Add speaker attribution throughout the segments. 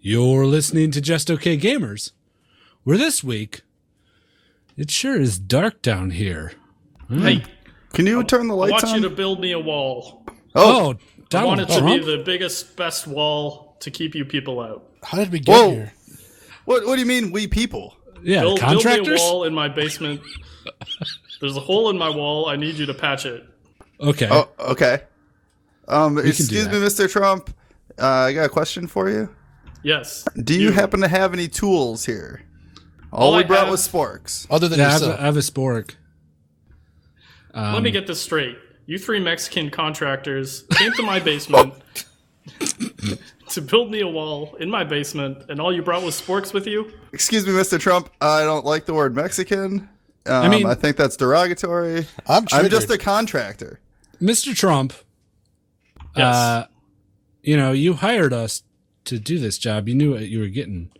Speaker 1: You're listening to Just Okay Gamers, where this week it sure is dark down here. Hmm.
Speaker 2: Hey,
Speaker 3: Can you turn the
Speaker 2: I want
Speaker 3: lights on?
Speaker 2: you to build me a wall.
Speaker 3: oh,
Speaker 1: Oh,
Speaker 2: I want
Speaker 1: Donald
Speaker 2: it to be
Speaker 1: Trump?
Speaker 2: the biggest, best wall to keep you people out.
Speaker 4: How did we get
Speaker 3: Whoa.
Speaker 4: here?
Speaker 3: what what do you mean, we people?
Speaker 1: yeah,
Speaker 2: Build, build me a
Speaker 1: contractors.
Speaker 2: wall in my basement. There's a hole in my wall. I need you to patch it.
Speaker 1: Okay,
Speaker 3: Oh, okay. Um, excuse
Speaker 1: that.
Speaker 3: me, Mr. Trump. Uh, I got a question for you.
Speaker 2: Yes.
Speaker 3: Do you, happen to have any tools here? All,
Speaker 2: All
Speaker 3: we
Speaker 2: I
Speaker 3: brought
Speaker 2: have-
Speaker 3: was sporks.
Speaker 4: Other than
Speaker 1: yeah, I have,
Speaker 4: yourself.
Speaker 1: a, I have a spork. Uh,
Speaker 2: Let me get this straight. You three Mexican contractors came to my basement to build me a wall in my basement, and all you brought was sporks with you.
Speaker 3: Excuse me, Mr. Trump. I don't like the word Mexican. Um, I
Speaker 1: mean-
Speaker 3: think that's derogatory.
Speaker 4: I'm
Speaker 3: I'm just a
Speaker 4: triggered.
Speaker 3: contractor.
Speaker 1: Mr. Trump,
Speaker 2: Yes.
Speaker 1: Uh, you know, you hired us to do this job. You knew what you were getting.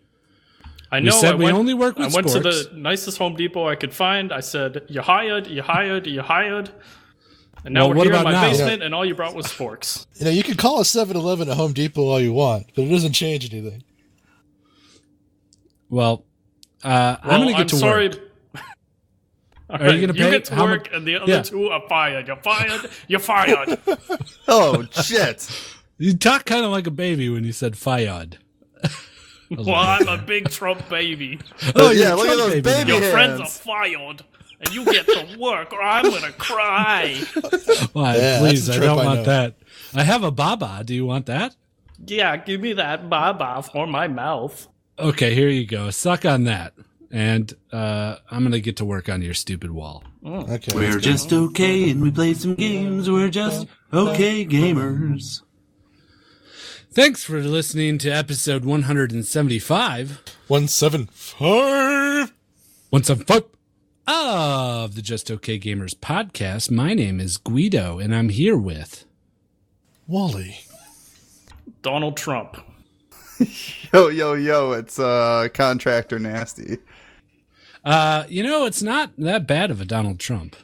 Speaker 2: I know.
Speaker 1: said
Speaker 2: I
Speaker 1: we
Speaker 2: went,
Speaker 1: only work with
Speaker 2: I went to
Speaker 1: sporks.
Speaker 2: the nicest Home Depot I could find. I said, "You hired, you hired, you hired," and now
Speaker 1: Well,
Speaker 2: we're
Speaker 1: what
Speaker 2: here in
Speaker 1: about
Speaker 2: my
Speaker 1: now?
Speaker 2: basement, and all you brought was sporks.
Speaker 4: you know, you can call a 7-Eleven a Home Depot all you want, but it doesn't change anything.
Speaker 1: Well, uh,
Speaker 2: Well,
Speaker 1: I'm going to get to
Speaker 2: sorry.
Speaker 1: work.
Speaker 2: All
Speaker 1: you gonna pay?
Speaker 2: get to
Speaker 1: How mu-
Speaker 2: work, and the other
Speaker 1: Yeah.
Speaker 2: two are fired. You're fired. You're fired.
Speaker 3: Oh shit!
Speaker 1: You talk kind of like a baby when you said Fayad.
Speaker 2: well, I'm a big Trump baby.
Speaker 1: Oh,
Speaker 3: yeah,
Speaker 1: you're a
Speaker 3: look at
Speaker 1: Trump
Speaker 3: those
Speaker 1: baby.
Speaker 3: baby
Speaker 2: Your friends are
Speaker 3: hands.
Speaker 2: fired, and you get to work, or I'm gonna cry.
Speaker 1: Why,
Speaker 4: Yeah, that's
Speaker 1: please,
Speaker 4: a
Speaker 1: I
Speaker 4: trip
Speaker 1: don't
Speaker 4: I
Speaker 1: want
Speaker 4: know.
Speaker 1: that. I have a baba. Do you want that?
Speaker 2: Yeah, give me that baba for my mouth.
Speaker 1: Okay, here you go. Suck on that. And uh, I'm going to get to work on your stupid wall.
Speaker 4: Okay.
Speaker 5: We're just okay and we play some games. We're just okay gamers.
Speaker 1: Thanks for listening to episode 175.
Speaker 4: 175.
Speaker 1: Once I'm five of the Just Okay Gamers podcast. My name is Guido, and I'm here with.
Speaker 4: Wally.
Speaker 2: Donald Trump.
Speaker 3: Yo yo yo! It's uh, contractor nasty.
Speaker 1: Uh, you know, it's not that bad of a Donald Trump.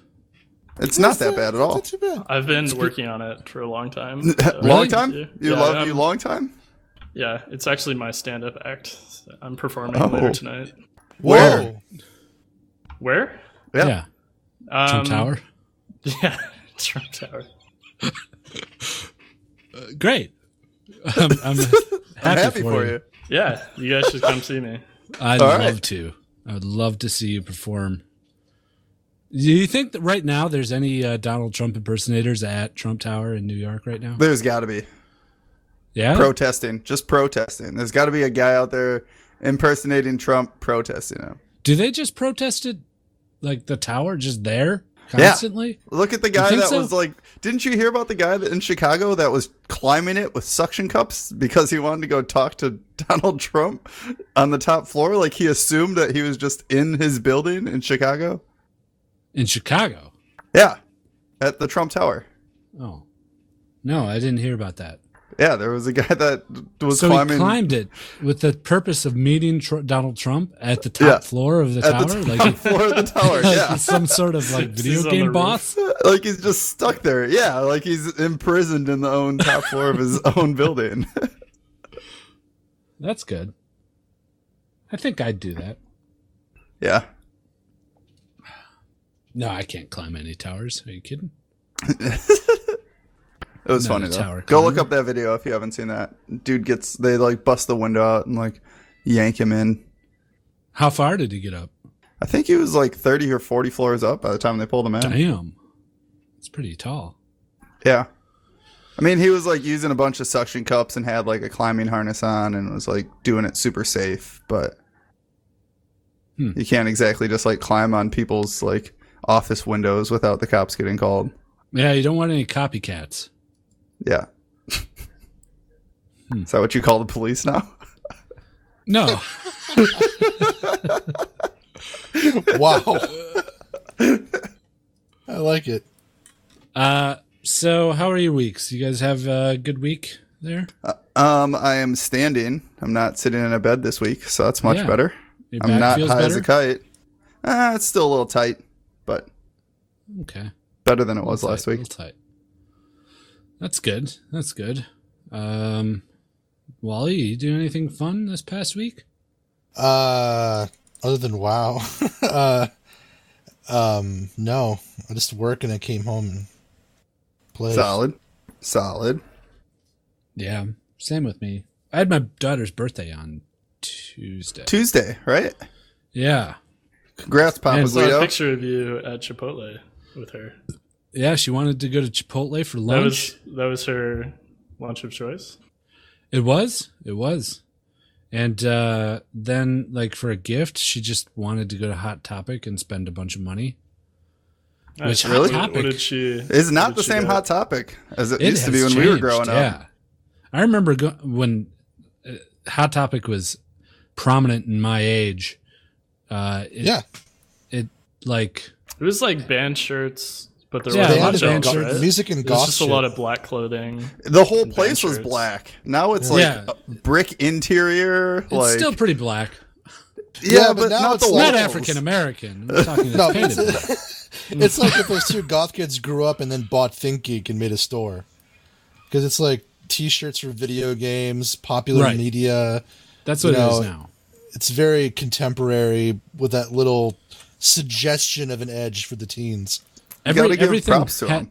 Speaker 3: It's not that bad at all.
Speaker 4: Not too bad.
Speaker 2: I've been working on it for a long time.
Speaker 3: Long time? You
Speaker 2: Yeah,
Speaker 3: love
Speaker 2: I'm-
Speaker 3: you long time?
Speaker 2: Yeah, it's actually my stand-up act. I'm performing
Speaker 3: Oh.
Speaker 2: later tonight.
Speaker 3: Where?
Speaker 4: Whoa.
Speaker 2: Where?
Speaker 3: Yeah.
Speaker 1: Yeah.
Speaker 2: Um,
Speaker 1: Trump Tower.
Speaker 2: Yeah, Trump Tower.
Speaker 1: Uh, Great. I'm, I'm happy,
Speaker 3: I'm happy for you.
Speaker 2: Yeah, you guys should come see me.
Speaker 1: I'd
Speaker 3: All
Speaker 1: love
Speaker 3: right.
Speaker 1: to. I would love to see you perform. Do you think that right now there's any uh, Donald Trump impersonators at Trump Tower in New York right now?
Speaker 3: There's got to be.
Speaker 1: Yeah.
Speaker 3: protesting, just protesting. There's got to be a guy out there impersonating Trump protesting him.
Speaker 1: Do they just protest it like the tower just there
Speaker 3: Yeah.
Speaker 1: constantly?
Speaker 3: Look at the guy
Speaker 1: think
Speaker 3: that
Speaker 1: so?
Speaker 3: was like, didn't you hear about the guy that in Chicago that was climbing it with suction cups because he wanted to go talk to Donald Trump on the top floor? Like he assumed that he was just in his building in Chicago.
Speaker 1: In Chicago.
Speaker 3: Yeah, at the Trump Tower.
Speaker 1: Oh. No, I didn't hear about that.
Speaker 3: Yeah, there was a guy that was
Speaker 1: so
Speaker 3: climbing.
Speaker 1: he climbed it with the purpose of meeting Tr- Donald Trump at the top
Speaker 3: Yeah.
Speaker 1: floor of the
Speaker 3: at
Speaker 1: tower,
Speaker 3: the top
Speaker 1: like,
Speaker 3: floor of the tower.
Speaker 1: like
Speaker 3: Yeah.
Speaker 1: some sort of like
Speaker 2: He's
Speaker 1: video
Speaker 2: on the
Speaker 1: game
Speaker 2: roof.
Speaker 1: boss.
Speaker 3: like he's just stuck there. Yeah, like he's imprisoned in the own top floor of his own building.
Speaker 1: That's good. I think I'd do that.
Speaker 3: yeah.
Speaker 1: No, I can't climb any towers. Are you kidding?
Speaker 3: It was
Speaker 1: Not
Speaker 3: funny
Speaker 1: a
Speaker 3: though.
Speaker 1: tower
Speaker 3: Go look
Speaker 1: climber.
Speaker 3: up that video if you haven't seen that. Dude gets they like bust the window out and like yank him in.
Speaker 1: How far did he get up?
Speaker 3: I think he was like thirty or forty floors up by the time they pulled him in.
Speaker 1: Damn. It's pretty tall.
Speaker 3: Yeah. I mean, he was like using a bunch of suction cups and had like a climbing harness on and was like doing it super safe, but
Speaker 1: Hmm.
Speaker 3: you can't exactly just like climb on people's like office windows without the cops getting called.
Speaker 1: Yeah, you don't want any copycats.
Speaker 3: Yeah.
Speaker 1: Hmm.
Speaker 3: Is that what you call the police now?
Speaker 1: No.
Speaker 4: Wow. I like it.
Speaker 1: uh, so how are your weeks? You guys have a good week there?
Speaker 3: Um, I am standing. I'm not sitting in a bed this week, so that's much
Speaker 1: Yeah.
Speaker 3: better.
Speaker 1: Your
Speaker 3: I'm
Speaker 1: back
Speaker 3: not high
Speaker 1: feels
Speaker 3: as
Speaker 1: better?
Speaker 3: a kite. Uh, it's still a little tight, but
Speaker 1: okay.
Speaker 3: better than it was last
Speaker 1: tight,
Speaker 3: week.
Speaker 1: little tight. That's good. That's good. Um, Wally, you do anything fun this past week?
Speaker 4: Uh, other than wow, uh, um, no, I just worked and I came home and played.
Speaker 3: Solid. Solid.
Speaker 1: Yeah, same with me. I had my daughter's birthday on Tuesday.
Speaker 3: Tuesday, right?
Speaker 1: yeah,
Speaker 3: Congrats, Papa
Speaker 1: Man,
Speaker 2: Saw a
Speaker 3: Guido.
Speaker 2: picture of you at Chipotle with her.
Speaker 1: yeah, she wanted to go to Chipotle for
Speaker 2: That
Speaker 1: lunch.
Speaker 2: was that was her lunch of choice.
Speaker 1: It was. It was. And uh, then, like for a gift, she just wanted to go to Hot Topic and spend a bunch of money. Which Hot
Speaker 3: Really?
Speaker 1: Topic
Speaker 2: What did she?
Speaker 3: It's
Speaker 2: what
Speaker 3: not
Speaker 2: did
Speaker 3: the
Speaker 2: she
Speaker 3: same
Speaker 2: get?
Speaker 3: hot topic as it,
Speaker 1: It
Speaker 3: used to
Speaker 1: has
Speaker 3: be when we were
Speaker 1: changed,
Speaker 3: growing up.
Speaker 1: Yeah, I remember go- when uh, Hot Topic was prominent in my age. Uh, it,
Speaker 4: Yeah,
Speaker 1: it like
Speaker 2: It was like band shirts, but there
Speaker 1: Yeah,
Speaker 2: was
Speaker 1: a lot
Speaker 2: not
Speaker 1: of
Speaker 2: much
Speaker 1: band
Speaker 2: else,
Speaker 1: shirts,
Speaker 2: right?
Speaker 4: music and
Speaker 2: It was
Speaker 4: goth
Speaker 2: just
Speaker 4: shit.
Speaker 2: a lot of black clothing.
Speaker 3: The whole
Speaker 2: And
Speaker 3: place was
Speaker 2: shirts.
Speaker 3: black. Now it's like
Speaker 1: Yeah.
Speaker 3: a brick interior.
Speaker 1: it's
Speaker 3: like
Speaker 1: still pretty black.
Speaker 3: yeah,
Speaker 4: Yeah,
Speaker 3: but,
Speaker 4: but now
Speaker 3: not
Speaker 4: it's
Speaker 3: the
Speaker 1: It's not
Speaker 3: walls.
Speaker 1: African American. We're talking it's
Speaker 4: No,
Speaker 1: painted black.
Speaker 4: it's, it's like if those two goth kids grew up and then bought Think Geek and made a store, because it's like T-shirts for video games, popular
Speaker 1: Right.
Speaker 4: media.
Speaker 1: That's what it
Speaker 4: No.
Speaker 1: is now.
Speaker 4: It's very contemporary with that little suggestion of an edge for the teens.
Speaker 1: Every,
Speaker 3: gotta give
Speaker 1: everything
Speaker 3: props to
Speaker 1: ha-
Speaker 3: 'em.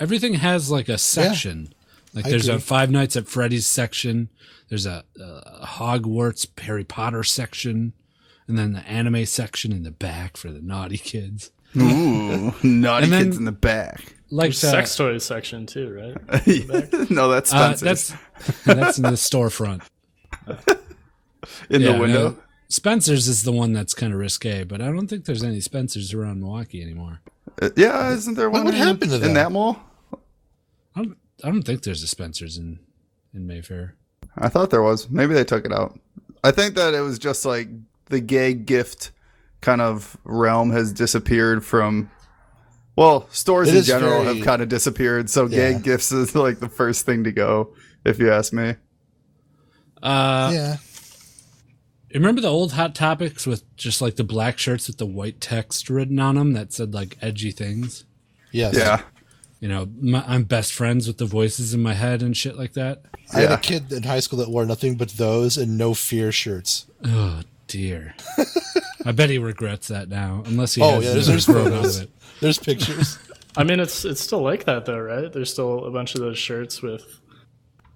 Speaker 1: Everything has like a section. Like
Speaker 4: I
Speaker 1: there's a
Speaker 4: agree.
Speaker 1: Five Nights at Freddy's section. There's a, a Hogwarts Harry Potter section, and then the anime section in the back for the naughty kids.
Speaker 3: Ooh, naughty
Speaker 1: And then-
Speaker 3: kids in the back.
Speaker 1: Like
Speaker 2: There's
Speaker 1: uh,
Speaker 2: sex toy section too, right?
Speaker 3: no, that's
Speaker 1: uh,
Speaker 3: Spencer's
Speaker 1: that's that's in the storefront.
Speaker 3: in the
Speaker 1: Yeah, no,
Speaker 3: window.
Speaker 1: Spencer's is the one that's kind of risque, but I don't think there's any Spencer's around Milwaukee anymore.
Speaker 3: Uh, Yeah, isn't there one?
Speaker 4: what
Speaker 3: in-
Speaker 4: happened to
Speaker 3: in
Speaker 4: that?
Speaker 3: that mall?
Speaker 1: I don't I don't think there's a Spencer's in in Mayfair.
Speaker 3: I thought there was. Maybe they took it out. I think that it was just like the gay gift kind of realm has disappeared from. Well, stores
Speaker 4: It
Speaker 3: in
Speaker 4: is
Speaker 3: general
Speaker 4: very-
Speaker 3: have kind of disappeared, so
Speaker 4: Yeah.
Speaker 3: gay gifts is like the first thing to go, if you ask me.
Speaker 1: Uh,
Speaker 4: yeah,
Speaker 1: Remember the old Hot Topics with just like the black shirts with the white text written on them that said like edgy things?
Speaker 4: yes,
Speaker 3: Yeah,
Speaker 1: You know, my, I'm best friends with the voices in my head and shit like that.
Speaker 4: I had
Speaker 3: Yeah.
Speaker 4: a kid in high school that wore nothing but those and no fear shirts.
Speaker 1: Oh, dear. I bet he regrets that now, unless he
Speaker 4: Oh,
Speaker 1: has
Speaker 4: yeah,
Speaker 1: really
Speaker 4: there's- there's
Speaker 1: grown out
Speaker 4: photos.
Speaker 1: of it.
Speaker 4: There's pictures.
Speaker 2: I mean, it's it's still like that though, right? There's still a bunch of those shirts with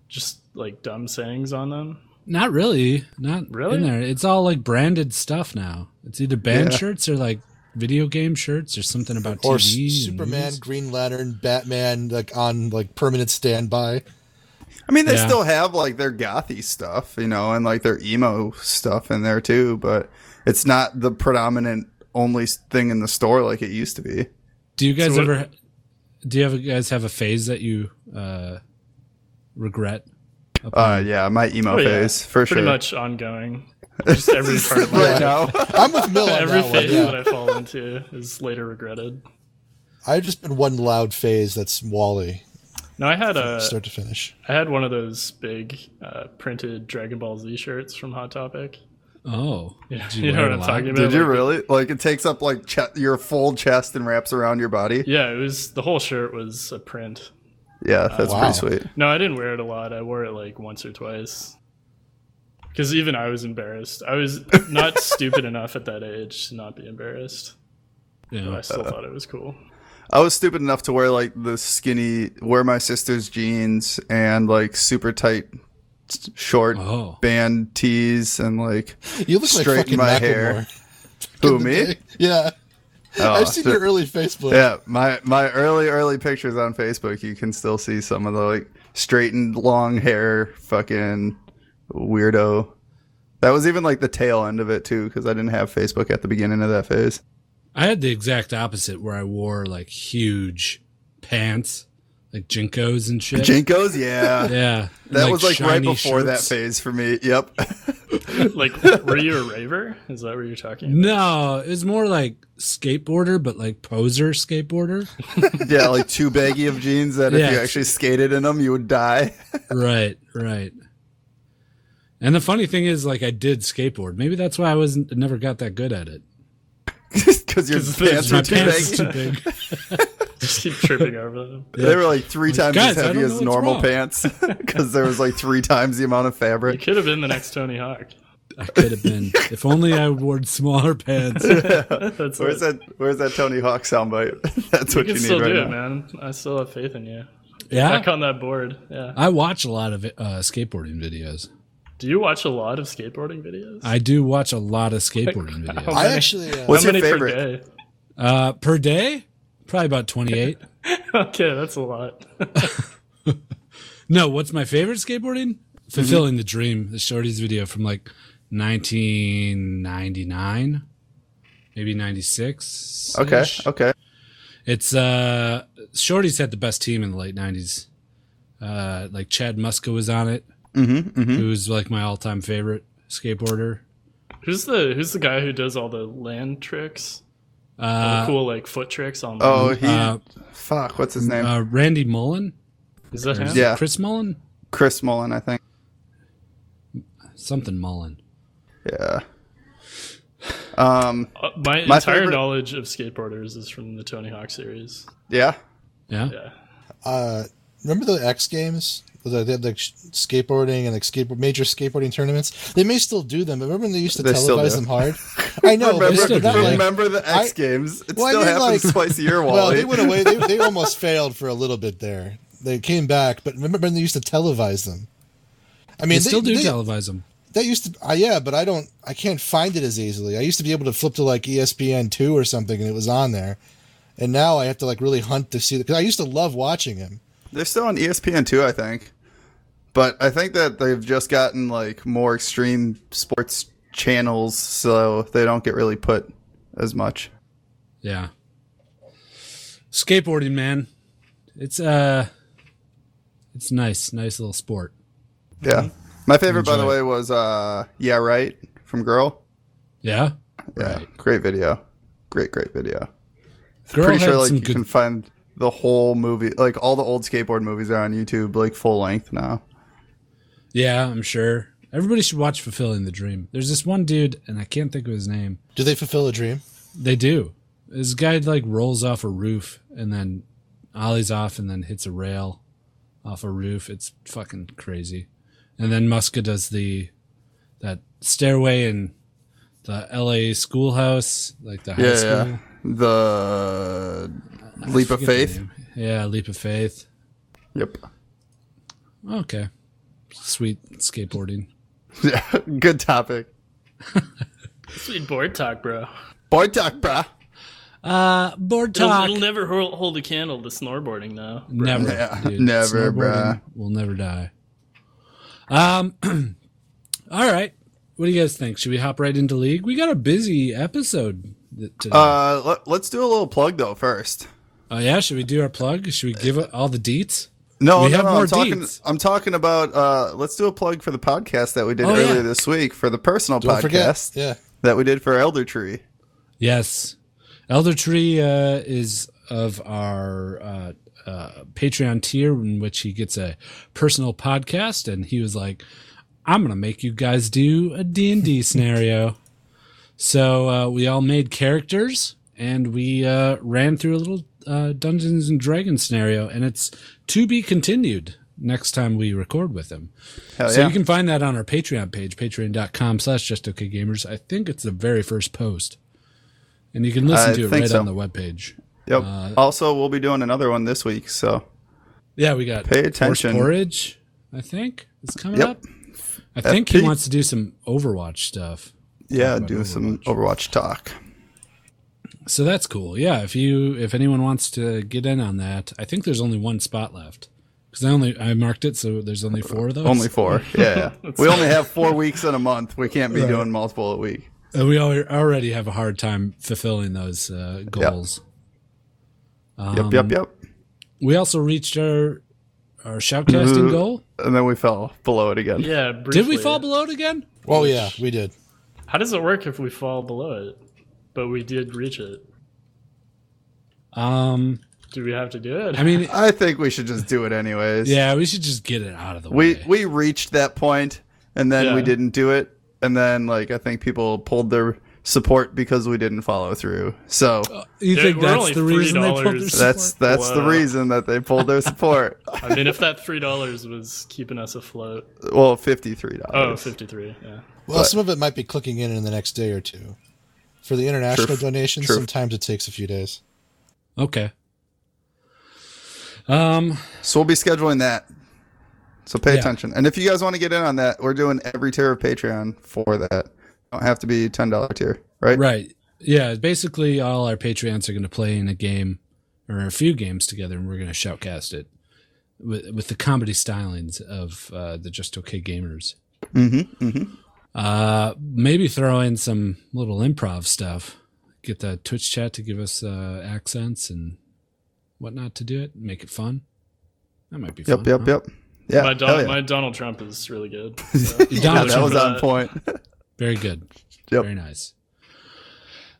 Speaker 2: just like dumb sayings on them.
Speaker 1: Not really. Not
Speaker 2: Really?
Speaker 1: really. In there. It's all like branded stuff now. It's either band shirts or like video game shirts or something about TV.
Speaker 4: or
Speaker 1: and
Speaker 4: Superman,
Speaker 1: movies.
Speaker 4: Green Lantern, Batman, like on like permanent standby.
Speaker 3: I mean they
Speaker 1: Yeah.
Speaker 3: still have like their gothy stuff, you know, and like their emo stuff in there too, but it's not the predominant only thing in the store like it used to be.
Speaker 1: Do you guys
Speaker 2: So what-
Speaker 1: ever. Do you ever guys have a phase that you uh, regret?
Speaker 3: Uh, yeah, my emo
Speaker 2: Oh, yeah.
Speaker 3: phase for
Speaker 2: Pretty
Speaker 3: sure.
Speaker 2: much ongoing. Just every part of my
Speaker 3: right now.
Speaker 4: I'm with Mill on
Speaker 2: every
Speaker 4: that one.
Speaker 2: phase that
Speaker 4: Yeah.
Speaker 2: I fall into is later regretted.
Speaker 4: I've just been one loud phase that's Wally,
Speaker 2: No, I had a
Speaker 4: start to finish.
Speaker 2: I had one of those big uh, printed Dragon Ball Z shirts from Hot Topic.
Speaker 1: Oh,
Speaker 2: Yeah,
Speaker 1: Did
Speaker 2: you know
Speaker 1: wear
Speaker 2: what
Speaker 1: a
Speaker 2: I'm
Speaker 1: lot?
Speaker 2: talking about.
Speaker 3: Did you
Speaker 2: Like,
Speaker 3: really? Like it takes up like che- your full chest and wraps around your body.
Speaker 2: Yeah, it was the whole shirt was a print.
Speaker 3: Yeah, that's
Speaker 4: Wow.
Speaker 3: pretty sweet.
Speaker 2: No, I didn't wear it a lot. I wore it like once or twice. Because even I was embarrassed. I was not stupid enough at that age to not be embarrassed.
Speaker 1: Yeah.
Speaker 2: But I still thought it was cool.
Speaker 3: I was stupid enough to wear like the skinny, wear my sister's jeans and like super tight, s- short
Speaker 1: Oh.
Speaker 3: band tees and like
Speaker 4: You look like
Speaker 3: Straighten
Speaker 4: fucking
Speaker 3: my
Speaker 4: Macklemore.
Speaker 3: hair. who me?
Speaker 4: Yeah,
Speaker 3: Oh,
Speaker 4: I've seen
Speaker 3: so-
Speaker 4: your early Facebook.
Speaker 3: Yeah, my my early early pictures on Facebook, you can still see some of the like straightened long hair, fucking weirdo. That was even like the tail end of it too, because I didn't have Facebook at the beginning of that phase.
Speaker 1: I had the exact opposite where I wore like huge pants, like Jinkos and shit.
Speaker 3: Jinkos, yeah.
Speaker 1: yeah. and,
Speaker 3: That was like right
Speaker 1: shiny
Speaker 3: before
Speaker 1: shirts.
Speaker 3: that phase for me. Yep.
Speaker 2: Like, were you a raver? Is that what you're talking about?
Speaker 1: No, it was more like skateboarder, but like poser skateboarder.
Speaker 3: yeah, like too baggy of jeans that if you
Speaker 1: Yeah.
Speaker 3: actually skated in them, you would die.
Speaker 1: right, right. And the funny thing is, like, I did skateboard. Maybe that's why I wasn't never got that good at it.
Speaker 3: Because your
Speaker 2: 'Cause
Speaker 3: pants
Speaker 2: they're
Speaker 1: My
Speaker 3: were too
Speaker 1: pants is
Speaker 3: baggy.
Speaker 1: too big.
Speaker 2: Just keep tripping over them.
Speaker 3: They were like three times
Speaker 1: Guys, I
Speaker 3: as heavy
Speaker 1: don't know
Speaker 3: as
Speaker 1: what's
Speaker 3: normal
Speaker 1: wrong.
Speaker 3: pants because there was like three times the amount of
Speaker 2: You
Speaker 3: fabric.
Speaker 2: could have been the next Tony Hawk.
Speaker 1: I could have been. if only I wore smaller pants.
Speaker 2: That's
Speaker 3: Where's
Speaker 2: it.
Speaker 3: that? Where's that Tony Hawk soundbite? That's
Speaker 2: You
Speaker 3: what
Speaker 2: can
Speaker 3: you, need
Speaker 2: still
Speaker 3: right
Speaker 2: do
Speaker 3: now.
Speaker 2: it, man. I still have faith in you. Back
Speaker 1: Yeah.
Speaker 2: on that board. Yeah.
Speaker 1: I watch a lot of uh, skateboarding videos.
Speaker 2: Do you watch a lot of skateboarding videos?
Speaker 1: I do watch a lot of skateboarding videos.
Speaker 4: I actually uh,
Speaker 3: What's
Speaker 2: How
Speaker 3: your
Speaker 2: many
Speaker 3: favorite?
Speaker 2: per day?
Speaker 1: Uh, per day, probably about 28.
Speaker 2: Okay, that's a lot.
Speaker 1: No, what's my favorite skateboarding?
Speaker 4: Mm-hmm.
Speaker 1: Fulfilling the Dream, the Shorties video from like 1999, maybe 96.
Speaker 3: Okay, okay.
Speaker 1: It's uh Shorties had the best team in the late 90s. Uh like Chad Muska was on it. Mm-hmm, Who's like my all-time favorite skateboarder.
Speaker 2: Who's the Who's the guy who does all the land tricks? All the
Speaker 1: Uh,
Speaker 2: cool like foot tricks on.
Speaker 3: Oh, he.
Speaker 1: uh,
Speaker 3: fuck. What's his name?
Speaker 1: uh Randy Mullen?
Speaker 2: is that him?
Speaker 3: Yeah.
Speaker 1: Chris Mullen?
Speaker 3: Chris Mullen, I think.
Speaker 1: Something Mullen.
Speaker 3: Yeah. Um.
Speaker 2: Uh, my,
Speaker 3: My
Speaker 2: entire
Speaker 3: favorite-
Speaker 2: knowledge of skateboarders is from the Tony Hawk series.
Speaker 3: Yeah.
Speaker 1: Yeah.
Speaker 2: Yeah,
Speaker 4: uh, remember the X Games? They had like sh- skateboarding and like skateboard major skateboarding tournaments. They may still do them, but remember when they used to
Speaker 3: They still
Speaker 4: televise
Speaker 3: do.
Speaker 4: them hard. I know. but
Speaker 1: still
Speaker 3: Remember,
Speaker 4: they're not,
Speaker 1: do.
Speaker 4: like-
Speaker 3: remember the X
Speaker 4: I-
Speaker 3: Games? It
Speaker 4: Well, I
Speaker 3: still
Speaker 4: mean,
Speaker 3: happens
Speaker 4: like-
Speaker 3: twice a year, Wally.
Speaker 4: well, they went away. They, they almost failed for a little bit there. They came back, but remember when they used to televise them? I mean,
Speaker 1: They still do
Speaker 4: they,
Speaker 1: televise them.
Speaker 4: that used to uh, yeah but i don't i can't find it as easily i used to be able to flip to like E espn2 or something and it was on there and now i have to like really hunt to see because i used to love watching him
Speaker 3: They're still on E ESPN too, I think. But I think that they've just gotten like more extreme sports channels, so they don't get really put as much.
Speaker 1: Yeah. Skateboarding, man. It's uh it's nice, nice little sport.
Speaker 3: Yeah. My favorite, by the
Speaker 1: Enjoy.
Speaker 3: way, was uh, "Yeah Right" from Girl.
Speaker 1: Yeah.
Speaker 3: Yeah, great video, great great video.
Speaker 1: Girl
Speaker 3: Pretty
Speaker 1: had
Speaker 3: sure like
Speaker 1: some
Speaker 3: you
Speaker 1: good
Speaker 3: can find the whole movie, like all the old skateboard movies are on YouTube, like full length now.
Speaker 1: Yeah, I'm sure. Everybody should watch Fulfilling the Dream. There's this one dude and I can't think of his name.
Speaker 4: do they fulfill a dream
Speaker 1: They do. This guy like rolls off a roof and then ollies off and then hits a rail off a roof. It's fucking crazy. And then Muska does the that stairway in the LA schoolhouse, like the high
Speaker 3: Yeah,
Speaker 1: school.
Speaker 3: yeah. The leap of
Speaker 1: Forget the
Speaker 3: faith.
Speaker 1: name. Yeah, leap of faith.
Speaker 3: Yep.
Speaker 1: Okay. Sweet skateboarding.
Speaker 3: Yeah, good topic.
Speaker 2: sweet board talk, bro.
Speaker 3: Boy talk, bruh.
Speaker 1: Uh, board
Speaker 2: It'll,
Speaker 1: talk.
Speaker 2: it'll never hol- hold a candle to snowboarding, though.
Speaker 1: Never,
Speaker 3: Yeah,
Speaker 1: dude.
Speaker 3: never,
Speaker 1: Snowboarding
Speaker 3: bruh.
Speaker 1: Will never die. Um. all right. What do you guys think? Should we hop right into league? We got a busy episode th- today.
Speaker 3: Uh, let, let's do a little plug though first.
Speaker 1: oh yeah. Should we do our plug? Should we give it all the deets?
Speaker 3: No,
Speaker 1: We
Speaker 3: no,
Speaker 1: have
Speaker 3: no,
Speaker 1: more
Speaker 3: I'm talking.
Speaker 1: deets.
Speaker 3: I'm talking about. Uh, let's do a plug for the podcast that we did
Speaker 1: Oh,
Speaker 3: earlier
Speaker 1: yeah.
Speaker 3: this week for the personal
Speaker 4: don't
Speaker 3: podcast
Speaker 4: forget yeah
Speaker 3: that we did for Elder Tree.
Speaker 1: Yes. Elder Tree uh, is of our uh, uh, Patreon tier, in which he gets a personal podcast, and he was like, "I'm gonna make you guys do a D and D scenario." So uh, we all made characters, and we uh, ran through a little uh, Dungeons and Dragons scenario, and it's to be continued next time we record with him.
Speaker 3: Hell
Speaker 1: So
Speaker 3: yeah.
Speaker 1: you can find that on our Patreon page, patreon.com slash just okay gamers. I think it's the very first post. And you can listen
Speaker 3: I
Speaker 1: to it
Speaker 3: think
Speaker 1: right
Speaker 3: so.
Speaker 1: on the webpage. Uh,
Speaker 3: Yep. also, we'll be doing another one this week. So
Speaker 1: Yeah, we got
Speaker 3: Pay
Speaker 1: Horse
Speaker 3: attention.
Speaker 1: Porridge, I think, is coming
Speaker 3: Yep.
Speaker 1: up. I think he
Speaker 3: FP.
Speaker 1: wants to do some Overwatch stuff.
Speaker 3: yeah,
Speaker 1: about
Speaker 3: do some Overwatch talk.
Speaker 1: So that's cool. Yeah, if you if anyone wants to get in on that, I think there's only one spot left. Because I only I marked it, so there's only four of those.
Speaker 3: Only four. Yeah, we only have four weeks in a month. We can't be doing multiple a week.
Speaker 1: And we al- already have a hard time fulfilling those uh, goals. Um,
Speaker 3: Yep, yep, yep.
Speaker 1: We also reached our our
Speaker 3: Mm-hmm.
Speaker 1: shoutcasting goal.
Speaker 3: And then we fell below it again.
Speaker 2: Yeah, briefly.
Speaker 1: Did we fall below it again?
Speaker 4: oh yeah we did
Speaker 2: How does it work if we fall below it? But we did reach it.
Speaker 1: Um,
Speaker 2: Do we have to do it?
Speaker 1: I mean,
Speaker 3: I think we should just do it anyways.
Speaker 1: yeah, we should just get it out of the
Speaker 3: we
Speaker 1: way.
Speaker 3: we reached that point and then
Speaker 2: Yeah.
Speaker 3: we didn't do it and then like i think people pulled their support because we didn't follow through. So
Speaker 1: Uh, You
Speaker 2: Dude,
Speaker 1: think
Speaker 2: we're
Speaker 1: that's
Speaker 2: only
Speaker 1: the reason they
Speaker 2: $3.
Speaker 1: pulled their
Speaker 3: that's
Speaker 1: support?
Speaker 3: that's the
Speaker 2: Wow.
Speaker 3: reason that they pulled their support.
Speaker 2: I mean, if that three dollars was keeping us afloat,
Speaker 3: well, fifty three
Speaker 2: oh,
Speaker 3: dollars.
Speaker 2: 53 Yeah,
Speaker 4: Well, some of it might be clicking in in the next day or two. For the international
Speaker 3: True.
Speaker 4: donations,
Speaker 3: True.
Speaker 4: sometimes it takes a few days.
Speaker 1: okay. Um,
Speaker 3: so we'll be scheduling that. So pay
Speaker 1: Yeah.
Speaker 3: attention. And if you guys want to get in on that, we're doing every tier of Patreon for that. Don't have to be ten dollar tier, right?
Speaker 1: right. Yeah, basically all our Patreons are going to play in a game or a few games together and we're going to shoutcast it with, with the comedy stylings of uh, the Just Okay Gamers.
Speaker 3: Mm-hmm. Mm-hmm.
Speaker 1: Uh, maybe throw in some little improv stuff. Get the Twitch chat to give us uh, accents and whatnot to do it. Make it fun. That might be
Speaker 3: Yep,
Speaker 1: fun.
Speaker 3: yep, yep. Yeah,
Speaker 2: my,
Speaker 3: hell
Speaker 2: Don-
Speaker 3: yeah.
Speaker 2: my Donald Trump is really good. so.
Speaker 1: Donald
Speaker 3: yeah, that was
Speaker 2: Trump.
Speaker 3: on point.
Speaker 1: Very good.
Speaker 3: Yep.
Speaker 1: Very nice.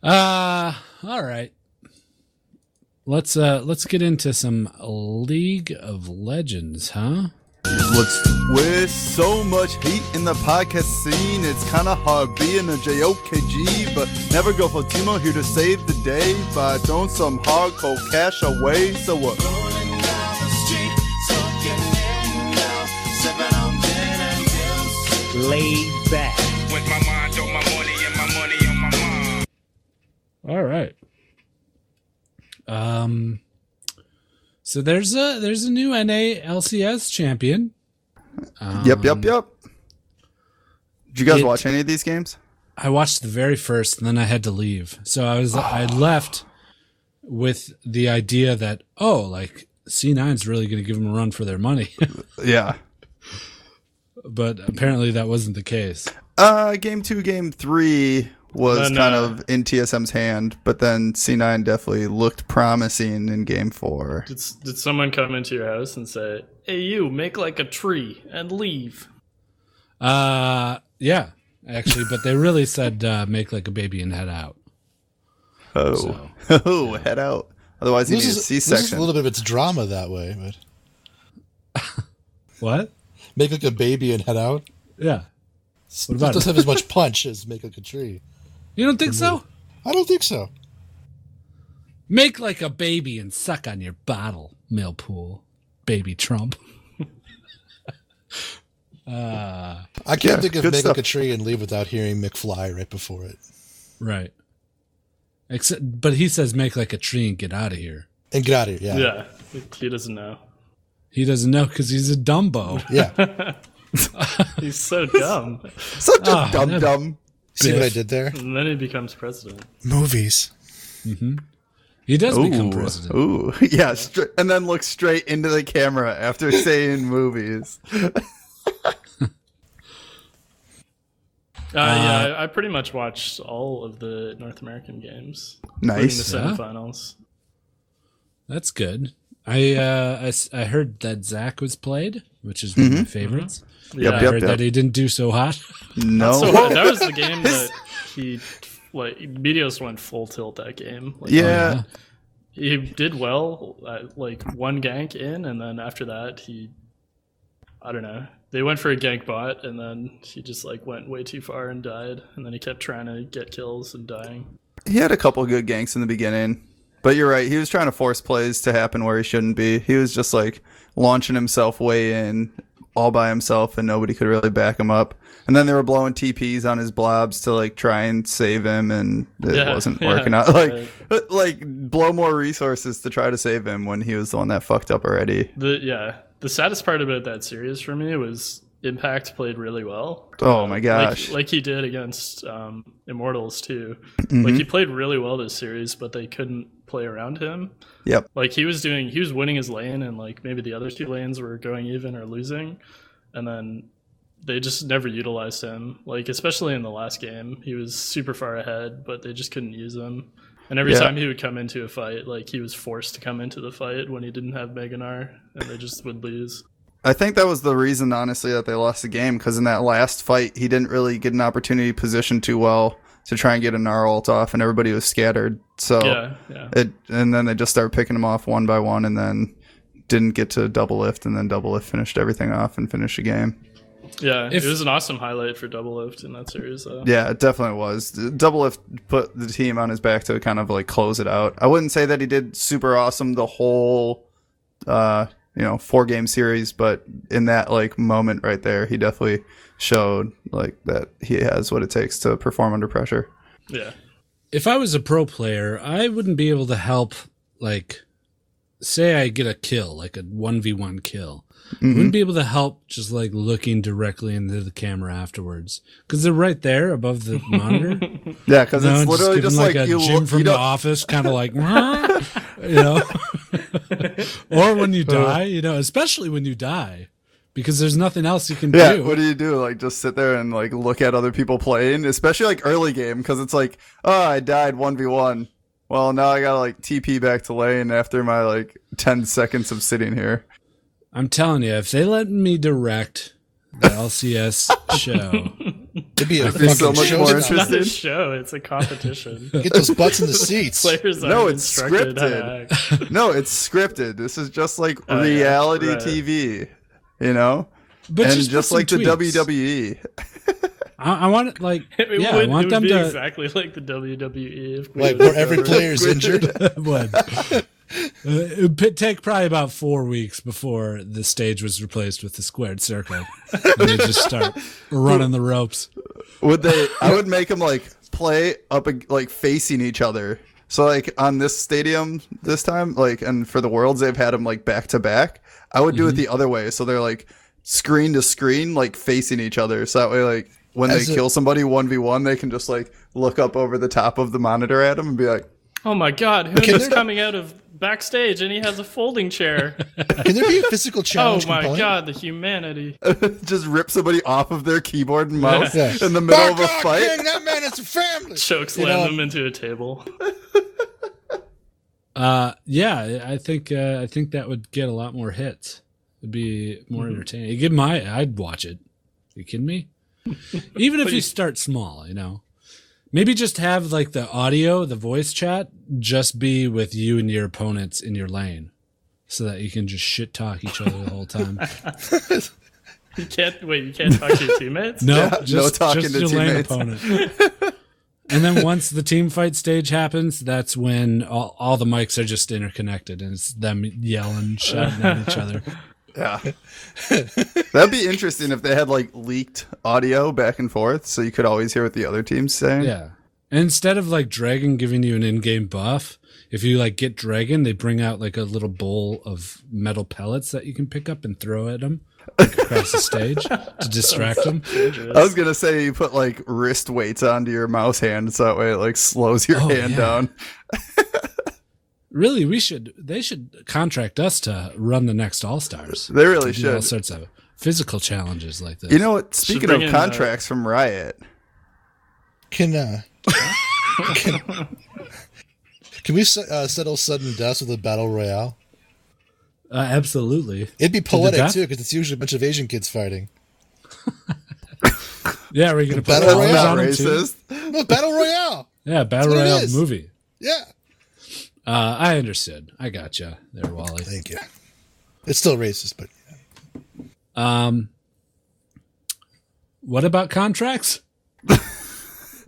Speaker 1: Uh all right. Let's uh let's get into some League of Legends, huh?
Speaker 3: With so much heat in the podcast scene, it's kind of hard being a JOKG. But never go for Timo here to save the day by throwing some hardcore cash away. So what?
Speaker 6: Laid back.
Speaker 7: With my mind on my money and my money on my mind.
Speaker 1: All right. Um so there's a there's a new NA LCS champion. Um,
Speaker 3: Yep, yep, yep. Did you guys
Speaker 1: it-
Speaker 3: watch any of these games?
Speaker 1: I watched the very first, and then I had to leave. So I was I left with the idea that oh, like C9's really going to give them a run for their money,
Speaker 3: Yeah.
Speaker 1: but apparently that wasn't the case.
Speaker 3: Uh, game two, game three was
Speaker 2: Then,
Speaker 3: kind
Speaker 2: uh,
Speaker 3: of in TSM's hand, but then C9 definitely looked promising in game four.
Speaker 2: Did, s- did someone come into your house and say, "Hey, you make like a tree and leave"?
Speaker 1: Uh, yeah, actually, but they really said uh, make like a baby and head out.
Speaker 3: Oh,
Speaker 1: So.
Speaker 3: oh, head out. Otherwise, you need a
Speaker 4: Loses,
Speaker 3: C
Speaker 4: loses a
Speaker 3: section.
Speaker 4: little bit of its drama that way, but
Speaker 1: What?
Speaker 4: make like a baby and head out.
Speaker 1: Yeah,
Speaker 4: It
Speaker 1: about
Speaker 4: doesn't have as much punch as make like a tree.
Speaker 1: you don't think so?
Speaker 4: I don't think so.
Speaker 1: Make like a baby and suck on your bottle, Millpool, baby Trump. uh,
Speaker 4: I can't
Speaker 3: Yeah,
Speaker 4: think of
Speaker 3: good
Speaker 4: make
Speaker 3: stuff.
Speaker 4: like a tree and leave without hearing McFly right before it.
Speaker 1: right. Except, but he says make like a tree and get out of here.
Speaker 4: And get out of here. Yeah.
Speaker 2: Yeah, he doesn't know.
Speaker 1: He doesn't know because he's a Dumbo.
Speaker 4: Yeah.
Speaker 2: He's so dumb.
Speaker 3: Such a
Speaker 1: Ah,
Speaker 3: dum
Speaker 1: that-
Speaker 3: dum.
Speaker 4: See what I
Speaker 1: Biff.
Speaker 4: did there?
Speaker 2: And then he becomes president.
Speaker 4: Movies.
Speaker 1: Mm-hmm. He does become
Speaker 3: Ooh,
Speaker 1: president.
Speaker 3: ooh, yeah, stra- and then look straight into the camera after saying movies.
Speaker 2: Uh, yeah, I, I pretty much watched all of the North American games, including
Speaker 3: Nice.
Speaker 2: the
Speaker 1: Yeah.
Speaker 2: semifinals.
Speaker 1: That's good. I, uh, I s- I heard that Zach was played, which is one of my favorites.
Speaker 2: Yeah,
Speaker 1: I
Speaker 3: Mm-hmm. Yep,
Speaker 1: heard
Speaker 3: yep.
Speaker 1: that he didn't do so hot.
Speaker 3: No,
Speaker 2: so that- that was the game that he like. Medios went full tilt that game. Like,
Speaker 3: yeah,
Speaker 2: he did well, at, like one gank in, and then after that he, I don't know. They went for a gank bot, and then he just like went way too far and died, and then he kept trying to get kills and dying.
Speaker 3: he had a couple of good ganks in the beginning, but you're right. He was trying to force plays to happen where he shouldn't be. He was just like launching himself way in all by himself, and nobody could really back him up. And then they were blowing TPs on his blobs to like try and save him, and it
Speaker 2: Yeah,
Speaker 3: wasn't
Speaker 2: yeah,
Speaker 3: working out. Like,
Speaker 2: right.
Speaker 3: like blow more resources to try to save him when he was the one that fucked up already.
Speaker 2: The yeah, the saddest part about that series for me was Impact played really well.
Speaker 3: Oh my
Speaker 2: like,
Speaker 3: gosh.
Speaker 2: like he did against um, Immortals too.
Speaker 3: Mm-hmm.
Speaker 2: Like he played really well this series, but they couldn't play around him.
Speaker 3: Yep.
Speaker 2: Like he was doing, he was winning his lane, and like maybe the other two lanes were going even or losing, and then they just never utilized him. Like especially in the last game, he was super far ahead, but they just couldn't use him. And every
Speaker 3: Yeah.
Speaker 2: time he would come into a fight, like he was forced to come into the fight when he didn't have Meganar, and they just would lose.
Speaker 3: I think that was the reason, honestly, that they lost the game because in that last fight, he didn't really get an opportunity positioned too well to try and get a Gnarl off, and everybody was scattered. So
Speaker 2: Yeah, yeah.
Speaker 3: it, and then they just started picking him off one by one, and then didn't get to double lift, and then double lift finished everything off and finished the game.
Speaker 2: Yeah,
Speaker 1: If-
Speaker 2: it was an awesome highlight for Double Lift in that series. Though.
Speaker 3: Yeah, it definitely was. Double F put the team on his back to kind of like close it out. I wouldn't say that he did super awesome the whole, uh, you know, four game series, but in that like moment right there, he definitely showed like that he has what it takes to perform under pressure.
Speaker 2: yeah.
Speaker 1: if I was a pro player, I wouldn't be able to help like say I get a kill, like a 1v1 kill. I
Speaker 3: Mhm.
Speaker 1: wouldn't be able to help just like looking directly into the camera afterwards cuz they're right there above the monitor.
Speaker 3: Yeah, because
Speaker 1: No,
Speaker 3: it's literally just,
Speaker 1: give
Speaker 3: like,
Speaker 1: him, a
Speaker 3: you,
Speaker 1: Jim
Speaker 3: look,
Speaker 1: from
Speaker 3: you
Speaker 1: the
Speaker 3: don't,
Speaker 1: office, kind of like, you know, or when
Speaker 3: Uh.
Speaker 1: you die, you know, especially when you die, because there's nothing else you can
Speaker 3: yeah.
Speaker 1: do.
Speaker 3: What do you do? Like just sit there and like look at other people playing, especially like early game, because it's like, oh, I died one v one. Well, now I gotta like TP back to lane after my like ten seconds of sitting here.
Speaker 1: I'm telling you, if they let me direct the LCS show,
Speaker 4: It'd be a
Speaker 3: be
Speaker 4: fucking
Speaker 3: so much
Speaker 4: show
Speaker 3: more
Speaker 4: stopper.
Speaker 2: It's not a
Speaker 3: Interested?
Speaker 2: show; it's a competition.
Speaker 4: Get those butts in the seats.
Speaker 2: Players are
Speaker 3: No, it's
Speaker 2: instructed how to
Speaker 3: scripted.
Speaker 2: act.
Speaker 3: No, it's scripted. This is just like
Speaker 2: Oh, yeah,
Speaker 3: reality
Speaker 2: right.
Speaker 3: TV, you know,
Speaker 1: but
Speaker 3: and
Speaker 1: just,
Speaker 3: just,
Speaker 1: put some
Speaker 3: like the E,
Speaker 1: tweets.
Speaker 3: WWE.
Speaker 1: I, I want it like,
Speaker 2: It
Speaker 1: yeah,
Speaker 2: would,
Speaker 1: I
Speaker 2: it
Speaker 1: want
Speaker 2: would
Speaker 1: them
Speaker 2: be
Speaker 1: to.
Speaker 2: exactly like the WWE. If we
Speaker 4: Like
Speaker 2: would
Speaker 4: where every
Speaker 2: ever-
Speaker 4: player is injured.
Speaker 1: would. Uh, it would p- take probably about four weeks before the stage was replaced with the squared circle, and they just start running the ropes.
Speaker 3: Would they? I would make them like play up ag- like facing each other. So like on this stadium this time, like and for the worlds they've had them like back to back. I would
Speaker 4: Mm-hmm.
Speaker 3: do it the other way, so they're like screen to screen, like facing each other. So that way, like when
Speaker 4: As
Speaker 3: they
Speaker 4: a-
Speaker 3: kill somebody one v one, they can just like look up over the top of the monitor at them and be like,
Speaker 2: Oh my God! Who is coming out of backstage and he has a folding chair?
Speaker 4: Can there be a physical
Speaker 2: oh
Speaker 4: challenge?
Speaker 2: my
Speaker 4: component?
Speaker 2: God! The humanity.
Speaker 3: just rip somebody off of their keyboard and mouse
Speaker 4: Yeah.
Speaker 3: in the middle
Speaker 4: Back
Speaker 3: of a
Speaker 4: off,
Speaker 3: fight.
Speaker 4: King, that man is a family.
Speaker 2: Chokes
Speaker 4: You
Speaker 2: slam
Speaker 4: know,
Speaker 2: them into a table.
Speaker 1: Uh, yeah, I think uh, I think that would get a lot more hits. It'd be more entertaining. It'd give my, I'd watch it. you kidding me? Even if you start small, you know, maybe just have like the audio, the voice chat, just be with you and your opponents in your lane, so that you can just shit talk each other the whole time.
Speaker 2: You can't wait. You can't talk to your teammates.
Speaker 1: No,
Speaker 3: Yeah,
Speaker 1: just,
Speaker 3: no talking
Speaker 1: just
Speaker 3: to
Speaker 1: your lane
Speaker 3: teammates.
Speaker 1: opponent. and then once the team fight stage happens, that's when all, all the mics are just interconnected and it's them yelling, shouting at each other.
Speaker 3: Yeah. That'd be interesting if they had like leaked audio back and forth so you could always hear what the other team's saying.
Speaker 1: Yeah. And instead of like Dragon giving you an in-game buff, if you like get Dragon, they bring out like a little bowl of metal pellets that you can pick up and throw at them across the stage to distract them.
Speaker 3: I was gonna say you put like wrist weights onto your mouse hand so that way it like slows your
Speaker 1: Oh,
Speaker 3: hand
Speaker 1: yeah.
Speaker 3: down.
Speaker 1: Really, we should they should contract us to run the next All Stars.
Speaker 3: They really
Speaker 1: Do all
Speaker 3: should.
Speaker 1: sorts of physical challenges like this.
Speaker 3: You know what? Speaking
Speaker 2: bring
Speaker 3: of
Speaker 2: in, uh,
Speaker 3: contracts from Riot,
Speaker 4: Can uh, can, can we se- uh, settle sudden death with a battle royale?
Speaker 1: Uh, absolutely.
Speaker 4: It'd be poetic
Speaker 1: death?
Speaker 4: too, because it's usually a bunch of Asian kids fighting.
Speaker 1: Yeah, we're gonna put
Speaker 4: Battle
Speaker 1: battle
Speaker 3: that's
Speaker 4: Royale
Speaker 1: on
Speaker 3: not
Speaker 1: them too.
Speaker 3: racist.
Speaker 4: No, battle royale.
Speaker 1: Yeah,
Speaker 4: That's
Speaker 1: battle
Speaker 4: what it
Speaker 1: royale
Speaker 4: is.
Speaker 1: movie.
Speaker 4: Yeah.
Speaker 1: Uh, I understood. I gotcha there, Wally.
Speaker 4: Thank you. It's still racist, but
Speaker 1: Um, what about contracts?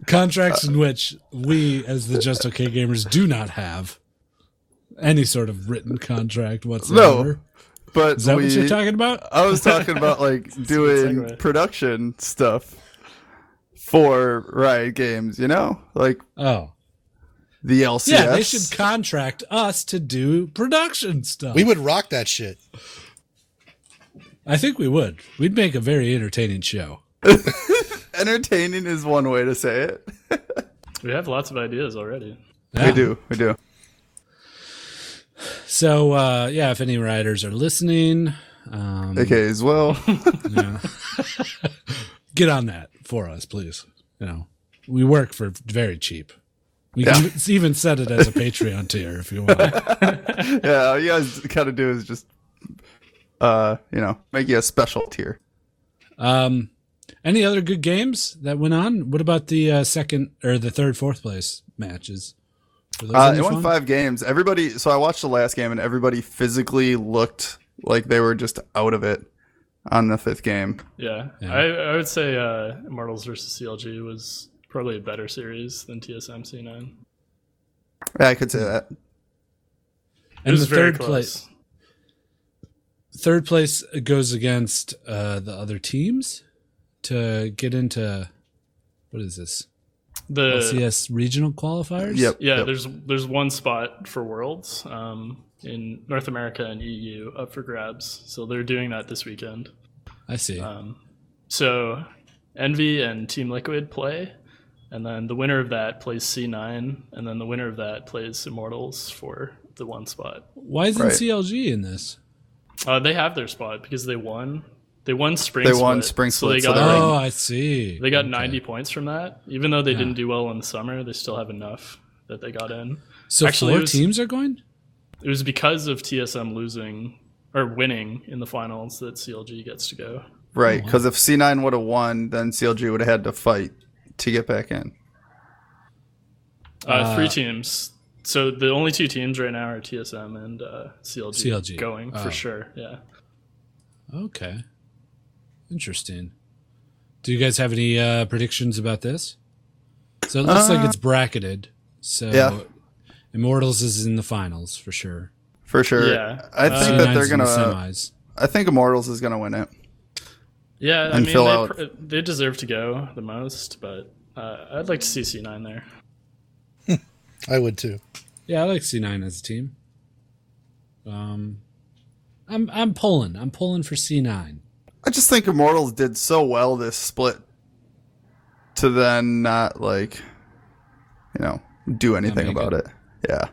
Speaker 1: contracts in which we, as the Just Okay Gamers, do not have any sort of written contract whatsoever.
Speaker 3: But
Speaker 1: Is that
Speaker 3: we,
Speaker 1: what you're talking about?
Speaker 3: I was talking about like doing
Speaker 2: segue.
Speaker 3: production stuff for Riot Games, you know? Like
Speaker 1: Oh,
Speaker 3: the LCS.
Speaker 1: yeah. They should contract us to do production stuff.
Speaker 4: we would rock that shit.
Speaker 1: I think we would. We'd make a very entertaining show.
Speaker 3: Entertaining is one way to say it.
Speaker 2: We have lots of ideas already.
Speaker 1: Yeah.
Speaker 3: We do, we do.
Speaker 1: So uh, yeah, if any writers are listening, um,
Speaker 3: Okay, as well.
Speaker 1: get on that for us, please. You know, we work for very cheap. We
Speaker 3: Yeah.
Speaker 1: can even set it as a Patreon tier if you want.
Speaker 3: yeah, all you guys gotta do is just, uh, you know, make you a special tier.
Speaker 1: Um, any other good games that went on? What about the uh, second or the third, fourth place matches? Were those
Speaker 3: Uh,
Speaker 1: any
Speaker 3: it
Speaker 1: fun?
Speaker 3: won five games. Everybody, so I watched the last game and everybody physically looked like they were just out of it. on the fifth game.
Speaker 2: Yeah,
Speaker 1: Yeah.
Speaker 2: I, I would say uh, Immortals versus CLG was probably a better series than TSMC nine.
Speaker 3: Yeah, I could
Speaker 1: Hmm.
Speaker 3: say that.
Speaker 2: It
Speaker 1: And
Speaker 2: was
Speaker 1: the
Speaker 2: very
Speaker 1: third place,
Speaker 2: close.
Speaker 1: third place goes against uh, the other teams to get into what is this
Speaker 2: The
Speaker 1: LCS regional qualifiers?
Speaker 3: Yep.
Speaker 2: yeah,
Speaker 3: yep.
Speaker 2: there's there's one spot for Worlds um, in North America and EU up for grabs, so they're doing that this weekend.
Speaker 1: I see.
Speaker 2: Um, so Envy and Team Liquid play, and then the winner of that plays C9, and then the winner of that plays Immortals for the one spot.
Speaker 1: Why isn't
Speaker 3: right.
Speaker 1: CLG in this?
Speaker 2: Uh, they have their spot because they won. They won spring.
Speaker 3: They
Speaker 2: split,
Speaker 3: won spring split,
Speaker 2: so
Speaker 3: so
Speaker 2: they
Speaker 3: they're
Speaker 2: got
Speaker 1: Oh,
Speaker 2: like,
Speaker 1: I see.
Speaker 2: they got
Speaker 1: Okay.
Speaker 2: 90 points from that. Even though they didn't do well in the summer, they still have enough that they got in.
Speaker 1: So
Speaker 2: Actually,
Speaker 1: four
Speaker 2: it was-
Speaker 1: teams are going.
Speaker 2: It was because of TSM losing or winning in the finals that CLG gets to go.
Speaker 3: Right,
Speaker 1: Oh.
Speaker 3: because if C9 would have won, then CLG would have had to fight to get back in.
Speaker 2: Uh,
Speaker 1: Ah.
Speaker 2: three teams. So the only two teams right now are TSM and uh, CLG,
Speaker 1: CLG.
Speaker 2: going
Speaker 1: Oh.
Speaker 2: for sure. Yeah.
Speaker 1: Okay, interesting. Do you guys have any uh, predictions about this? So it looks like it's bracketed. So
Speaker 3: Uh, Yeah.
Speaker 1: Immortals is in the finals for sure.
Speaker 3: For sure.
Speaker 2: Yeah.
Speaker 3: I think
Speaker 1: C9's
Speaker 3: that they're
Speaker 1: in
Speaker 3: going
Speaker 1: the
Speaker 3: to.
Speaker 1: semis.
Speaker 3: I think Immortals is going to win it.
Speaker 2: Yeah, I
Speaker 3: And
Speaker 2: mean
Speaker 3: fill
Speaker 2: they,
Speaker 3: out-
Speaker 2: pr- they deserve to go the most, but uh, I'd like to see C9 there.
Speaker 4: I would too.
Speaker 1: Yeah, I like C9 as a team. Um, I'm I'm pulling. I'm pulling for C9.
Speaker 3: I just think Immortals did so well this split to then not, like, you know, do anything
Speaker 1: make
Speaker 3: about it. Yeah.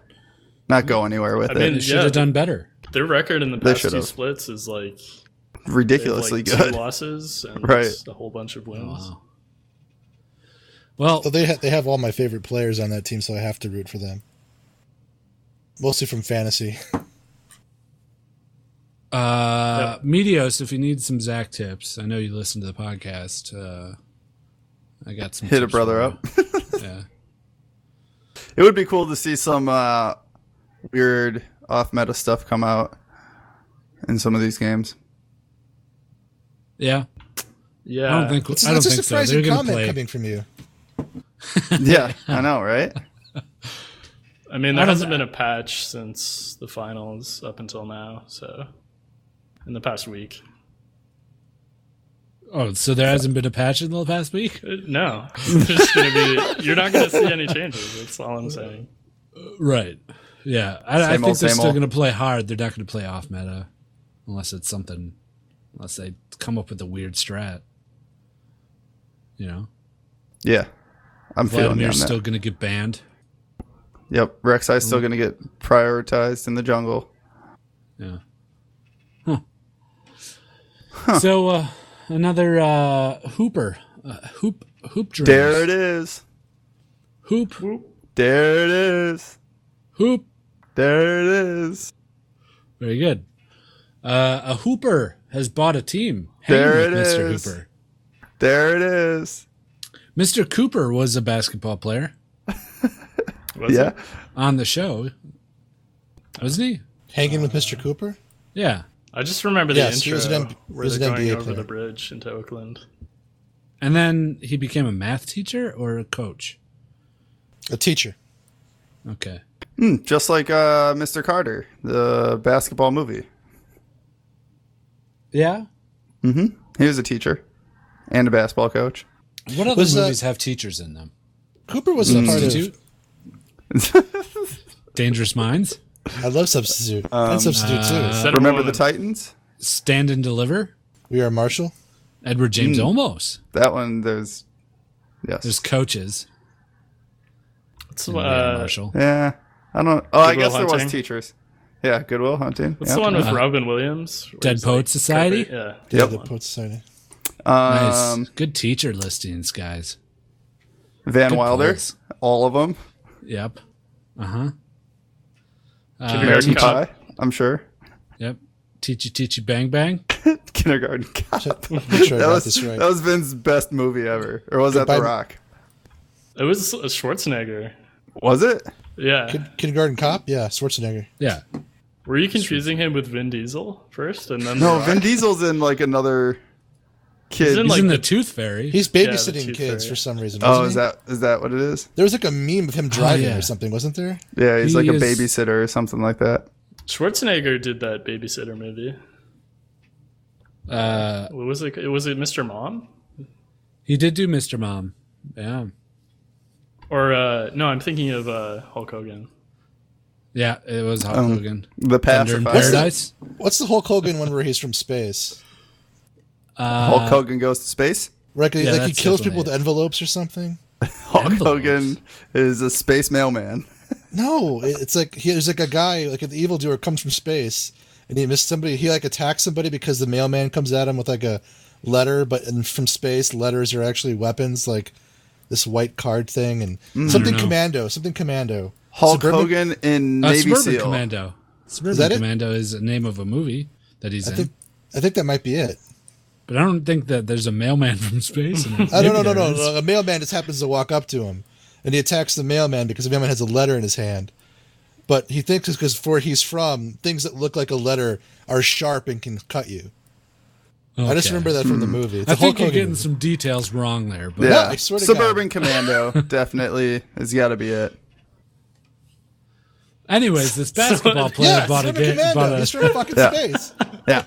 Speaker 3: Not go anywhere with
Speaker 2: I
Speaker 3: it.
Speaker 2: mean,
Speaker 1: They should have
Speaker 2: Yeah.
Speaker 1: done better.
Speaker 2: Their record in the
Speaker 3: They
Speaker 2: past two
Speaker 3: should've.
Speaker 2: splits is like They have,
Speaker 3: Ridiculously
Speaker 2: like,
Speaker 3: good.
Speaker 2: Two losses and
Speaker 3: Right.
Speaker 2: a whole bunch of wins.
Speaker 1: Oh, Wow. Well,
Speaker 4: Well, they ha- they have all my favorite players on that team, so I have to root for them. Mostly from fantasy.
Speaker 1: Uh, Medios, if you need some Zach tips, I know you listen to the podcast. Uh, I got some.
Speaker 3: Hit a
Speaker 1: tips
Speaker 3: brother
Speaker 1: for
Speaker 3: up.
Speaker 1: you. yeah.
Speaker 3: It would be cool to see some uh, weird off meta stuff come out in some of these games.
Speaker 1: Yeah.
Speaker 2: Yeah,
Speaker 1: I don't think.
Speaker 4: That's,
Speaker 1: I don't
Speaker 4: that's a
Speaker 1: think so. They're
Speaker 4: surprising
Speaker 1: going to
Speaker 4: comment
Speaker 1: play.
Speaker 4: coming from you.
Speaker 3: yeah, I know, right?
Speaker 2: I mean there
Speaker 1: I don't-
Speaker 2: hasn't been a patch since the finals up until now. So in the past week,
Speaker 1: Oh, so there hasn't been a patch in the past week.
Speaker 2: Uh, no, There's gonna be, you're not going to see any changes. That's all I'm saying.
Speaker 1: Right. Yeah. I, I
Speaker 3: Same
Speaker 1: think
Speaker 3: old, same
Speaker 1: they're still
Speaker 3: old.
Speaker 1: going to play hard. They're not going to play off meta, unless it's something. Unless they come up with a weird strat. You know,
Speaker 3: Yeah, I'm feeling you on
Speaker 1: Vladimir's
Speaker 3: that.
Speaker 1: still Mm. going to get banned.
Speaker 3: yep, Rek'Sai's still going to get prioritized in the jungle.
Speaker 1: Yeah. Huh. So uh, another uh, hooper, uh, hoop, hoop dreams.
Speaker 3: There it is.
Speaker 1: Hoop,
Speaker 3: There it is.
Speaker 1: hoop.
Speaker 3: There it is.
Speaker 1: Very good. Uh, a hooper has bought a team. Hang
Speaker 3: There
Speaker 1: with
Speaker 3: it
Speaker 1: Mr.
Speaker 3: is.
Speaker 1: Hooper.
Speaker 3: There it is.
Speaker 1: Mr. Cooper was a basketball player
Speaker 2: Was
Speaker 3: yeah.
Speaker 2: it?
Speaker 1: on the show, wasn't he?
Speaker 4: Hanging with Mr. Cooper?
Speaker 1: Yeah.
Speaker 2: I just remember the
Speaker 4: Yes, he
Speaker 2: intro
Speaker 4: was an M-
Speaker 2: where
Speaker 4: was
Speaker 2: they're
Speaker 4: an
Speaker 2: going
Speaker 4: NBA
Speaker 2: over
Speaker 4: player.
Speaker 2: the bridge into Oakland.
Speaker 1: And then he became a math teacher or a coach.
Speaker 4: A teacher.
Speaker 1: Okay.
Speaker 3: Hmm, just like uh, Mr. Carter, the basketball movie.
Speaker 1: Yeah.
Speaker 3: Mm-hmm, He was a teacher and a basketball coach.
Speaker 1: What other
Speaker 4: Was that-
Speaker 1: movies have teachers in them?
Speaker 4: Cooper was a part
Speaker 1: Substitute.
Speaker 4: of.
Speaker 1: Dangerous Minds.
Speaker 4: I love substitute.
Speaker 1: Um,
Speaker 4: and substitute
Speaker 1: uh,
Speaker 4: too.
Speaker 2: Said a
Speaker 3: Remember the
Speaker 2: woman.
Speaker 3: Titans?
Speaker 1: Stand and Deliver.
Speaker 4: We are Marshall.
Speaker 1: Edward James Olmos.
Speaker 3: Mm. That one, there's. Hmm. Yes.
Speaker 1: There's coaches.
Speaker 2: It's,
Speaker 1: and Leon
Speaker 2: uh,
Speaker 1: Marshall.
Speaker 3: Yeah, I don't. Oh, I
Speaker 2: Goodwill
Speaker 3: guess there
Speaker 2: Hunting.
Speaker 3: was teachers. Yeah, Goodwill Hunting.
Speaker 2: What's
Speaker 3: yeah.
Speaker 2: the one with Robin Williams? where
Speaker 1: Uh-huh. Dead
Speaker 2: he's,
Speaker 1: Poets Society?
Speaker 2: covered- Yeah.
Speaker 3: Yep.
Speaker 4: The Poet Society.
Speaker 1: Nice.
Speaker 3: Um,
Speaker 1: Good teacher listings, guys.
Speaker 3: Van
Speaker 1: Good
Speaker 3: Wilder.
Speaker 1: pulls.
Speaker 3: All of them.
Speaker 1: Yep. Uh huh.
Speaker 2: Kindergarten
Speaker 3: American
Speaker 2: Cop.
Speaker 3: Pie. I'm sure.
Speaker 1: Yep. Teachy, teachy, bang, bang.
Speaker 3: Kindergarten Cop.
Speaker 4: Make sure I
Speaker 3: That
Speaker 4: got
Speaker 3: was
Speaker 4: this right.
Speaker 3: that was Vin's best movie ever, or was that
Speaker 4: Goodbye-
Speaker 3: The Rock?
Speaker 2: It was Schwarzenegger.
Speaker 3: Was it?
Speaker 2: Yeah.
Speaker 4: Kid- Kindergarten Cop? Yeah, Schwarzenegger.
Speaker 1: Yeah.
Speaker 2: Were you confusing him with Vin Diesel first, and then
Speaker 3: No,
Speaker 2: The
Speaker 3: Vin
Speaker 2: Rock?
Speaker 3: Diesel's in like another
Speaker 2: He's
Speaker 3: kid.
Speaker 2: in,
Speaker 1: He's
Speaker 2: like,
Speaker 1: in the,
Speaker 2: the-
Speaker 1: Tooth Fairy.
Speaker 4: He's babysitting
Speaker 2: tooth
Speaker 4: kids
Speaker 2: fairy.
Speaker 4: for some reason.
Speaker 3: oh,
Speaker 4: wasn't
Speaker 3: is
Speaker 4: he?
Speaker 3: that is that what it is?
Speaker 4: There was like a meme of him driving
Speaker 1: Oh, yeah.
Speaker 4: or something, wasn't there?
Speaker 3: Yeah, he's
Speaker 1: He
Speaker 3: like a
Speaker 1: is-
Speaker 3: babysitter or something like that.
Speaker 2: Schwarzenegger did that babysitter movie.
Speaker 1: Uh,
Speaker 2: What was it? Was it Mr. Mom?
Speaker 1: he did do Mr. Mom. Yeah.
Speaker 2: Or uh, no, I'm thinking of uh, Hulk Hogan.
Speaker 1: Yeah, it was Hulk
Speaker 3: Um,
Speaker 1: Hogan.
Speaker 3: The
Speaker 1: Thunder in
Speaker 3: pacifier.
Speaker 1: Paradise.
Speaker 4: What's the Hulk Hogan one where he's from space?
Speaker 1: Uh,
Speaker 3: Hulk Hogan goes to space.
Speaker 4: Right,
Speaker 1: Yeah,
Speaker 4: like he
Speaker 1: that's
Speaker 4: kills people
Speaker 1: definitely
Speaker 4: with envelopes or something.
Speaker 3: Hulk
Speaker 1: Envelopes.
Speaker 3: Hogan is a space mailman.
Speaker 4: No, it- it's like he, there's like a guy, like the evildoer comes from space, and he missed somebody. He like attacks somebody because the mailman comes at him with like a letter, but and from space, letters are actually weapons, like this white card thing and something
Speaker 1: know.
Speaker 4: commando, something commando.
Speaker 3: Mm. Hulk
Speaker 4: Suburban-
Speaker 3: Hogan in
Speaker 1: uh,
Speaker 3: Navy
Speaker 1: Suburban
Speaker 3: SEAL.
Speaker 1: Commando. Suburban
Speaker 4: that it?
Speaker 1: Commando is the name of a movie that he's
Speaker 4: I
Speaker 1: in.
Speaker 4: think, I think that might be it.
Speaker 1: but I don't think that there's a mailman from space. In it.
Speaker 4: I don't know, no,
Speaker 1: Maybe there
Speaker 4: no,
Speaker 1: is.
Speaker 4: no. A mailman just happens to walk up to him, and he attacks the mailman because the mailman has a letter in his hand. But he thinks it's because where he's from, things that look like a letter are sharp and can cut you. I just
Speaker 1: Okay.
Speaker 4: remember that from the movie. It's
Speaker 1: I
Speaker 4: a Hulk
Speaker 1: think you're
Speaker 4: Hogan
Speaker 1: getting
Speaker 4: movie.
Speaker 1: some details wrong there, but
Speaker 3: Hmm. Yeah,
Speaker 4: Yeah, I swear to God.
Speaker 3: Suburban Commando definitely has got to be it.
Speaker 1: anyways, this basketball player
Speaker 4: yeah,
Speaker 1: bought a
Speaker 4: Suburban
Speaker 1: game.
Speaker 4: Commando.
Speaker 1: Bought a,
Speaker 4: He's from fucking
Speaker 3: Yeah.
Speaker 4: space.
Speaker 3: Yeah,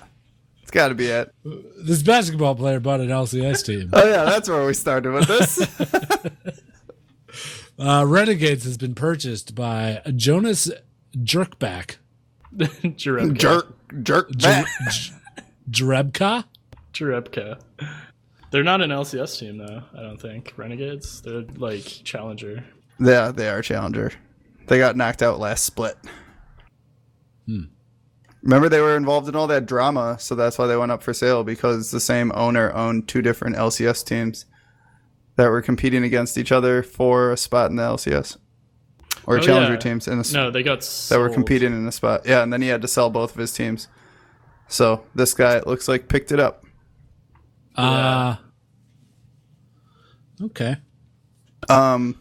Speaker 3: it's got to be it.
Speaker 1: this basketball player bought an LCS team.
Speaker 3: Oh yeah, that's where we started with this.
Speaker 1: Uh, Renegades has been purchased by Jonas Jerkback.
Speaker 2: Jerebka.
Speaker 3: jerk, jerk,
Speaker 1: Jer-
Speaker 3: back.
Speaker 1: J- Jerebka?
Speaker 2: Jerebka. They're not an LCS team though. I don't think Renegades. They're like Challenger.
Speaker 3: Yeah, they are challenger. They got knocked out last split.
Speaker 2: Hmm.
Speaker 3: Remember, they were involved in all that drama, so that's why they went up for sale because the same owner owned two different LCS teams that were competing against each other for a spot in the LCS or
Speaker 2: Oh,
Speaker 3: challenger
Speaker 2: yeah.
Speaker 3: teams in a, s-
Speaker 2: No, they got
Speaker 3: that
Speaker 2: sold.
Speaker 3: were competing in a spot. Yeah, and then he had to sell both of his teams. So this guy it looks like picked it up.
Speaker 1: Uh, okay.
Speaker 3: Um,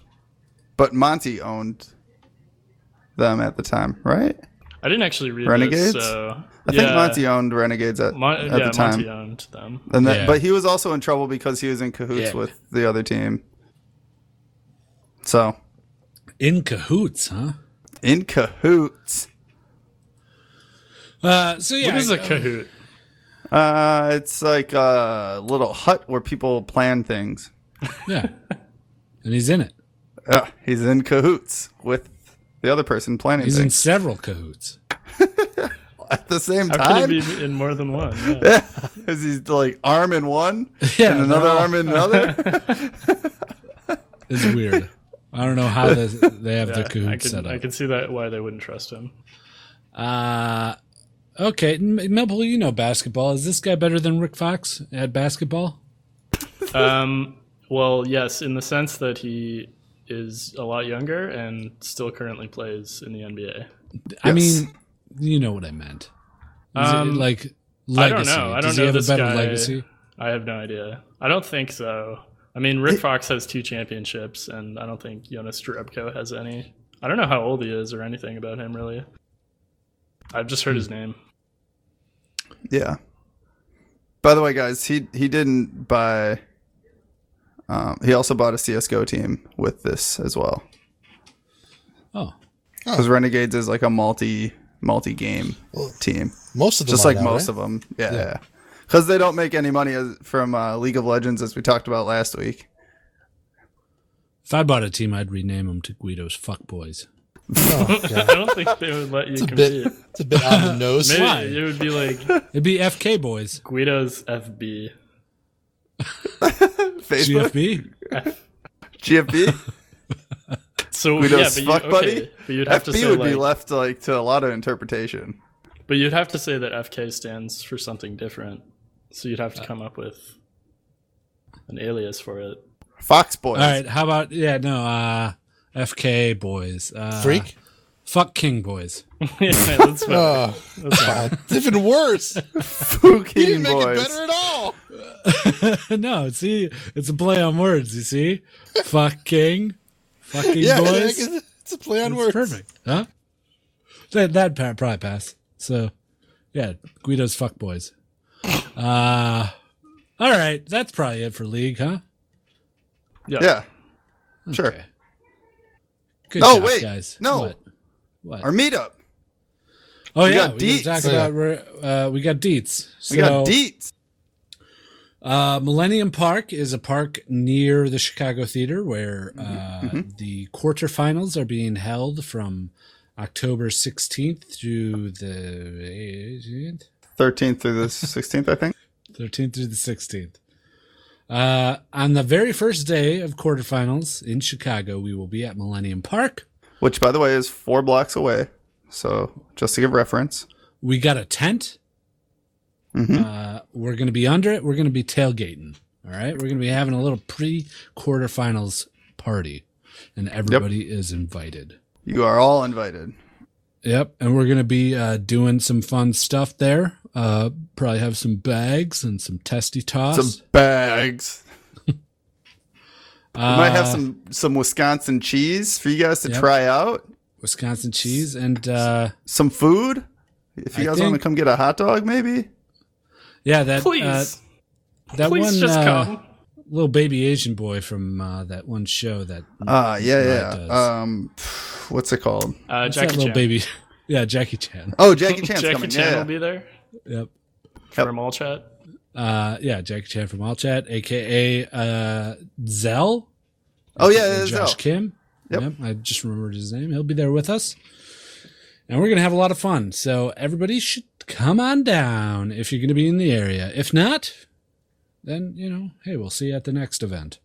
Speaker 3: but Monty owned them at the time, right?
Speaker 2: I didn't actually read
Speaker 3: Renegades?
Speaker 2: This, so
Speaker 3: I think Monty owned Renegades at,
Speaker 2: Mon-
Speaker 3: at
Speaker 2: yeah,
Speaker 3: the time.
Speaker 2: Monty owned them.
Speaker 3: And that,
Speaker 1: Yeah.
Speaker 3: but he was also in trouble because he was in cahoots
Speaker 1: Yeah.
Speaker 3: with the other team. So
Speaker 1: In cahoots, huh?
Speaker 3: in cahoots,
Speaker 1: Uh, so yeah,
Speaker 2: What is a
Speaker 1: uh,
Speaker 2: Kahoot?
Speaker 3: uh, it's like a little hut where people plan things.
Speaker 1: yeah, and he's in it.
Speaker 3: Uh, he's in cahoots with the other person planning
Speaker 1: He's in
Speaker 3: things
Speaker 1: several cahoots.
Speaker 3: at the same
Speaker 2: How could it
Speaker 3: time.
Speaker 2: be in more than one? Yeah.
Speaker 3: Is he like arm in one
Speaker 1: Yeah,
Speaker 3: and another
Speaker 1: they're all-
Speaker 3: arm in another?
Speaker 1: It's weird. I don't know how this, they have their
Speaker 2: I
Speaker 1: cahoots set
Speaker 2: can,
Speaker 1: up.
Speaker 2: I can see that why they wouldn't trust him.
Speaker 1: Uh, okay, M- Millpool, you know basketball. Is this guy better than Rick Fox at basketball?
Speaker 2: Um, well, yes, in the sense that he is a lot younger and still currently plays in the NBA.
Speaker 1: I
Speaker 3: Yes.
Speaker 1: mean, you know what I meant. Is it,
Speaker 2: Um,
Speaker 1: like legacy.
Speaker 2: I don't know. I don't
Speaker 1: Does
Speaker 2: know
Speaker 1: he have
Speaker 2: this
Speaker 1: a better
Speaker 2: guy.
Speaker 1: legacy?
Speaker 2: I have no idea. I don't think so. I mean, Rick Fox has two championships, and I don't think Jonas Jerebko has any. I don't know how old he is or anything about him, really. I've just heard
Speaker 1: Hmm.
Speaker 2: his name.
Speaker 3: Yeah. By the way, guys, he he didn't buy. Um, he also bought a CS:GO team with this as well,
Speaker 1: Oh,
Speaker 3: because Renegades is like a multi multi game
Speaker 4: Well,
Speaker 3: team,
Speaker 4: Most of them
Speaker 3: just
Speaker 4: are
Speaker 3: like
Speaker 4: now,
Speaker 3: most
Speaker 4: right?
Speaker 3: of them. Yeah, yeah. Because they don't make any money as, from uh, League of Legends, as we talked about last week.
Speaker 1: if I bought a team, I'd rename him to Guido's Fuck Boys.
Speaker 4: Oh,
Speaker 2: I
Speaker 4: God.
Speaker 2: don't think they would let you
Speaker 4: It's a bit,
Speaker 2: compete.
Speaker 4: it's a bit on the nose.
Speaker 2: Maybe
Speaker 1: Why?
Speaker 2: it would be like
Speaker 1: It'd be FK Boys,
Speaker 2: Guido's FB.
Speaker 3: Facebook,
Speaker 1: GFB.
Speaker 3: GFB,
Speaker 2: So
Speaker 3: Guido's
Speaker 2: yeah, but
Speaker 3: fuck
Speaker 2: you, okay,
Speaker 3: buddy.
Speaker 2: But you'd have to
Speaker 3: FB
Speaker 2: say
Speaker 3: would
Speaker 2: like,
Speaker 3: be left like to a lot of interpretation.
Speaker 2: but you'd have to say that FK stands for something different. So you'd have
Speaker 1: Uh.
Speaker 2: to come up with an alias for it.
Speaker 3: Fox Boys,
Speaker 1: All right, how about yeah? No, uh, FK Boys. Uh,
Speaker 4: Freak?
Speaker 1: Fuck King Boys.
Speaker 2: yeah, that's better.
Speaker 4: Oh,
Speaker 2: That's better.
Speaker 4: God. It's even worse.
Speaker 3: Fucking
Speaker 4: You didn't make it
Speaker 3: Boys.
Speaker 4: better at all.
Speaker 1: no, see, it's a play on words. You see, fuck King, fucking
Speaker 4: Yeah,
Speaker 1: boys.
Speaker 4: it's a play on
Speaker 1: It's
Speaker 4: words.
Speaker 1: perfect, huh? That that pa- probably pass. So, yeah, Guido's fuckboys. Uh, all right, that's probably it for League, huh?
Speaker 3: Yeah. Sure.
Speaker 1: Okay. Good
Speaker 3: No,
Speaker 1: job,
Speaker 3: wait.
Speaker 1: guys.
Speaker 3: No.
Speaker 1: What? What?
Speaker 3: Our meetup.
Speaker 1: oh
Speaker 3: we
Speaker 1: yeah,
Speaker 3: got
Speaker 1: we
Speaker 3: Deets.
Speaker 1: got
Speaker 4: Oh, yeah.
Speaker 1: about we're, uh, we got Deets. So,
Speaker 3: We got deets.
Speaker 1: Uh, Millennium Park is a park near the Chicago Theater where uh,
Speaker 3: Mm-hmm.
Speaker 1: the quarterfinals are being held from October 16th to the 18th?
Speaker 3: 13th through the 16th, I think.
Speaker 1: 13th through the 16th. Uh, on the very first day of quarterfinals in Chicago, we will be at Millennium Park.
Speaker 3: Which, by the way, is four blocks away. So just to give reference.
Speaker 1: We got a tent.
Speaker 3: Mhm.
Speaker 1: Uh, we're going to be under it. We're going to be tailgating. All right. We're going to be having a little pre quarterfinals party, and everybody is invited.
Speaker 3: You are all invited.
Speaker 1: Yep. And we're going to be uh, doing some fun stuff there. Uh, probably have some bags and some testy toss.
Speaker 3: Some bags.
Speaker 1: uh,
Speaker 3: we might have some some Wisconsin cheese for you guys to
Speaker 1: Ah. Yep.
Speaker 3: try out.
Speaker 1: Wisconsin cheese and. Uh,
Speaker 3: Some food. If you
Speaker 1: I
Speaker 3: guys want to
Speaker 1: think-
Speaker 3: come get a hot dog, maybe.
Speaker 1: Yeah, that
Speaker 2: Please,
Speaker 1: uh, that
Speaker 2: please
Speaker 1: one
Speaker 2: just
Speaker 1: uh,
Speaker 2: come.
Speaker 1: little baby Asian boy from uh, that one show that
Speaker 3: Uh yeah,
Speaker 1: Right,
Speaker 3: yeah.
Speaker 1: does.
Speaker 3: Um what's it called?
Speaker 2: Uh,
Speaker 1: what's that
Speaker 2: Jackie
Speaker 1: little
Speaker 2: Chan.
Speaker 1: baby, yeah, Jackie Chan.
Speaker 3: Oh, Jackie Chan's
Speaker 2: Jackie
Speaker 3: coming.
Speaker 2: Chan
Speaker 3: yeah.
Speaker 2: will be there
Speaker 1: Yep,
Speaker 3: Yep.
Speaker 2: from All Chat.
Speaker 1: uh, yeah, Jackie Chan from All Chat, aka uh, Zell.
Speaker 3: oh yeah, yeah,
Speaker 1: Josh
Speaker 3: Zell.
Speaker 1: Kim.
Speaker 3: Yep.
Speaker 1: I just remembered his name. He'll be there with us, and we're gonna have a lot of fun. So everybody should come on down if you're gonna be in the area. If not, then you know, hey, we'll see you at the next event.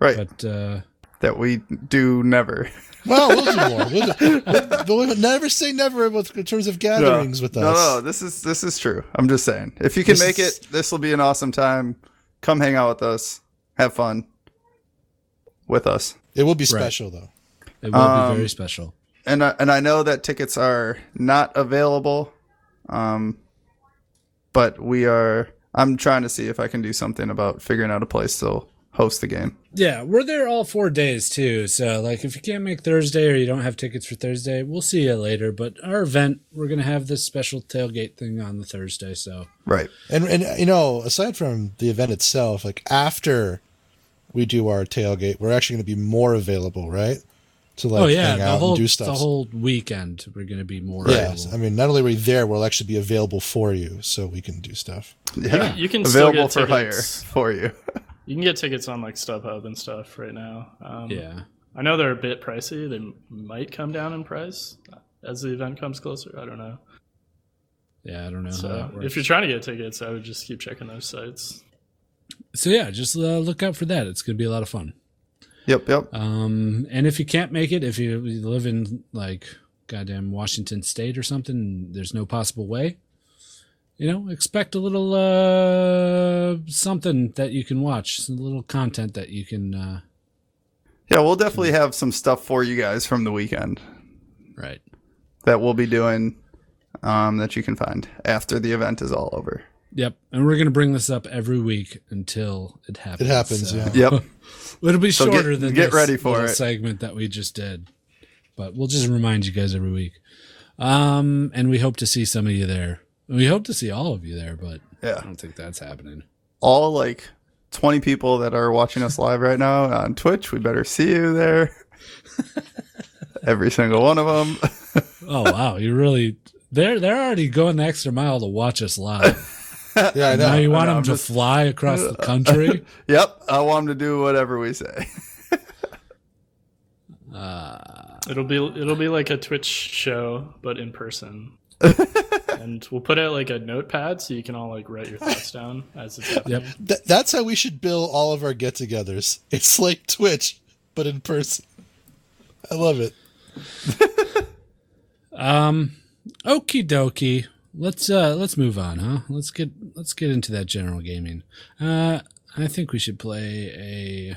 Speaker 3: Right.
Speaker 1: But uh,
Speaker 3: that we do never.
Speaker 4: Well, we'll do more. We'll, do- we'll never say never with, in terms of gatherings with us.
Speaker 3: No, no, this is this is true. I'm just saying. If you can
Speaker 1: This
Speaker 3: make
Speaker 1: is-
Speaker 3: it, this will be an awesome time. Come hang out with us. Have fun with us.
Speaker 4: It will be special though.
Speaker 1: it will
Speaker 3: Um,
Speaker 1: be very special.
Speaker 3: And I, and I know that tickets are not available. Um but we are I'm trying to see if I can do something about figuring out a place to host the game.
Speaker 1: Yeah, we're there all four days too. So, like, if you can't make Thursday or you don't have tickets for Thursday, we'll see you later. But our event, we're gonna have this special tailgate thing on the Thursday. So,
Speaker 3: Right.
Speaker 4: And and you know, aside from the event itself, like after we do our tailgate, we're actually going to be more available, right? To like
Speaker 1: oh yeah,
Speaker 4: hang
Speaker 1: the
Speaker 4: out
Speaker 1: whole
Speaker 4: and do stuff.
Speaker 1: the whole weekend we're gonna be more.
Speaker 4: yeah,
Speaker 1: available.
Speaker 4: I mean, not only are we there, we'll actually be available for you, so we can do stuff.
Speaker 3: Yeah.
Speaker 2: You can still
Speaker 3: available
Speaker 2: get
Speaker 3: for hire
Speaker 2: tickets.
Speaker 3: for you.
Speaker 2: You can get tickets on like StubHub and stuff right now. Um,
Speaker 1: yeah.
Speaker 2: I know they're a bit pricey. They m- might come down in price as the event comes closer. I don't know.
Speaker 1: Yeah, I don't know how
Speaker 2: So
Speaker 1: that works.
Speaker 2: if you're trying to get tickets, I would just keep checking those sites.
Speaker 1: so yeah, just uh, look out for that. It's gonna be a lot of fun.
Speaker 3: Yep, yep.
Speaker 1: Um, and if you can't make it, if you you live in like goddamn Washington State or something, there's no possible way. You know, expect a little uh, something that you can watch, some little content that you can. Uh,
Speaker 3: Yeah, we'll definitely
Speaker 1: Hmm.
Speaker 3: have some stuff for you guys from the weekend.
Speaker 1: right.
Speaker 3: that we'll be doing um, that you can find after the event is all over.
Speaker 1: Yep. And we're gonna bring this up every week until it happens.
Speaker 4: It happens,
Speaker 1: so-
Speaker 4: yeah.
Speaker 3: Yep.
Speaker 1: It'll be
Speaker 3: So get-
Speaker 1: shorter than
Speaker 3: get
Speaker 1: this
Speaker 3: ready for
Speaker 1: little
Speaker 3: it.
Speaker 1: segment that we just did, but we'll just remind you guys every week. Um, and we hope to see some of you there. We hope to see all of you there, but I
Speaker 3: yeah.
Speaker 1: don't think that's happening.
Speaker 3: All like 20 people that are watching us live right now on Twitch, we better see you there. Every single one of them.
Speaker 1: Oh wow, you really they're they're already going the extra mile to watch us live.
Speaker 4: Yeah, I know.
Speaker 1: now you want
Speaker 3: know,
Speaker 1: them
Speaker 3: I'm
Speaker 1: to
Speaker 3: just-
Speaker 1: fly across the country?
Speaker 3: Yep. I want them to do whatever we say.
Speaker 2: It'll be it'll be like a Twitch show, but in person. and we'll put out like a notepad so you can all like write your thoughts down as it's happening.
Speaker 4: Th- that's how we should bill all of our get-togethers. It's like Twitch, but in person. I love it.
Speaker 1: Okie dokie. Um, Let's uh let's move on, huh? Let's get let's get into that general gaming. Uh I think we should play a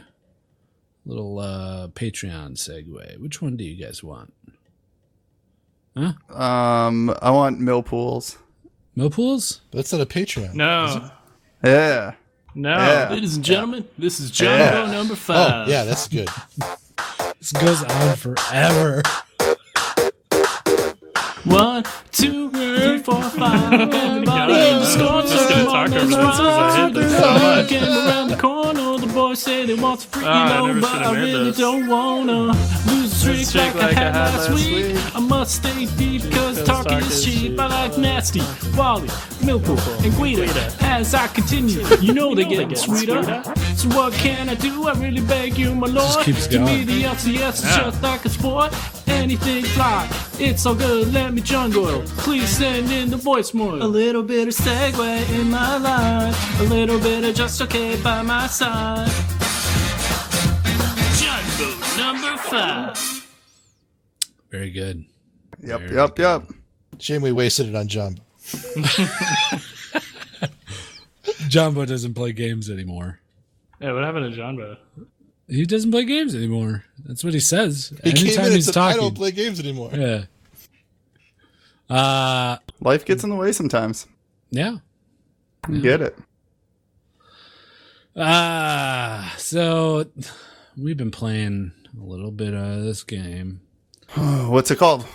Speaker 1: little uh Patreon segue. Which one do you guys want?
Speaker 5: Uh,
Speaker 3: Um, I want Millpools.
Speaker 1: Millpools?
Speaker 4: That's not a Patreon.
Speaker 2: No,
Speaker 3: Yeah.
Speaker 2: no.
Speaker 3: Yeah.
Speaker 5: Ladies and gentlemen, this is John
Speaker 3: Yeah.
Speaker 5: Doe number
Speaker 4: Oh,
Speaker 5: five.
Speaker 4: yeah, that's good.
Speaker 1: This goes on forever.
Speaker 5: One, two, three, four, five. Everybody in the score
Speaker 2: I'm just gonna talk over this 'cause I hate this so much.
Speaker 5: Looking around the corner, the boy said he wants a free
Speaker 2: Ah, I
Speaker 5: load,
Speaker 2: never
Speaker 5: but
Speaker 2: should've
Speaker 5: I
Speaker 2: made
Speaker 5: really
Speaker 2: this.
Speaker 5: don't wanna lose a streak
Speaker 2: streak
Speaker 5: like, I had last week.
Speaker 2: week.
Speaker 5: I must stay deep because talk is cheap. I like nasty, Wally, Millpool, and Guida. As I continue, you know they
Speaker 2: know they
Speaker 5: get
Speaker 2: get
Speaker 5: sweeter. So what can I do? I really beg you, my lord.
Speaker 1: keeps
Speaker 5: To me,
Speaker 1: going.
Speaker 5: the LCS is
Speaker 2: Yeah.
Speaker 5: just like a sport. Anything fly, it's all good. Let me John Doyle. Please send in the voice more. A little bit of segue in my life, a little bit of just okay by my side. Jumbo number five.
Speaker 1: Very good.
Speaker 3: Yep,
Speaker 1: Very
Speaker 3: yep, yep.
Speaker 4: Shame we wasted it on Jumbo.
Speaker 1: Jumbo doesn't play games anymore.
Speaker 2: Yeah, what happened to Jonbo?
Speaker 1: He doesn't play games anymore. That's what he says.
Speaker 4: He came in
Speaker 1: Anytime
Speaker 4: and
Speaker 1: he's
Speaker 4: said, "I
Speaker 1: talking.
Speaker 4: don't play games anymore."
Speaker 1: yeah. Uh
Speaker 3: Life gets in the way sometimes.
Speaker 1: yeah.
Speaker 3: You Get it.
Speaker 1: Ah, so we've been playing a little bit of this game.
Speaker 3: What's it called?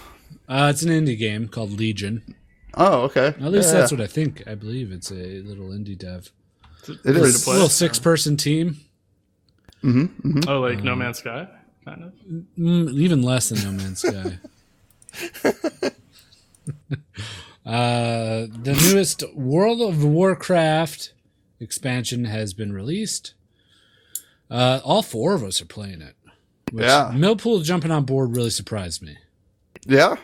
Speaker 1: Uh, it's an indie game called Legion.
Speaker 3: Oh, okay.
Speaker 1: At least that's what I think. I believe it's a little indie dev.
Speaker 3: it
Speaker 2: free
Speaker 3: is. Mm-hmm,
Speaker 2: to play.
Speaker 1: little six person team. Mm-hmm.
Speaker 2: Oh, like No Man's Sky, kind of.
Speaker 1: Mm, even less than No Man's Sky. uh, the newest World of Warcraft expansion has been released. Uh, all four of us are playing it. Which
Speaker 3: Yeah.
Speaker 1: Millpool jumping on board really surprised me.
Speaker 3: Yeah.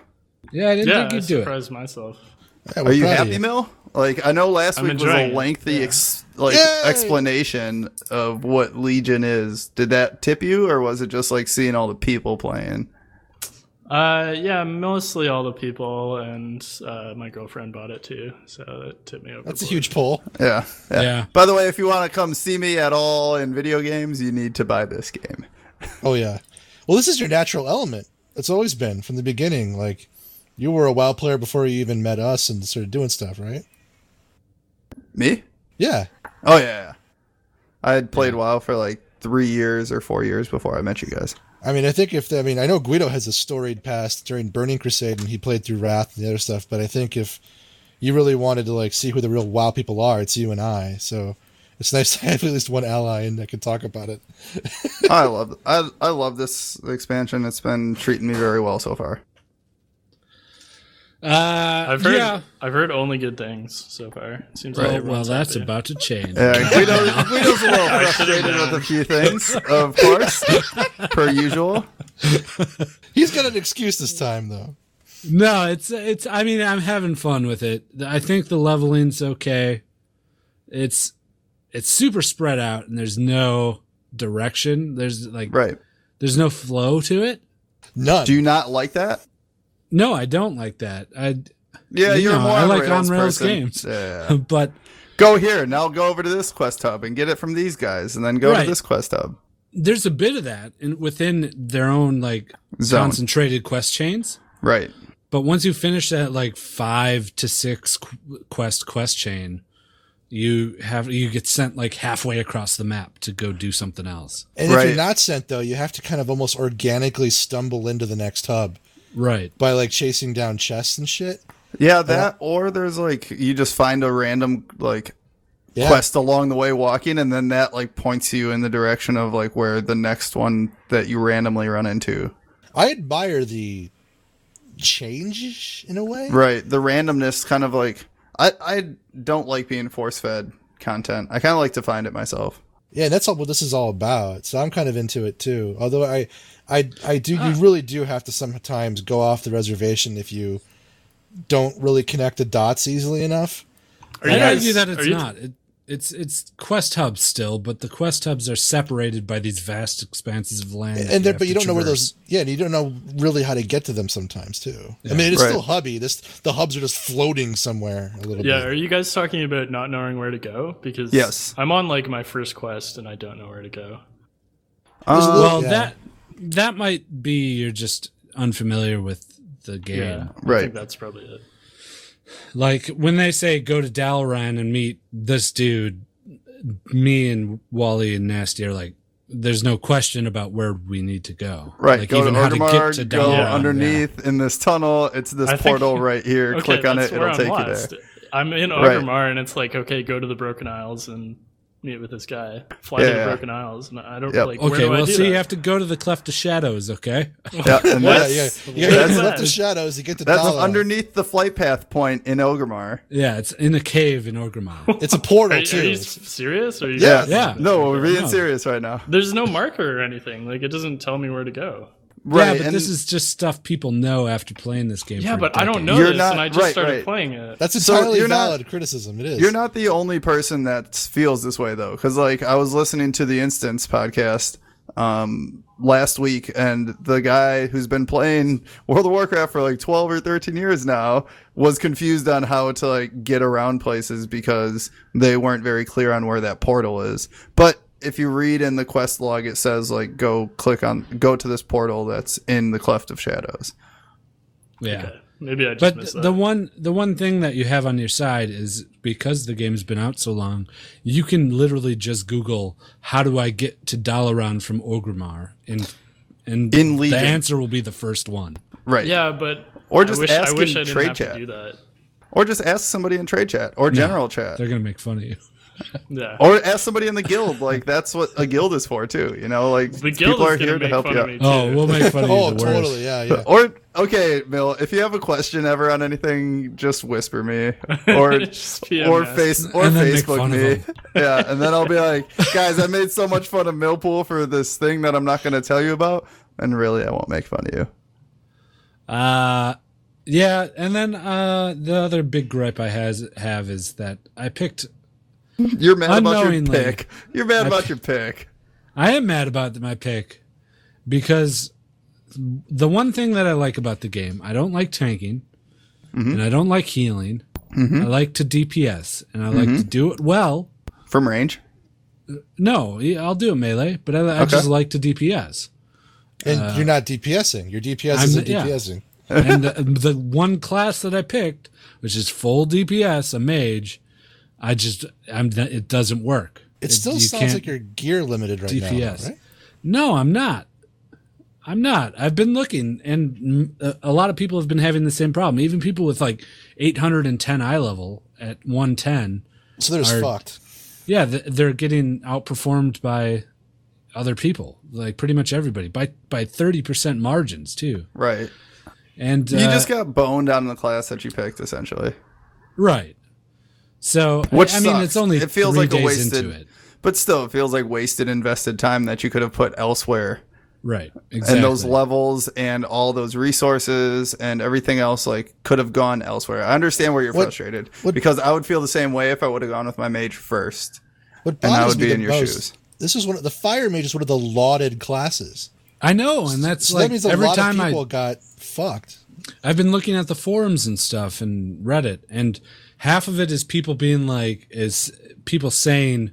Speaker 1: Yeah, I didn't
Speaker 2: Yeah,
Speaker 1: think
Speaker 2: I
Speaker 1: you'd do it.
Speaker 2: surprised myself.
Speaker 4: Yeah, we're
Speaker 3: Are you
Speaker 4: proud of
Speaker 3: happy, Mill? Like I know last
Speaker 2: I'm
Speaker 3: week was a
Speaker 2: enjoying it.
Speaker 3: lengthy ex- like
Speaker 4: Yay!
Speaker 3: explanation of what Legion is. Did that tip you, or was it just like seeing all the people playing?
Speaker 2: Uh, yeah, mostly all the people, and uh, my girlfriend bought it too, so that tipped me over.
Speaker 4: That's a huge pull.
Speaker 3: Yeah. yeah.
Speaker 1: Yeah.
Speaker 3: By the way, if you want to come see me at all in video games, you need to buy this game.
Speaker 4: Oh yeah. Well, this is your natural element. It's always been from the beginning. Like you were a WoW player before you even met us and started doing stuff, right?
Speaker 3: Me?
Speaker 4: Yeah.
Speaker 3: Oh yeah. yeah. I had played WoW for like three years or four years before I met you guys.
Speaker 4: I mean, I think if I mean, I know Guido has a storied past during Burning Crusade, and he played through Wrath and the other stuff. But I think if you really wanted to like see who the real WoW people are, it's you and I. So it's nice to have at least one ally and that can talk about it.
Speaker 3: I love I I love this expansion. It's been treating me very well so far.
Speaker 1: Uh,
Speaker 2: I've heard.
Speaker 1: Yeah.
Speaker 2: I've heard only good things so far. Seems
Speaker 1: Oh,
Speaker 2: like
Speaker 1: well,
Speaker 2: everyone's
Speaker 1: that's
Speaker 2: happy.
Speaker 1: about to change.
Speaker 3: Yeah, Guido, Guido's a little frustrated
Speaker 2: known.
Speaker 3: with a few things, of course, per usual.
Speaker 4: He's got an excuse this time, though.
Speaker 1: No, it's it's. I mean, I'm having fun with it. I think the leveling's okay. It's it's super spread out, and there's no direction. There's like
Speaker 3: Right.
Speaker 1: there's no flow to it.
Speaker 4: None.
Speaker 3: Do you not like that?
Speaker 1: No, I don't like that. I
Speaker 3: Yeah,
Speaker 1: You
Speaker 3: you're
Speaker 1: know,
Speaker 3: more
Speaker 1: I
Speaker 3: on
Speaker 1: like
Speaker 3: rails
Speaker 1: on-rails
Speaker 3: person.
Speaker 1: games.
Speaker 3: Yeah.
Speaker 1: but
Speaker 3: Go here now. Go over to this quest hub and get it from these guys, and then go
Speaker 1: Right.
Speaker 3: to this quest hub.
Speaker 1: there's a bit of that in, within their own like
Speaker 3: Zone.
Speaker 1: concentrated quest chains.
Speaker 3: Right.
Speaker 1: But once you finish that like five to six qu- quest quest chain, you have you get sent like halfway across the map to go do something else.
Speaker 4: and if
Speaker 3: Right.
Speaker 4: you're not sent though, you have to kind of almost organically stumble into the next hub
Speaker 1: Right.
Speaker 4: by like chasing down chests and shit.
Speaker 3: Yeah, that or there's like you just find a random like
Speaker 4: Yeah.
Speaker 3: quest along the way walking, and then that like points you in the direction of like where the next one that you randomly run into.
Speaker 4: I admire the change in a way.
Speaker 3: Right. The randomness kind of like I I don't like being force fed content. I kind of like to find it myself.
Speaker 4: Yeah, and that's all what this is all about. So I'm kind of into it too. Although I, I, I do. You really do have to sometimes go off the reservation if you don't really connect the dots easily enough.
Speaker 2: Are
Speaker 1: I'd
Speaker 2: you guys-
Speaker 1: argue that
Speaker 2: are
Speaker 1: it's
Speaker 2: you-
Speaker 1: not. It, it's it's quest hubs still, but the quest hubs are separated by these vast expanses of land. that
Speaker 4: and there,
Speaker 1: have
Speaker 4: but you
Speaker 1: to
Speaker 4: don't know where
Speaker 1: traverse.
Speaker 4: those. Yeah, and you don't know really how to get to them sometimes too. I mean, it's
Speaker 3: Right.
Speaker 4: still hubby. This the hubs are just floating somewhere a little
Speaker 2: Yeah,
Speaker 4: bit.
Speaker 2: are you guys talking about not knowing where to go? Because
Speaker 3: Yes.
Speaker 2: I'm on like my first quest and I don't know where to go.
Speaker 4: There's a
Speaker 3: Uh,
Speaker 4: little-
Speaker 1: Well,
Speaker 4: Yeah.
Speaker 1: that that might be you're just unfamiliar with the game.
Speaker 2: Yeah, I
Speaker 3: Right.
Speaker 2: think that's probably it.
Speaker 1: Like when they say go to Dalaran and meet this dude, me and Wally and Nasty are like, there's no question about where we need to go.
Speaker 3: Right,
Speaker 1: Like
Speaker 3: go to
Speaker 1: even how
Speaker 3: Orgrimmar,
Speaker 1: to get to
Speaker 3: go
Speaker 1: Dawn.
Speaker 2: Yeah.
Speaker 3: underneath in this tunnel. It's this
Speaker 2: I think-
Speaker 3: portal right here.
Speaker 2: Okay,
Speaker 3: Click on
Speaker 2: that's
Speaker 3: it,
Speaker 2: where
Speaker 3: it'll
Speaker 2: I'm
Speaker 3: take
Speaker 2: lost.
Speaker 3: you
Speaker 2: I'm in
Speaker 3: Right.
Speaker 2: Orgrimmar, and it's like, okay, go to the Broken Isles and meet with this guy. Fly
Speaker 3: Yeah,
Speaker 2: to the
Speaker 3: yeah.
Speaker 2: Broken Isles, and I don't
Speaker 3: Yep.
Speaker 2: like.
Speaker 1: Yeah. Okay,
Speaker 2: where do I
Speaker 1: well,
Speaker 2: do
Speaker 1: so you
Speaker 2: that?
Speaker 1: have to go to the Cleft of Shadows, okay?
Speaker 3: there. Yeah, and
Speaker 4: Yeah,
Speaker 3: that's,
Speaker 4: yeah. You
Speaker 2: That's-
Speaker 4: gotta go left the
Speaker 2: that's-
Speaker 4: shadows. You get to
Speaker 3: that's
Speaker 4: Dala.
Speaker 3: underneath the flight path point in Elgrimmar.
Speaker 1: Yeah, it's in a cave in Orgrimmar.
Speaker 4: It's a
Speaker 2: Are,
Speaker 4: portal
Speaker 2: are
Speaker 4: too.
Speaker 2: you s- serious? Are you
Speaker 3: Yeah,
Speaker 1: Yeah.
Speaker 3: No, we're being
Speaker 1: No.
Speaker 3: serious right now.
Speaker 2: There's no marker or anything. Like it doesn't tell me where to go.
Speaker 3: Right,
Speaker 1: yeah, but
Speaker 3: and
Speaker 1: this is just stuff people know after playing this game.
Speaker 2: Yeah,
Speaker 1: for
Speaker 2: but I don't
Speaker 1: decades.
Speaker 2: know
Speaker 3: You're
Speaker 2: this,
Speaker 3: not-
Speaker 2: and I just
Speaker 3: right,
Speaker 2: started
Speaker 3: right.
Speaker 2: playing it.
Speaker 4: That's
Speaker 3: So
Speaker 4: entirely
Speaker 3: you're not-
Speaker 4: valid criticism. It is.
Speaker 3: You're not the only person that feels this way though, because like I was listening to the Instance podcast um, last week, and the guy who's been playing World of Warcraft for like 12 or 13 years now was confused on how to like get around places because they weren't very clear on where that portal is. But if you read in the quest log, it says like go click on go to this portal that's in the Cleft of Shadows.
Speaker 1: Yeah.
Speaker 2: Maybe I just
Speaker 1: But
Speaker 2: missed
Speaker 1: the
Speaker 2: that.
Speaker 1: one the one thing that you have on your side is because the game's been out so long, you can literally just Google how do I get to Dalaran from Orgrimmar and and
Speaker 3: In
Speaker 1: the
Speaker 3: Legion.
Speaker 1: answer will be the first one.
Speaker 3: Right.
Speaker 2: yeah, but
Speaker 3: Or
Speaker 2: I
Speaker 3: just
Speaker 2: wish,
Speaker 3: ask
Speaker 2: I wish
Speaker 3: in
Speaker 2: I didn't
Speaker 3: trade
Speaker 2: have
Speaker 3: chat.
Speaker 2: to do that.
Speaker 3: Or just ask somebody in trade chat or general chat.
Speaker 1: They're gonna make fun of you.
Speaker 2: Yeah.
Speaker 3: Or ask somebody in the guild. Like that's what a guild is for too. You know, like
Speaker 2: the guild
Speaker 3: people
Speaker 2: is
Speaker 3: are
Speaker 2: gonna
Speaker 3: here to
Speaker 2: make
Speaker 3: help
Speaker 2: fun
Speaker 3: you
Speaker 2: of
Speaker 3: out.
Speaker 2: me too.
Speaker 1: Oh, we'll make fun of you.
Speaker 4: Oh,
Speaker 1: the worst.
Speaker 4: totally. Yeah, yeah.
Speaker 3: Or okay, Mill, if you have a question ever on anything, just whisper me or
Speaker 2: Just be a
Speaker 3: or
Speaker 2: mess.
Speaker 3: face or
Speaker 1: And then make
Speaker 3: Facebook
Speaker 1: fun of
Speaker 3: me.
Speaker 1: him.
Speaker 3: yeah, and then I'll be like, guys, I made so much fun of Millpool for this thing that I'm not going to tell you about, and really, I won't make fun of you.
Speaker 1: Uh yeah, and then uh the other big gripe I has have is that I picked
Speaker 3: You're mad about your
Speaker 1: Unknowingly.
Speaker 3: pick. You're mad
Speaker 1: I-
Speaker 3: about your pick.
Speaker 1: I am mad about my pick because the one thing that I like about the game, I don't like tanking and I don't like healing. I like to DPS and I
Speaker 4: Mm-hmm.
Speaker 1: like to do it well.
Speaker 3: From range,
Speaker 1: No, yeah, I'll do it melee, but I, I
Speaker 3: Okay.
Speaker 1: just like to DPS.
Speaker 4: and you're not DPSing. Your DPS
Speaker 1: Uh, I'm-
Speaker 4: isn't
Speaker 1: yeah.
Speaker 4: DPSing.
Speaker 1: and the, the one class that I picked, which is full DPS, a mage, I just I'm it doesn't work.
Speaker 4: It still
Speaker 1: you
Speaker 4: sounds
Speaker 1: can't-
Speaker 4: like you're gear limited right
Speaker 1: DPS.
Speaker 4: now. Right?
Speaker 1: No, I'm not. I'm not. I've been looking, and mm, a- a lot of people have been having the same problem. Even people with like 810 eye level at 110,
Speaker 4: So they're just
Speaker 1: Our-
Speaker 4: fucked.
Speaker 1: yeah, th- they're getting outperformed by other people, like pretty much everybody by by 30 percent margins too.
Speaker 3: right?
Speaker 1: And
Speaker 3: You
Speaker 1: uh,
Speaker 3: just got boned on the class that you picked, essentially.
Speaker 1: right. So I-
Speaker 3: Which
Speaker 1: I, mean,
Speaker 3: sucks.
Speaker 1: it's only
Speaker 3: It feels
Speaker 1: three
Speaker 3: like a
Speaker 1: days
Speaker 3: wasted-
Speaker 1: into it,
Speaker 3: But still, it feels like wasted invested time that you could have put elsewhere.
Speaker 1: right? Exactly.
Speaker 3: And those levels and all those resources and everything else like could have gone elsewhere. I understand where you're
Speaker 4: What-
Speaker 3: frustrated
Speaker 4: what-
Speaker 3: because I would feel the same way if I would have gone with my mage first.
Speaker 4: What
Speaker 3: And I
Speaker 4: bothers
Speaker 3: would
Speaker 4: me
Speaker 3: be
Speaker 4: the
Speaker 3: in your
Speaker 4: most-
Speaker 3: shoes.
Speaker 4: This is one of the fire mage is one of the lauded classes.
Speaker 1: I know, and that's
Speaker 4: So
Speaker 1: like
Speaker 4: that means a
Speaker 1: every
Speaker 4: lot of
Speaker 1: time I
Speaker 4: people got fucked.
Speaker 1: I've been looking at the forums and stuff and Reddit, and half of it is people being like, is people saying,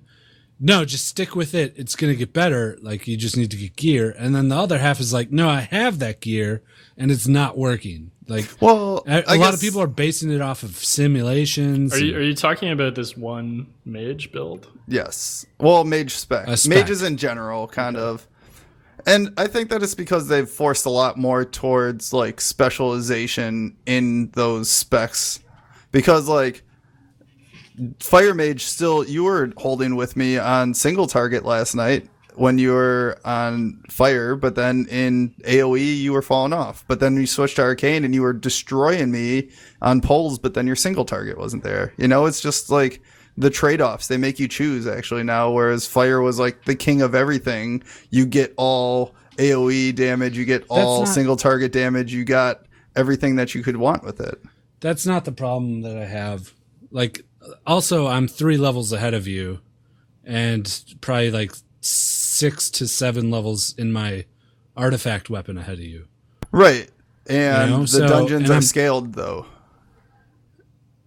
Speaker 1: no, just stick with it. It's going to get better. Like, you just need to get gear. And then the other half is like, no, I have that gear and it's not working. Like,
Speaker 3: Well,
Speaker 1: a
Speaker 3: I
Speaker 1: a lot
Speaker 3: guess-
Speaker 1: of people are basing it off of simulations.
Speaker 2: Are you,
Speaker 1: and-
Speaker 2: are you talking about this one mage build?
Speaker 3: Yes. Well, mage spec.
Speaker 1: A spec.
Speaker 3: Mages in general, kind of. And I think that it's because they've forced a lot more towards like specialization in those specs. Because like Fire Mage still you were holding with me on single target last night when you were on fire, but then in AoE you were falling off. But then you switched to arcane and you were destroying me on poles, but then your single target wasn't there. You know, it's just like the trade offs. They make you choose actually now, whereas fire was like the king of everything. You get all AoE damage, you get all
Speaker 1: not-
Speaker 3: single target damage, you got everything that you could want with it.
Speaker 1: that's not the problem that I have. Like, also, I'm three levels ahead of you, and probably like six to seven levels in my artifact weapon ahead of you.
Speaker 3: Right. And
Speaker 1: You know,
Speaker 3: the
Speaker 1: so-
Speaker 3: dungeons
Speaker 1: and
Speaker 3: are
Speaker 1: I'm-
Speaker 3: scaled though.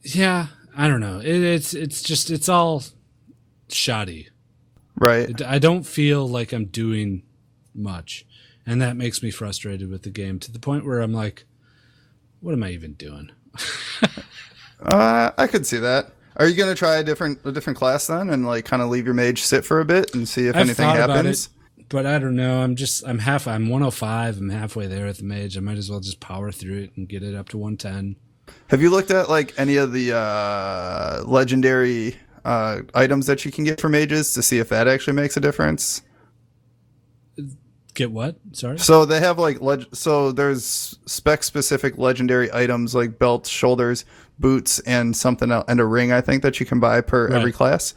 Speaker 1: Yeah, I don't know. It, it's it's just it's all shoddy.
Speaker 3: Right.
Speaker 1: It- I don't feel like I'm doing much, and that makes me frustrated with the game to the point where I'm like, what am I even doing?
Speaker 3: Uh, I could see that. Are you going to try a different a different class then, and like kind of leave your mage sit for a bit and see if
Speaker 1: I've
Speaker 3: anything
Speaker 1: thought about
Speaker 3: happens?
Speaker 1: but I don't know. I'm just I'm half I'm 105. I'm halfway there at the mage. I might as well just power through it and get it up to 110.
Speaker 3: Have you looked at like any of the uh, legendary uh, items that you can get from mages to see if that actually makes a difference?
Speaker 1: Get what? Sorry.
Speaker 3: So they have like leg- so there's spec specific legendary items like belts, shoulders, boots, and something else, and a ring I think that you can buy per every class.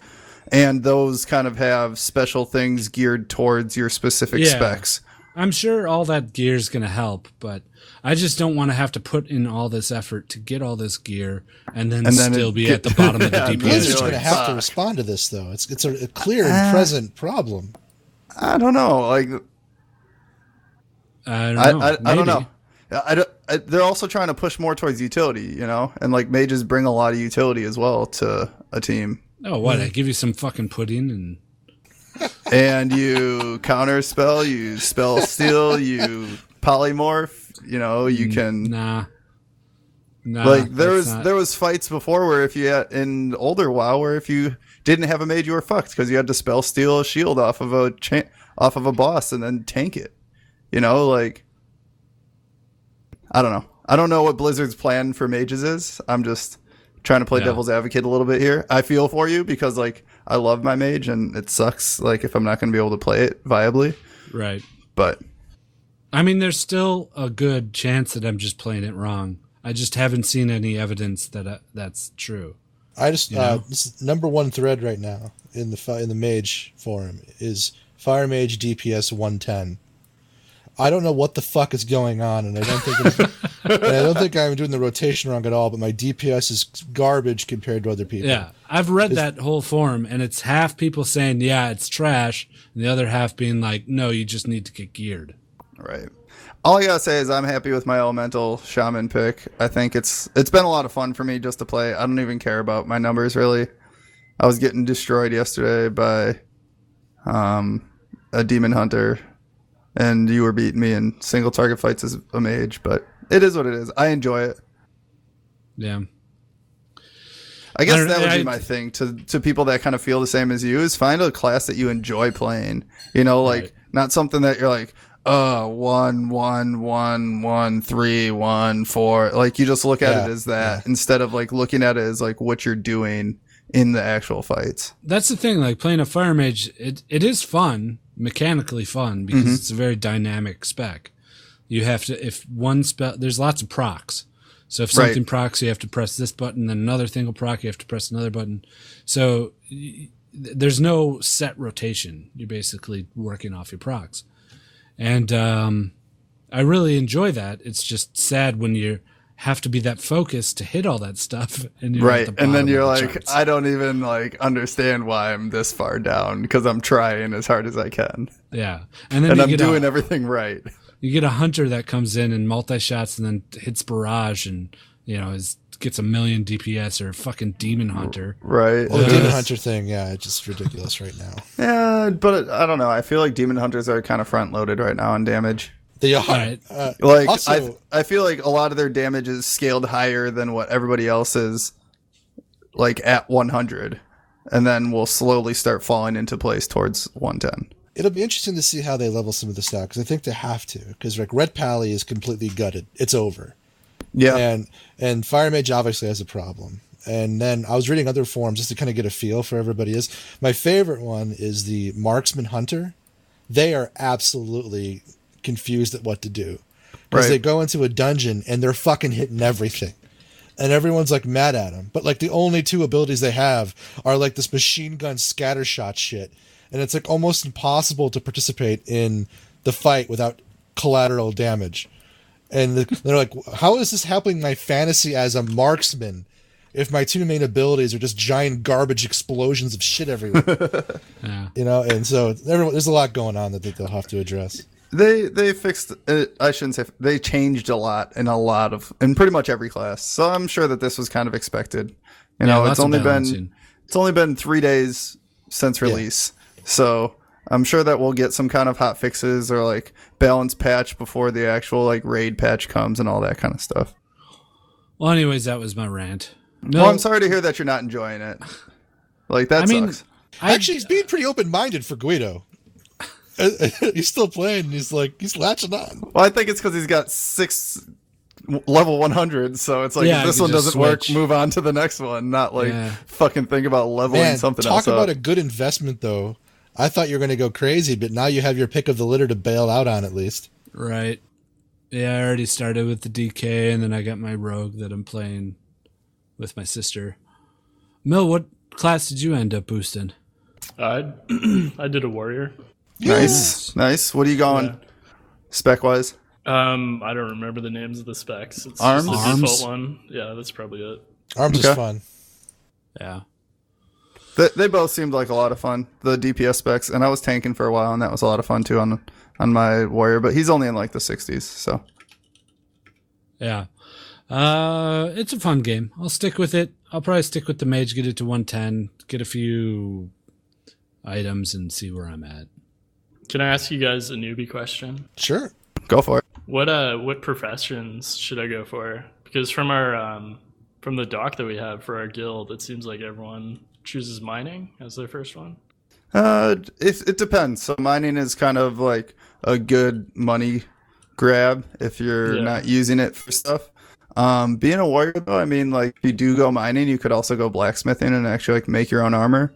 Speaker 3: And those kind of have special things geared towards your specific
Speaker 1: Yeah.
Speaker 3: specs.
Speaker 1: I'm sure all that gear is going to help, but I just don't want to have to put in all this effort to get all this gear and then,
Speaker 3: And then
Speaker 1: still
Speaker 3: it
Speaker 1: be
Speaker 3: get-
Speaker 1: at the bottom of the
Speaker 3: Yeah,
Speaker 1: DPS.
Speaker 3: you're
Speaker 4: Blizzard's
Speaker 1: chart.
Speaker 4: going to
Speaker 3: like,
Speaker 4: have to
Speaker 3: fuck.
Speaker 4: respond to this, though. It's it's a, a clear
Speaker 3: Ah.
Speaker 4: and present problem.
Speaker 3: I don't know. Like
Speaker 1: I
Speaker 3: I,
Speaker 1: don't know.
Speaker 3: I, I don't
Speaker 1: Maybe.
Speaker 3: know. I I don't- I- they're also trying to push more towards utility, you know, and like mages bring a lot of utility as well to a team.
Speaker 1: Oh, what? I give you some fucking pudding and
Speaker 3: And you counter spell, you spell steal, you polymorph. You know,
Speaker 1: Mm.
Speaker 3: you can
Speaker 1: nah. Nah.
Speaker 3: like there
Speaker 1: that's
Speaker 3: was
Speaker 1: not-
Speaker 3: there was fights before where if you had, in older WoW where if you didn't have a mage you were fucked because you had to spell steal a shield off of a cha- off of a boss and then tank it. You know, like I don't know. I don't know what Blizzard's plan for mages is. I'm just trying to play
Speaker 1: Yeah.
Speaker 3: devil's advocate a little bit here. I feel for you because like I love my mage and it sucks like if I'm not going to be able to play it viably,
Speaker 1: right.
Speaker 3: but
Speaker 1: I mean, there's still a good chance that I'm just playing it wrong. I just haven't seen any evidence that uh, that's true.
Speaker 4: I just
Speaker 1: You
Speaker 4: uh,
Speaker 1: know?
Speaker 4: this is number one thread right now in the fi- in the mage forum is fire mage DPS one ten. I don't know what the fuck is going on, and I don't think it's, and I don't think I'm doing the rotation wrong at all. But my DPS is garbage compared to other people.
Speaker 1: Yeah, I've read that whole forum, and it's half people saying, "Yeah, it's trash," and the other half being like, "No, you just need to get geared."
Speaker 3: Right. All I gotta say is I'm happy with my elemental shaman pick. I think it's it's been a lot of fun for me just to play. I don't even care about my numbers really. I was getting destroyed yesterday by um, a demon hunter, and you were beating me in single target fights as a mage. But it is what it is. I enjoy it.
Speaker 1: Yeah,
Speaker 3: I guess
Speaker 1: don't-
Speaker 3: that would
Speaker 1: I-
Speaker 3: be my thing to to people that kind of feel the same as you is find a class that you enjoy playing. You know, like
Speaker 1: Right.
Speaker 3: not something that you're like, uh, one, one, one, one, three, one, four. Like you just look at
Speaker 4: Yeah,
Speaker 3: it as that instead of like looking at it as like what you're doing in the actual fights.
Speaker 1: that's the thing. Like playing a fire mage, it it is fun, mechanically fun, because
Speaker 3: Mm-hmm.
Speaker 1: it's a very dynamic spec. You have to if one spell. There's lots of procs. So if
Speaker 3: Right.
Speaker 1: something procs, you have to press this button. Then another thing will proc. You have to press another button. So y- th- there's no set rotation. You're basically working off your procs, and um, I really enjoy that. It's just sad when you have to be that focused to hit all that stuff, and you're at
Speaker 3: right.
Speaker 1: the
Speaker 3: and
Speaker 1: bottom
Speaker 3: then you're
Speaker 1: of the
Speaker 3: like,
Speaker 1: charts.
Speaker 3: I don't even like understand why I'm this far down because I'm trying as hard as I can.
Speaker 1: yeah, and then
Speaker 3: And
Speaker 1: you
Speaker 3: I'm
Speaker 1: get
Speaker 3: doing
Speaker 1: a,
Speaker 3: everything right.
Speaker 1: you get a hunter that comes in and multi shots and then hits barrage and you know is gets a million DPS or fucking demon hunter.
Speaker 3: Right.
Speaker 4: Well, the Demon
Speaker 1: Yes.
Speaker 4: Hunter thing, yeah, it's just ridiculous right now.
Speaker 3: Yeah, but I don't know. I feel like demon hunters are kind of front loaded right now on damage.
Speaker 4: They are.
Speaker 1: Right.
Speaker 4: Uh,
Speaker 3: Like
Speaker 4: also,
Speaker 3: I, I feel like a lot of their damage is scaled higher than what everybody else is, like at 100, and then we'll slowly start falling into place towards 110.
Speaker 4: it'll be interesting to see how they level some of this out because I think they have to because like Red Pally is completely gutted. It's over.
Speaker 3: Yeah,
Speaker 4: and and fire mage obviously has a problem and then i was reading other forums just to kind of get a feel for everybody is my favorite one is the marksman hunter they are absolutely confused at what to do because
Speaker 3: Right.
Speaker 4: they go into a dungeon and they're fucking hitting everything and everyone's like mad at them but like the only two abilities they have are like this machine gun scattershot shit and it's like almost impossible to participate in the fight without collateral damage and the- they're like, "How is this helping my fantasy as a marksman if my two main abilities are just giant garbage explosions of shit everywhere?" You know, and so everyone, there's a lot going on that, that they'll have to address.
Speaker 3: they they fixed. It, I shouldn't say they changed a lot in a lot of in pretty much every class. So I'm sure that this was kind of expected. You know,
Speaker 1: lots
Speaker 3: it's
Speaker 1: of
Speaker 3: only been
Speaker 1: balancing.
Speaker 3: it's only been three days since release, so I'm sure that we'll get some kind of hot fixes or like balance patch before the actual like raid patch comes and all that kind of stuff.
Speaker 1: Well, anyways, that was my rant. No,
Speaker 3: Well, I'm sorry to hear that you're not enjoying it. Like that
Speaker 1: I mean,
Speaker 3: sucks.
Speaker 1: I-
Speaker 4: Actually, he's being pretty open minded for Guido. Uh, he's still playing. and He's like, he's latching on.
Speaker 3: Well, I think it's because he's got six w- level 100, so it's like if
Speaker 1: Yeah, you
Speaker 3: this
Speaker 1: can
Speaker 3: one
Speaker 1: just
Speaker 3: doesn't
Speaker 1: switch.
Speaker 3: work, move on to the next one. Not like
Speaker 1: Yeah.
Speaker 3: fucking think about leveling
Speaker 4: Man,
Speaker 3: something
Speaker 4: talk
Speaker 3: else.
Speaker 4: about
Speaker 3: up.
Speaker 4: a good investment, though. I thought you were going to go crazy, but now you have your pick of the litter to bail out on at least.
Speaker 1: Right. Yeah, I already started with the DK, and then I got my rogue that I'm playing with my sister. Mill, what class did you end up boosting?
Speaker 2: I Uh, I did a warrior.
Speaker 3: Nice, nice. What are you going
Speaker 2: Yeah.
Speaker 3: spec wise?
Speaker 2: Um, I don't remember the names of the specs. It's
Speaker 3: Arms?
Speaker 2: just the
Speaker 1: Arms?
Speaker 2: default one. Yeah, that's probably it.
Speaker 4: Arms is
Speaker 3: Okay.
Speaker 4: fun.
Speaker 1: Yeah.
Speaker 3: They, they both seemed like a lot of fun. The DPS specs, and I was tanking for a while, and that was a lot of fun too on on my warrior. But he's only in like the 60s, so
Speaker 1: Yeah. Uh, it's a fun game. I'll stick with it. I'll probably stick with the mage, get it to 110, get a few items, and see where I'm at.
Speaker 2: Can I ask you guys a newbie question?
Speaker 4: Sure.
Speaker 3: go for it.
Speaker 2: What uh, what professions should I go for? Because from our um, from the doc that we have for our guild, it seems like everyone chooses mining as their first one.
Speaker 3: Uh, it, it depends. So mining is kind of like a good money grab if you're
Speaker 2: Yeah.
Speaker 3: not using it for stuff. Um, being a warrior though, I mean, like if you do go mining, you could also go blacksmithing and actually like make your own armor.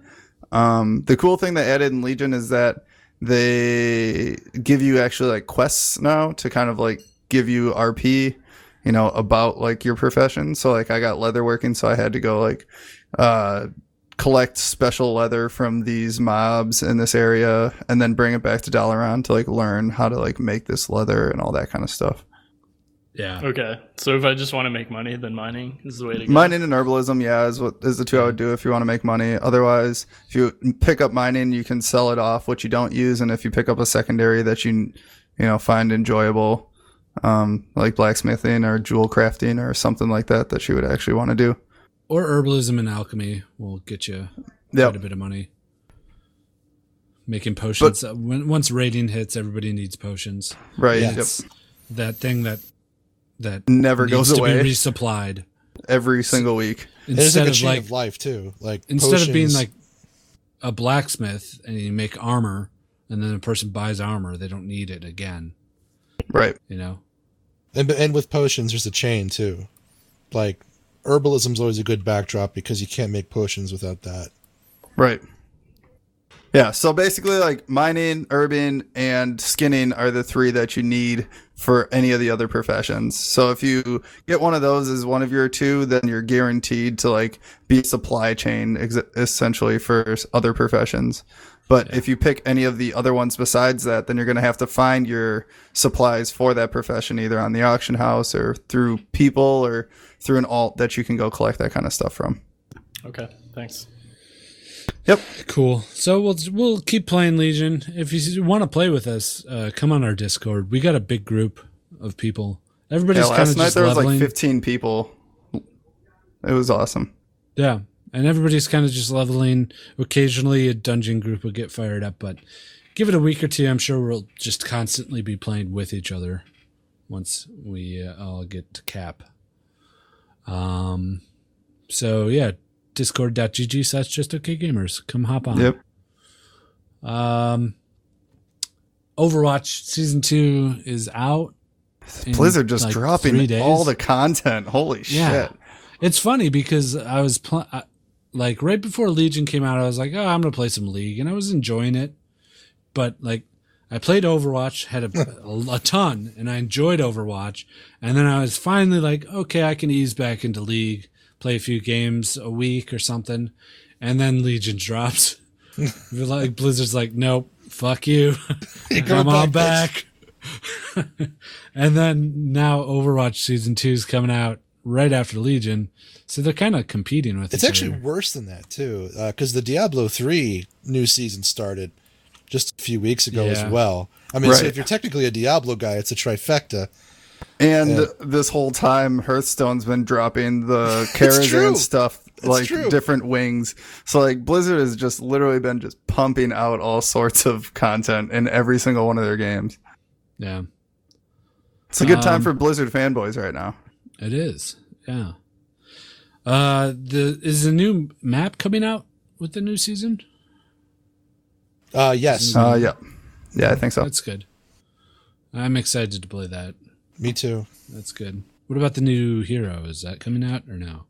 Speaker 3: Um, the cool thing they added in Legion is that they give you actually like quests now to kind of like give you RP, you know, about like your profession. So like I got leather working, so I had to go like, uh, collect special leather from these mobs in this area and then bring it back to Dalaran to like learn how to like make this leather and all that kind of stuff.
Speaker 1: Yeah.
Speaker 2: Okay, so if I just want to make money, then mining is the way to go.
Speaker 3: Mining and herbalism, yeah, is what is the two I would do if you want to make money. Otherwise, if you pick up mining, you can sell it off what you don't use, and if you pick up a secondary that you you know find enjoyable, um, like blacksmithing or jewel crafting or something like that that you would actually want to do.
Speaker 1: Or herbalism and alchemy will get you quite a
Speaker 3: Yep.
Speaker 1: bit of money. Making potions. uh, when, once raiding hits, everybody needs potions.
Speaker 3: Right.
Speaker 1: It's that thing that that
Speaker 3: Never
Speaker 1: needs
Speaker 3: goes
Speaker 1: to
Speaker 3: away
Speaker 1: be resupplied
Speaker 3: every single week.
Speaker 4: There's
Speaker 1: instead
Speaker 4: like a
Speaker 1: of
Speaker 4: chain
Speaker 1: like
Speaker 4: of life too. Like
Speaker 1: instead of being
Speaker 4: potions.
Speaker 1: like a blacksmith and you make armor and then a person buys armor they don't need it again
Speaker 3: Right.
Speaker 1: you know
Speaker 4: And, and with potions, there's a chain too. Like herbalism's always a good backdrop because you can't make potions without that.
Speaker 3: Right. Yeah. So basically, like mining, urban, and skinning are the three that you need for any of the other professions. So if you get one of those as one of your two, then you're guaranteed to like be supply chain ex- essentially for s- other professions. But if you pick any of the other ones besides that, then you're going to have to find your supplies for that profession either on the auction house or through people or through an alt that you can go collect that kind of stuff from.
Speaker 2: Okay, thanks.
Speaker 3: Yep.
Speaker 1: cool so we'll we'll keep playing legion if you want to play with us uh, come on our discord we got a big group of people
Speaker 3: Yeah,
Speaker 1: everybody's kind
Speaker 3: last
Speaker 1: of
Speaker 3: night
Speaker 1: just
Speaker 3: there was like
Speaker 1: leveling
Speaker 3: 15 people. It was awesome.
Speaker 1: yeah and everybody's kind of just leveling occasionally a dungeon group will get fired up but give it a week or two i'm sure we'll just constantly be playing with each other once we uh, all get to cap um so yeah discord.gg slash just okay gamers come hop on
Speaker 3: Yep.
Speaker 1: um overwatch season two is out in,
Speaker 3: Blizzard just
Speaker 1: like, three
Speaker 3: dropping
Speaker 1: days.
Speaker 3: all the content. Holy
Speaker 1: Yeah.
Speaker 3: shit.
Speaker 1: It's funny because I was pl- I- like right before Legion came out, I was like, "Oh, I'm gonna play some League," and I was enjoying it. But like, I played Overwatch, had a, a, ton, and I enjoyed Overwatch. And then I was finally like, "Okay, I can ease back into League, play a few games a week or something." And then Legion drops. They're like Blizzard's like, "Nope, fuck you, come on back." and then now Overwatch season two is coming out right after Legion, so they're kind of competing with
Speaker 4: It's
Speaker 1: each
Speaker 4: actually
Speaker 1: other.
Speaker 4: worse than that too, because the Diablo three new season started just a few weeks ago as
Speaker 1: Yeah.
Speaker 4: well. I mean, so
Speaker 3: Right.
Speaker 4: if you're technically a Diablo guy, it's a trifecta.
Speaker 3: And
Speaker 4: Yeah.
Speaker 3: this whole time, Hearthstone's been dropping the
Speaker 4: true.
Speaker 3: caravan stuff, like
Speaker 4: true.
Speaker 3: different wings. So, like, Blizzard has just literally been just pumping out all sorts of content in every single one of their games.
Speaker 1: yeah.
Speaker 3: It's a good time
Speaker 1: Um,
Speaker 3: for Blizzard fanboys right now.
Speaker 1: It is, yeah. Uh, the is the new map coming out with the new season?
Speaker 4: Uh, yes,
Speaker 3: Uh, yeah. Yeah, I think so.
Speaker 1: That's good. I'm excited to play that.
Speaker 4: Me too.
Speaker 1: That's good. What about the new hero? Is that coming out or no?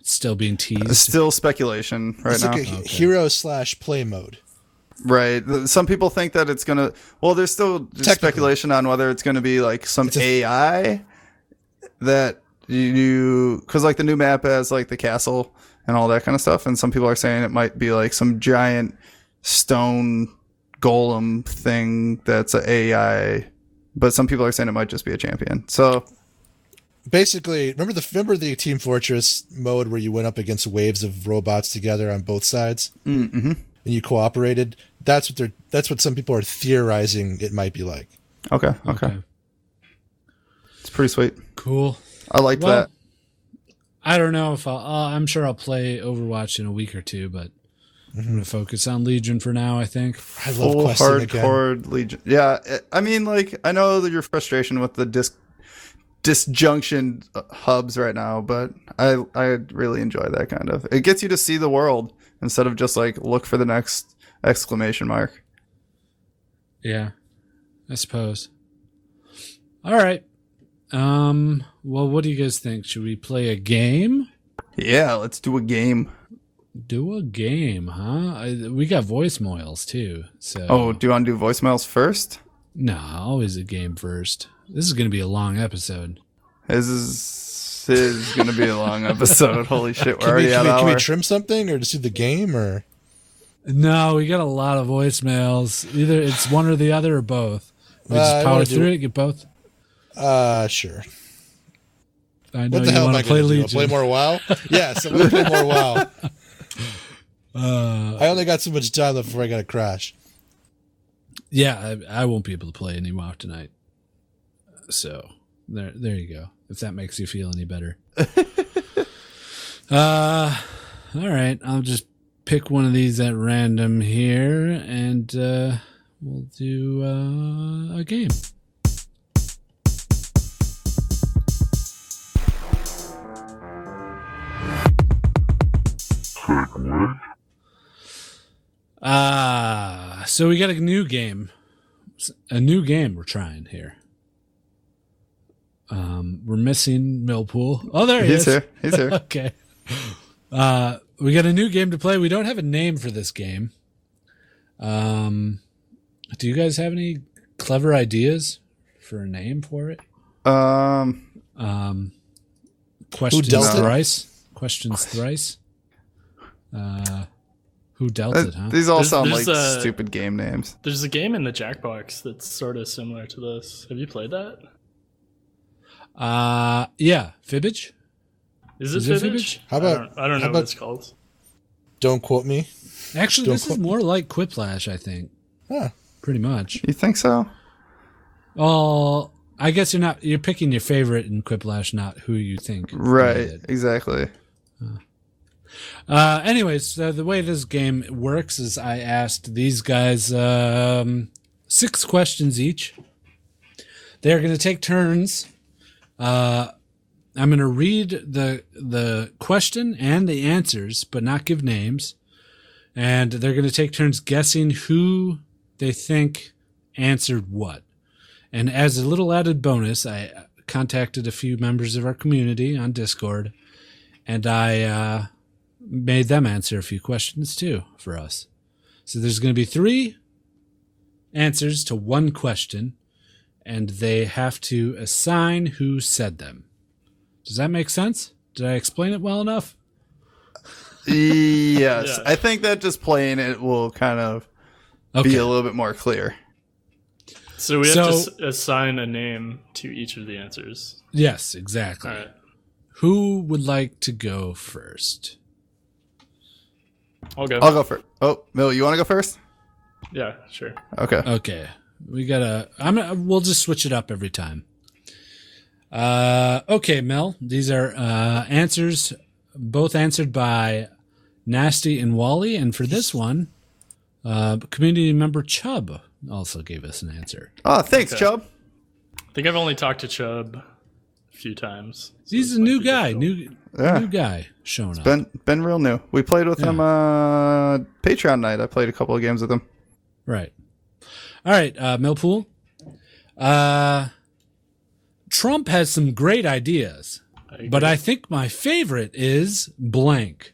Speaker 1: It's still being
Speaker 3: It's
Speaker 1: teased.
Speaker 3: still speculation right
Speaker 4: It's
Speaker 3: now.
Speaker 4: like a he- hero slash play mode.
Speaker 3: Right. Th- Some people think that it's gonna. Well, there's still just
Speaker 4: Technical.
Speaker 3: speculation on whether it's gonna be like some AI that you because like the new map has like the castle and all that kind of stuff, and some people are saying it might be like some giant stone golem thing that's a AI, but some people are saying it might just be a champion. So
Speaker 4: Basically, remember the remember the Team Fortress mode where you went up against waves of robots together on both sides, mm-hmm. and you cooperated. That's what they're. That's what some people are theorizing it might be like.
Speaker 3: okay, okay,
Speaker 1: Okay.
Speaker 3: it's pretty sweet.
Speaker 1: Cool.
Speaker 3: I liked
Speaker 1: Well,
Speaker 3: that.
Speaker 1: I don't know if I'll, uh, I'm sure I'll play Overwatch in a week or two, but I'm going to focus on Legion for now, I think.
Speaker 4: Mhm. I love
Speaker 3: full
Speaker 4: questing again.
Speaker 3: hardcore legion. Yeah, I- I mean, like I know that your frustration with the disc disjunction uh, hubs right now, but I I really enjoy that kind of. It gets you to see the world instead of just like look for the next exclamation mark.
Speaker 1: Yeah, I suppose. All right. Um. Well, what do you guys think? Should we play a game?
Speaker 3: Yeah, let's do a game.
Speaker 1: Do a game, huh? I, we got voicemails too. So.
Speaker 3: Oh, do you want to do voicemails first?
Speaker 1: no, always a game first. This is going to be a long episode.
Speaker 3: This is, this is gonna be a long episode. Holy shit, we're
Speaker 4: Can, we,
Speaker 3: already
Speaker 4: can,
Speaker 3: at
Speaker 4: we,
Speaker 3: hour.
Speaker 4: can we trim something or just do the game or?
Speaker 1: No, we got a lot of voicemails. Either it's one or the other or both. We
Speaker 4: Uh,
Speaker 1: just
Speaker 4: I
Speaker 1: power
Speaker 4: wanna do-
Speaker 1: through it. Get both.
Speaker 4: Uh, sure.
Speaker 1: I know
Speaker 4: What the
Speaker 1: you
Speaker 4: hell am
Speaker 1: want
Speaker 4: I
Speaker 1: to play
Speaker 4: going to do?
Speaker 1: Legion.
Speaker 4: Play more WoW? yes, I'm going to play more WoW. I only got so much time left before I got to crash.
Speaker 1: yeah, I, I won't be able to play any WoW tonight. So there, there you go. If that makes you feel any better. uh, all right. I'll just pick one of these at random here, and uh, we'll do uh, a game. Ah, so we got a new game, a new game we're trying here. Um, we're missing Millpool. Oh, there he
Speaker 3: He's
Speaker 1: is.
Speaker 3: here. He's here.
Speaker 1: okay. Uh, we got a new game to play. We don't have a name for this game. Um, do you guys have any clever ideas for a name for it?
Speaker 3: um,
Speaker 1: Um, questions
Speaker 4: dealt it?
Speaker 1: thrice. Questions thrice. Uh, who dealt
Speaker 3: uh,
Speaker 1: it? Huh?
Speaker 3: these all
Speaker 2: There's-
Speaker 3: sound
Speaker 2: there's
Speaker 3: like
Speaker 1: uh,
Speaker 2: a-
Speaker 3: stupid game names.
Speaker 2: There's a game in the Jackbox that's sort of similar to this. Have you played that?
Speaker 1: Uh, yeah, Fibbage.
Speaker 2: Is it
Speaker 1: Is it
Speaker 2: Fibbage?
Speaker 4: How about-
Speaker 2: I don't, I don't
Speaker 4: how
Speaker 2: know
Speaker 4: about-
Speaker 2: what it's called.
Speaker 4: Don't quote me.
Speaker 1: Actually,
Speaker 4: Don't
Speaker 1: this is
Speaker 4: quote-
Speaker 1: more like Quiplash, I think.
Speaker 4: Huh.
Speaker 1: Pretty much.
Speaker 3: You think so?
Speaker 1: Oh, I guess you're not. You're picking your favorite in Quiplash, not who you think. made
Speaker 3: Right.
Speaker 1: it.
Speaker 3: Exactly.
Speaker 1: Uh, anyways, so the way this game works is I asked these guys um, six questions each. They're going to take turns. Uh, I'm going to read the the question and the answers, but not give names. And they're going to take turns guessing who they think answered what. And as a little added bonus, I contacted a few members of our community on Discord, and I. Uh, made them answer a few questions too for us. So there's going to be three answers to one question, and they have to assign who said them. Does that make sense? Did I explain it well enough?
Speaker 3: yes.
Speaker 2: Yeah.
Speaker 3: I think that just playing it will kind of
Speaker 1: Okay.
Speaker 3: be a little bit more clear.
Speaker 2: So we have to
Speaker 1: So-
Speaker 2: s- assign a name to each of the answers.
Speaker 1: yes, exactly.
Speaker 2: All right.
Speaker 1: Who would like to go first?
Speaker 2: I'll go.
Speaker 3: I'll go first. Oh, Mill, you want to go first?
Speaker 2: Yeah, sure.
Speaker 3: Okay.
Speaker 1: Okay, we gotta. I'm. gonna- We'll just switch it up every time. Uh, okay, Mel. These are uh, answers, both answered by Nasty and Wally, and for this one, uh, community member Chubb also gave us an answer.
Speaker 3: Oh, thanks, Chubb.
Speaker 2: I think I've only talked to Chubb a few times. so
Speaker 1: He's
Speaker 2: this
Speaker 1: a
Speaker 2: might
Speaker 1: new
Speaker 2: be
Speaker 1: guy,
Speaker 2: difficult.
Speaker 1: new
Speaker 3: Yeah.
Speaker 1: new guy showing up.
Speaker 3: Been been real new. We played with him uh Patreon night. I played a couple of games with him.
Speaker 1: Right. All right, uh, Millpool. Uh, Trump has some great ideas, but I think my favorite is blank.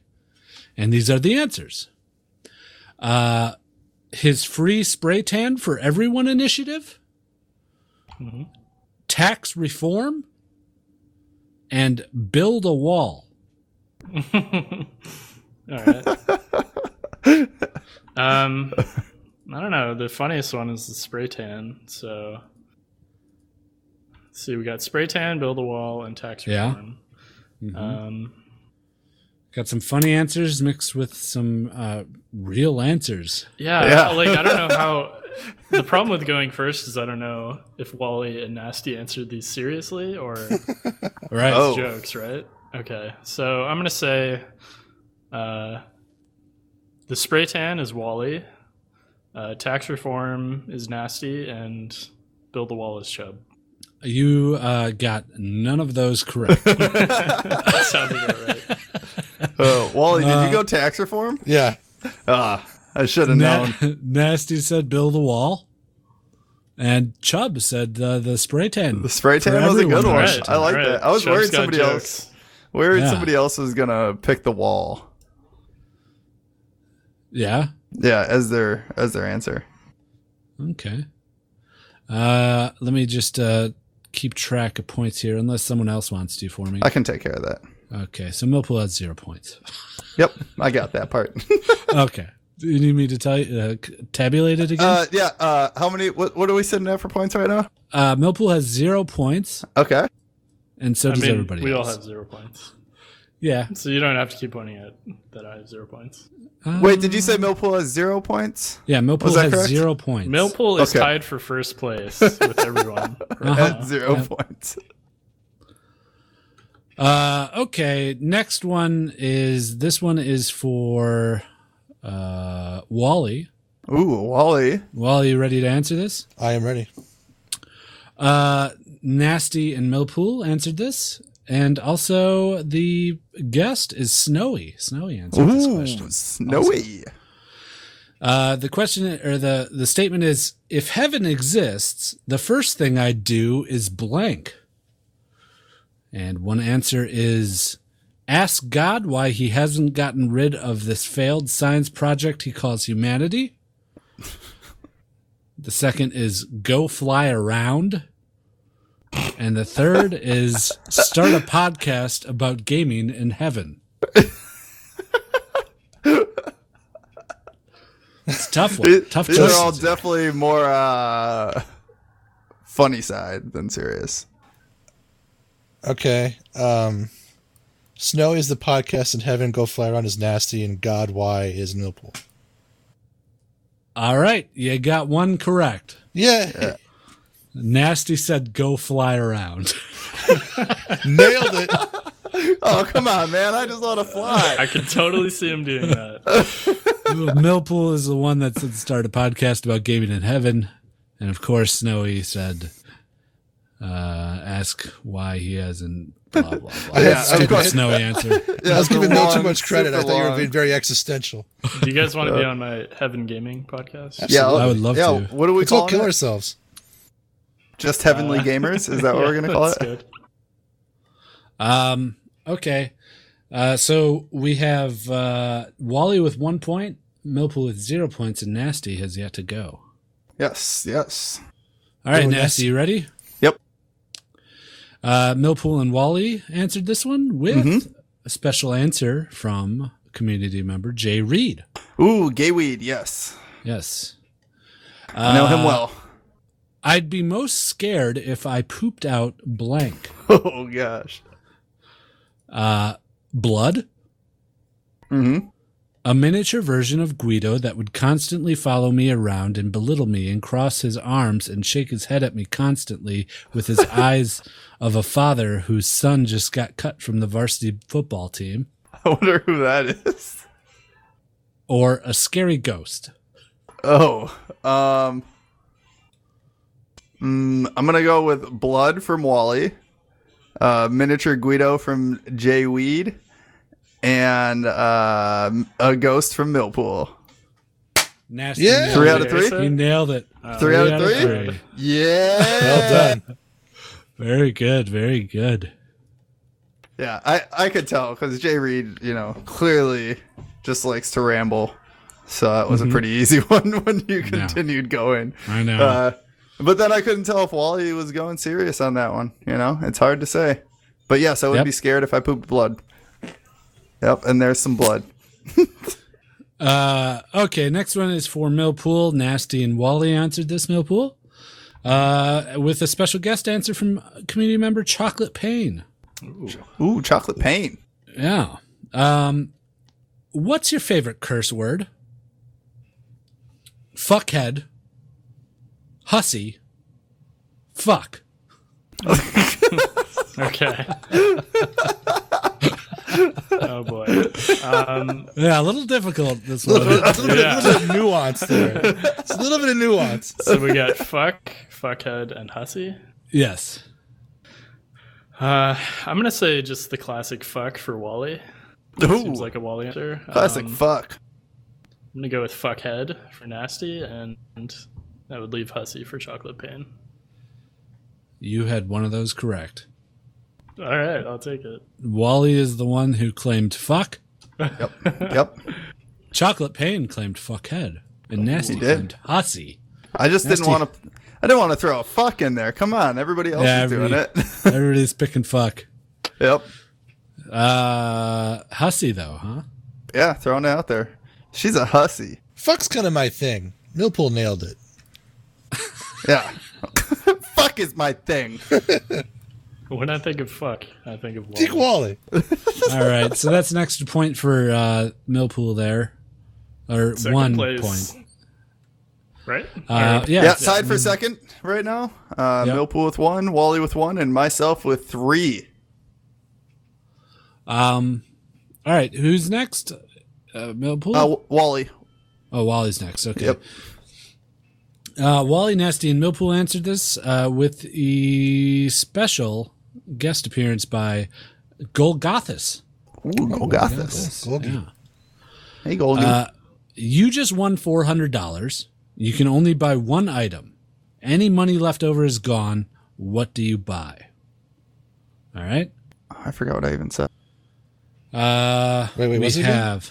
Speaker 1: And these are the answers. Uh, his free spray tan for everyone initiative,
Speaker 2: Mm-hmm.
Speaker 1: tax reform, and build a wall.
Speaker 2: All right. um, I don't know. The funniest one is the spray tan. So, let's see, we got spray tan, build a wall, and tax
Speaker 1: Yeah. Mm-hmm.
Speaker 2: reform. Um,
Speaker 1: Got some funny answers mixed with some uh, real answers.
Speaker 2: yeah,
Speaker 3: Yeah.
Speaker 2: Like I don't know how. the problem with going first is I don't know if Wally and Nasty answered these seriously or
Speaker 1: All right.
Speaker 3: Oh.
Speaker 2: jokes, right? Okay, so I'm gonna say, uh, the spray tan is Wally, uh, tax reform is nasty, and build the wall is Chubb.
Speaker 1: You uh, got none of those correct.
Speaker 2: That sounded about right.
Speaker 3: Uh, Wally, did you go tax reform?
Speaker 4: Yeah.
Speaker 3: Ah, I should have
Speaker 1: Na-
Speaker 3: known.
Speaker 1: Nasty said build a wall. And Chubb said uh, the spray tan.
Speaker 3: The spray
Speaker 1: for
Speaker 3: tan was a good
Speaker 1: everyone.
Speaker 3: one.
Speaker 2: Right,
Speaker 3: I like
Speaker 2: right.
Speaker 3: that. I was
Speaker 2: Chubb's
Speaker 3: worried
Speaker 2: got
Speaker 3: somebody
Speaker 2: jokes.
Speaker 3: else. Worried
Speaker 1: Yeah.
Speaker 3: somebody else was gonna pick the wall.
Speaker 1: Yeah.
Speaker 3: Yeah, as their as their answer.
Speaker 1: Okay. Uh, let me just uh, keep track of points here, unless someone else wants to for me.
Speaker 3: I can take care of that.
Speaker 1: Okay. So Millpool has zero points.
Speaker 3: Yep, I got that part.
Speaker 1: okay. Do you need me to tell you, uh, c- tabulate it again?
Speaker 3: uh, yeah. Uh, how many? What What are we sitting at for points right now?
Speaker 1: Uh, Millpool has zero points,
Speaker 3: Okay.
Speaker 1: and so
Speaker 2: I
Speaker 1: does
Speaker 2: mean,
Speaker 1: everybody
Speaker 2: we
Speaker 1: else.
Speaker 2: all have zero points,
Speaker 1: yeah.
Speaker 2: so you don't have to keep pointing out that I have zero points.
Speaker 3: Wait, did you say Millpool has zero points?
Speaker 1: Um, Yeah, Millpool
Speaker 3: that
Speaker 1: has
Speaker 3: correct?
Speaker 1: zero points.
Speaker 2: Millpool is
Speaker 3: Okay.
Speaker 2: tied for first place with everyone. right
Speaker 1: Uh-huh.
Speaker 2: now.
Speaker 3: At zero points.
Speaker 1: Uh, okay, next one is this one is for uh, Wally.
Speaker 3: Ooh, Wally.
Speaker 1: Wally, you ready to answer this?
Speaker 4: I am ready.
Speaker 1: Uh, Nasty and Millpool answered this, and also the guest is Snowy. Snowy answered this
Speaker 3: Ooh,
Speaker 1: question.
Speaker 3: snowy.
Speaker 1: Uh, the question or the the statement is: If heaven exists, the first thing I do is blank. And one answer is: Ask God why He hasn't gotten rid of this failed science project He calls humanity. The second is go fly around. And the third is start a podcast about gaming in heaven. It's a tough one.
Speaker 3: It-
Speaker 1: Tough
Speaker 3: These are all
Speaker 1: choice.
Speaker 3: definitely more uh, funny side than serious.
Speaker 4: Okay. Um, Snow is the podcast in heaven. Go fly around is nasty, and God why is Millpool.
Speaker 1: All right, you got one correct.
Speaker 4: Yeah,
Speaker 1: Nasty said go fly around.
Speaker 4: nailed it.
Speaker 3: Oh come on, man! I just want to fly.
Speaker 2: I could totally see him doing that.
Speaker 1: Millpool is the one that said start a podcast about gaming in heaven. And of course, Snowy said, uh, ask why he hasn't blah, blah, blah.
Speaker 4: Yeah,
Speaker 1: Stupid
Speaker 3: of course.
Speaker 1: Snowy answer.
Speaker 3: Yeah,
Speaker 4: I was
Speaker 3: for
Speaker 4: giving no too
Speaker 3: long,
Speaker 4: much credit. I
Speaker 3: super
Speaker 4: thought you were
Speaker 3: long.
Speaker 4: being very existential.
Speaker 2: Do you guys want to be on my Heaven Gaming podcast?
Speaker 3: Yeah,
Speaker 1: I would love
Speaker 3: yeah,
Speaker 1: to.
Speaker 3: What do we
Speaker 4: Let's all
Speaker 3: call
Speaker 4: kill
Speaker 3: it?
Speaker 4: ourselves.
Speaker 3: Just
Speaker 1: Uh,
Speaker 3: heavenly gamers? Is that what we're gonna call it?
Speaker 2: that's good.
Speaker 1: Um, okay. Uh, so we have uh, Wally with one point, Millpool with zero points, and Nasty has yet to go.
Speaker 3: Yes, yes.
Speaker 1: All right,
Speaker 4: Oh,
Speaker 1: Nasty,
Speaker 4: yes.
Speaker 1: you ready?
Speaker 3: Yep.
Speaker 1: Uh, Millpool and Wally answered this one with
Speaker 3: Mm-hmm.
Speaker 1: a special answer from community member Jay Reed.
Speaker 3: Ooh, gay weed. Yes,
Speaker 1: Yes.
Speaker 3: I know him
Speaker 1: Uh,
Speaker 3: well.
Speaker 1: I'd be most scared if I pooped out blank.
Speaker 3: Oh gosh.
Speaker 1: Uh, blood,
Speaker 3: Mm-hmm.
Speaker 1: a miniature version of Guido that would constantly follow me around and belittle me and cross his arms and shake his head at me constantly with his eyes of a father whose son just got cut from the varsity football team,
Speaker 3: I wonder who that is.
Speaker 1: or a scary ghost.
Speaker 3: Oh, um, mm, I'm gonna go with blood from Wally, uh, miniature Guido from Jay Weed, and uh, a ghost from Millpool.
Speaker 1: Nasty.
Speaker 4: Yeah.
Speaker 1: nailed
Speaker 3: Three
Speaker 1: it.
Speaker 3: out of three.
Speaker 1: He nailed it.
Speaker 3: three out of three. Yeah.
Speaker 4: Well done.
Speaker 1: Very good. Very good.
Speaker 3: Yeah, I, I could tell because Jay Reed, you know, clearly just likes to ramble. So that was a pretty easy one when you continued going.
Speaker 1: Mm-hmm. I know.
Speaker 3: Uh, but then I couldn't tell if Wally was going serious on that one. You know, it's hard to say. But yes, I would
Speaker 1: Yep.
Speaker 3: be scared if I pooped blood. Yep, and there's some blood.
Speaker 1: Uh, okay, next one is for Millpool. Nasty and Wally answered this Millpool uh, with a special guest answer from community member Chocolate Payne.
Speaker 3: Ooh, chocolate paint.
Speaker 1: Yeah. Um, what's your favorite curse word? Fuckhead. Hussy. Fuck.
Speaker 2: Okay. oh boy. Um,
Speaker 1: Yeah, a little difficult this one.
Speaker 4: It's a little, bit,
Speaker 2: Yeah.
Speaker 4: little bit of nuance there. It's a little bit of nuance.
Speaker 2: so we got fuck, fuckhead, and hussy.
Speaker 1: yes.
Speaker 2: Uh, I'm gonna say just the classic fuck for Wally.
Speaker 3: Ooh,
Speaker 2: Seems like a Wally answer.
Speaker 3: classic
Speaker 2: Um,
Speaker 3: fuck.
Speaker 2: I'm gonna go with fuckhead for nasty, and, and I would leave hussy for chocolate pain.
Speaker 1: You had one of those correct.
Speaker 2: All right, I'll take it.
Speaker 1: Wally is the one who claimed fuck.
Speaker 3: Yep.
Speaker 1: Chocolate Payne claimed fuckhead. And Nasty
Speaker 3: did.
Speaker 1: claimed hussy.
Speaker 3: I just didn't
Speaker 1: Nasty.
Speaker 3: want to. I didn't want to throw a fuck in there. Come on, everybody else
Speaker 1: Yeah,
Speaker 3: is doing
Speaker 1: every-
Speaker 3: it.
Speaker 1: Everybody's picking fuck.
Speaker 3: yep.
Speaker 1: Uh, hussy though, huh?
Speaker 3: Yeah, throwing it out there. She's a hussy.
Speaker 4: Fuck's kind of my thing. Millpool nailed it.
Speaker 3: Yeah. Fuck is my thing.
Speaker 2: When I think of fuck, I think of Wally.
Speaker 4: Dick Wally.
Speaker 1: All right, so that's an extra point for uh, Millpool there, or
Speaker 2: Second
Speaker 1: one
Speaker 2: place.
Speaker 1: point.
Speaker 2: Right?
Speaker 1: Uh, yeah,
Speaker 3: Yeah,
Speaker 1: it's-
Speaker 3: tied for second right now. Uh,
Speaker 1: Yep.
Speaker 3: Millpool with one, Wally with one, and myself with three.
Speaker 1: Um, all right, who's next? Uh, Millpool.
Speaker 3: Uh, w- Wally.
Speaker 1: oh, Wally's next. Okay.
Speaker 3: Yep.
Speaker 1: Uh, Wally, Nasty, and Millpool answered this uh, with a special guest appearance by Golgothis.
Speaker 3: Ooh, Golgothis.
Speaker 4: Golgi.
Speaker 1: Yeah. Uh,
Speaker 3: Hey, Golgi.
Speaker 1: You just won four hundred dollars. You can only buy one item. Any money left over is gone. What do you buy? All right.
Speaker 3: I forgot what I even said.
Speaker 1: Uh,
Speaker 4: Wait, wait,
Speaker 1: we
Speaker 4: what's it again?
Speaker 1: have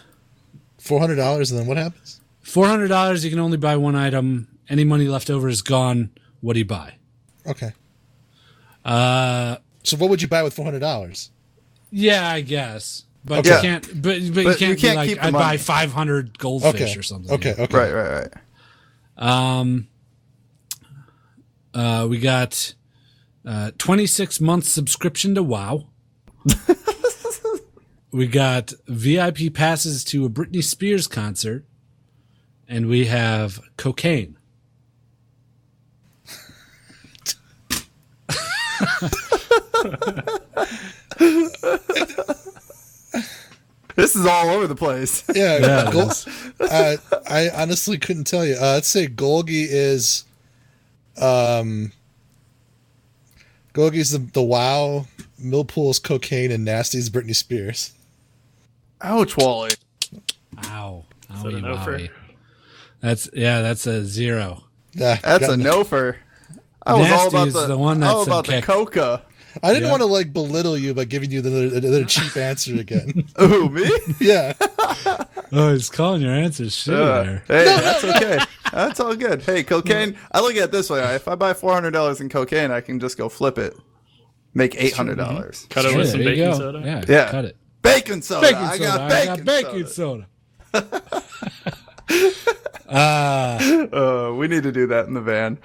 Speaker 4: Four hundred dollars, and then what happens?
Speaker 1: four hundred dollars. You can only buy one item. Any money left over is gone. What do you buy? Uh,
Speaker 4: Okay. Uh. So what would you buy with four hundred dollars?
Speaker 1: Yeah, I guess. But
Speaker 3: Okay.
Speaker 1: you can't. But, but, you can't,
Speaker 3: you
Speaker 1: be
Speaker 3: can't
Speaker 1: like,
Speaker 3: keep the
Speaker 1: I buy
Speaker 3: money.
Speaker 1: five hundred goldfish
Speaker 4: Okay.
Speaker 1: or something. Um,
Speaker 4: Okay. Okay.
Speaker 3: Right, right, right.
Speaker 1: Uh, we got uh, twenty six month subscription to WoW. we got VIP passes to a Britney Spears concert, and we have cocaine.
Speaker 3: This is all over the place.
Speaker 4: Yeah.
Speaker 1: Yeah, it
Speaker 4: Gol-
Speaker 1: is.
Speaker 4: uh, I honestly couldn't tell you. Uh, I'd say Golgi is, um, Golgi's the, the wow, Millpool's cocaine, and Nasty's Britney Spears.
Speaker 3: Ouch, Wally.
Speaker 1: Ow.
Speaker 2: that
Speaker 1: Owie,
Speaker 2: a no for-
Speaker 1: wowie. That's yeah, that's a zero.
Speaker 4: Nah,
Speaker 3: That's
Speaker 4: got
Speaker 3: a
Speaker 4: no-
Speaker 3: no for. I was
Speaker 1: Nasty
Speaker 3: all about
Speaker 1: is
Speaker 3: the,
Speaker 1: the one that
Speaker 3: all
Speaker 1: said
Speaker 3: about the
Speaker 1: kick.
Speaker 3: coca.
Speaker 4: I didn't
Speaker 1: Yeah.
Speaker 4: want to like belittle you by giving you another, another cheap answer again.
Speaker 3: Ooh, me?
Speaker 4: yeah.
Speaker 1: Oh, he's calling your answer shit
Speaker 3: Uh,
Speaker 1: there.
Speaker 3: hey, that's okay. That's all good. Hey, cocaine. I look at it this way: if I buy four hundred dollars in cocaine, I can just go flip it, make eight hundred dollars.
Speaker 2: Cut it
Speaker 1: Mm-hmm. Sure,
Speaker 2: with some
Speaker 1: there you
Speaker 2: baking
Speaker 1: go.
Speaker 2: soda.
Speaker 1: Yeah,
Speaker 3: Yeah.
Speaker 1: cut it.
Speaker 3: Bacon soda. I got bacon, soda.
Speaker 1: soda. Ah.
Speaker 3: Uh, we need to do that in the van.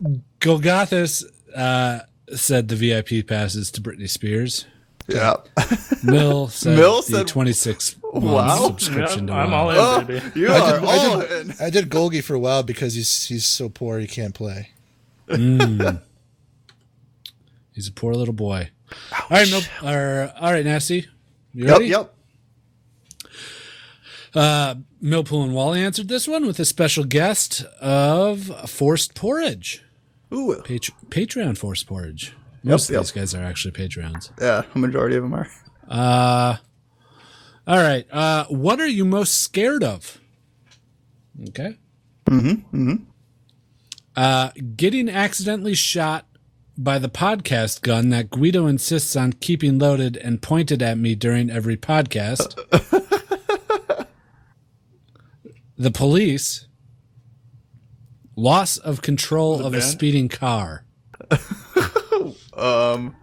Speaker 1: Golgothis uh, said the VIP passes to Britney Spears.
Speaker 3: Yeah.
Speaker 1: Mill said
Speaker 3: Mill
Speaker 1: the
Speaker 3: said-
Speaker 1: 26
Speaker 3: Wow.
Speaker 1: wow. subscription to
Speaker 2: Yeah, I'm
Speaker 1: WoW.
Speaker 2: all in,
Speaker 3: Oh,
Speaker 2: baby.
Speaker 3: you
Speaker 4: I
Speaker 3: are
Speaker 4: did, I
Speaker 3: all
Speaker 4: did-
Speaker 3: in.
Speaker 4: I did Golgi for a while because he's he's so poor he can't play. Hmm.
Speaker 1: He's a poor little boy. All right, Mill, or, all right, Nasty. You
Speaker 3: Yep,
Speaker 1: ready? Uh,
Speaker 3: yep.
Speaker 1: Millpool and Wally answered this one with a special guest of Forced Porridge.
Speaker 3: Ooh,
Speaker 1: Pat- Patreon Forced Porridge.
Speaker 3: Yep,
Speaker 1: Most of
Speaker 3: yep.
Speaker 1: these guys are actually Patreons.
Speaker 3: yeah. A majority of them are.
Speaker 1: Uh, All right. Uh, what are you most scared of? Okay. Mm-hmm. Mm-hmm. Uh, getting accidentally shot by the podcast gun that Guido insists on keeping loaded and pointed at me during every podcast. the police. Loss of control of a
Speaker 2: band?
Speaker 1: speeding car.
Speaker 3: Um,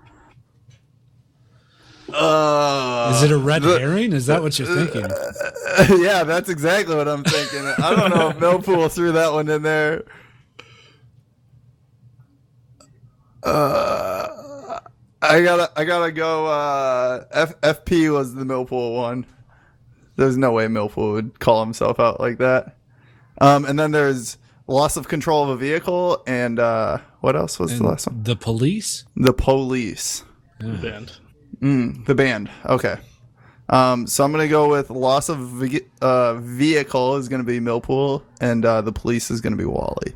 Speaker 3: Uh,
Speaker 1: Is it a red herring? Is that what you're thinking?
Speaker 3: yeah, that's exactly what I'm thinking. I don't know if Millpool threw that one in there. Uh, I gotta, I gotta go. Uh, F- FP was the Millpool one. There's no way Millpool would call himself out like that. Um, and then there's loss of control of a vehicle, and uh, what else was the last one?
Speaker 1: The police?
Speaker 3: The police. Mm,
Speaker 2: The band.
Speaker 3: The band. Okay. Um, so I'm gonna go with loss of ve- uh, vehicle is gonna be Millpool, and uh, the police is gonna be Wally.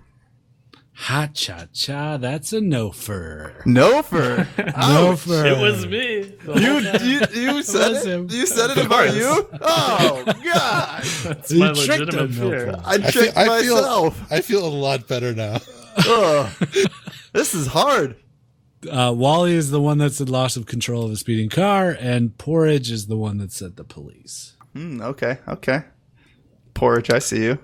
Speaker 1: Ha cha cha, that's a no fur.
Speaker 3: No for
Speaker 1: No fur.
Speaker 2: It was me.
Speaker 3: you, you. You said
Speaker 1: him.
Speaker 3: it. You said it about you. Oh God!
Speaker 2: That's my
Speaker 1: You tricked
Speaker 2: legitimate
Speaker 1: him,
Speaker 2: fear.
Speaker 1: Millpool.
Speaker 3: I
Speaker 4: I feel,
Speaker 3: tricked
Speaker 4: I, feel,
Speaker 3: myself.
Speaker 4: I feel a lot better now.
Speaker 3: Ugh. This is hard.
Speaker 1: Uh, Wally is the one that said loss of control of a speeding car, and Porridge is the one that said the police.
Speaker 3: Hmm, okay. Okay. Porridge, I see you.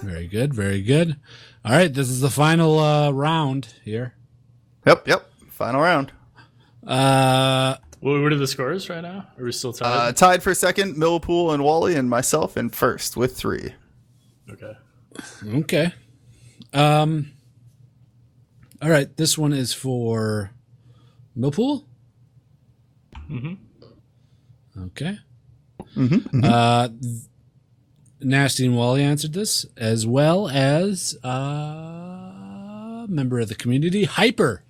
Speaker 1: Very good, very good. All right, this is the final uh, round here.
Speaker 3: Yep. Yep. Final round.
Speaker 1: Uh,
Speaker 2: What what are the scores right now? Are we still
Speaker 3: Uh,
Speaker 2: tied?
Speaker 3: tied for second, Millpool and Wally, and myself in first with three.
Speaker 2: okay.
Speaker 1: okay. Um, all right, this one is for Millpool. Mm-hmm. Okay. Uh, Nasty and Wally answered this, as well as uh, member of the community, Hyper.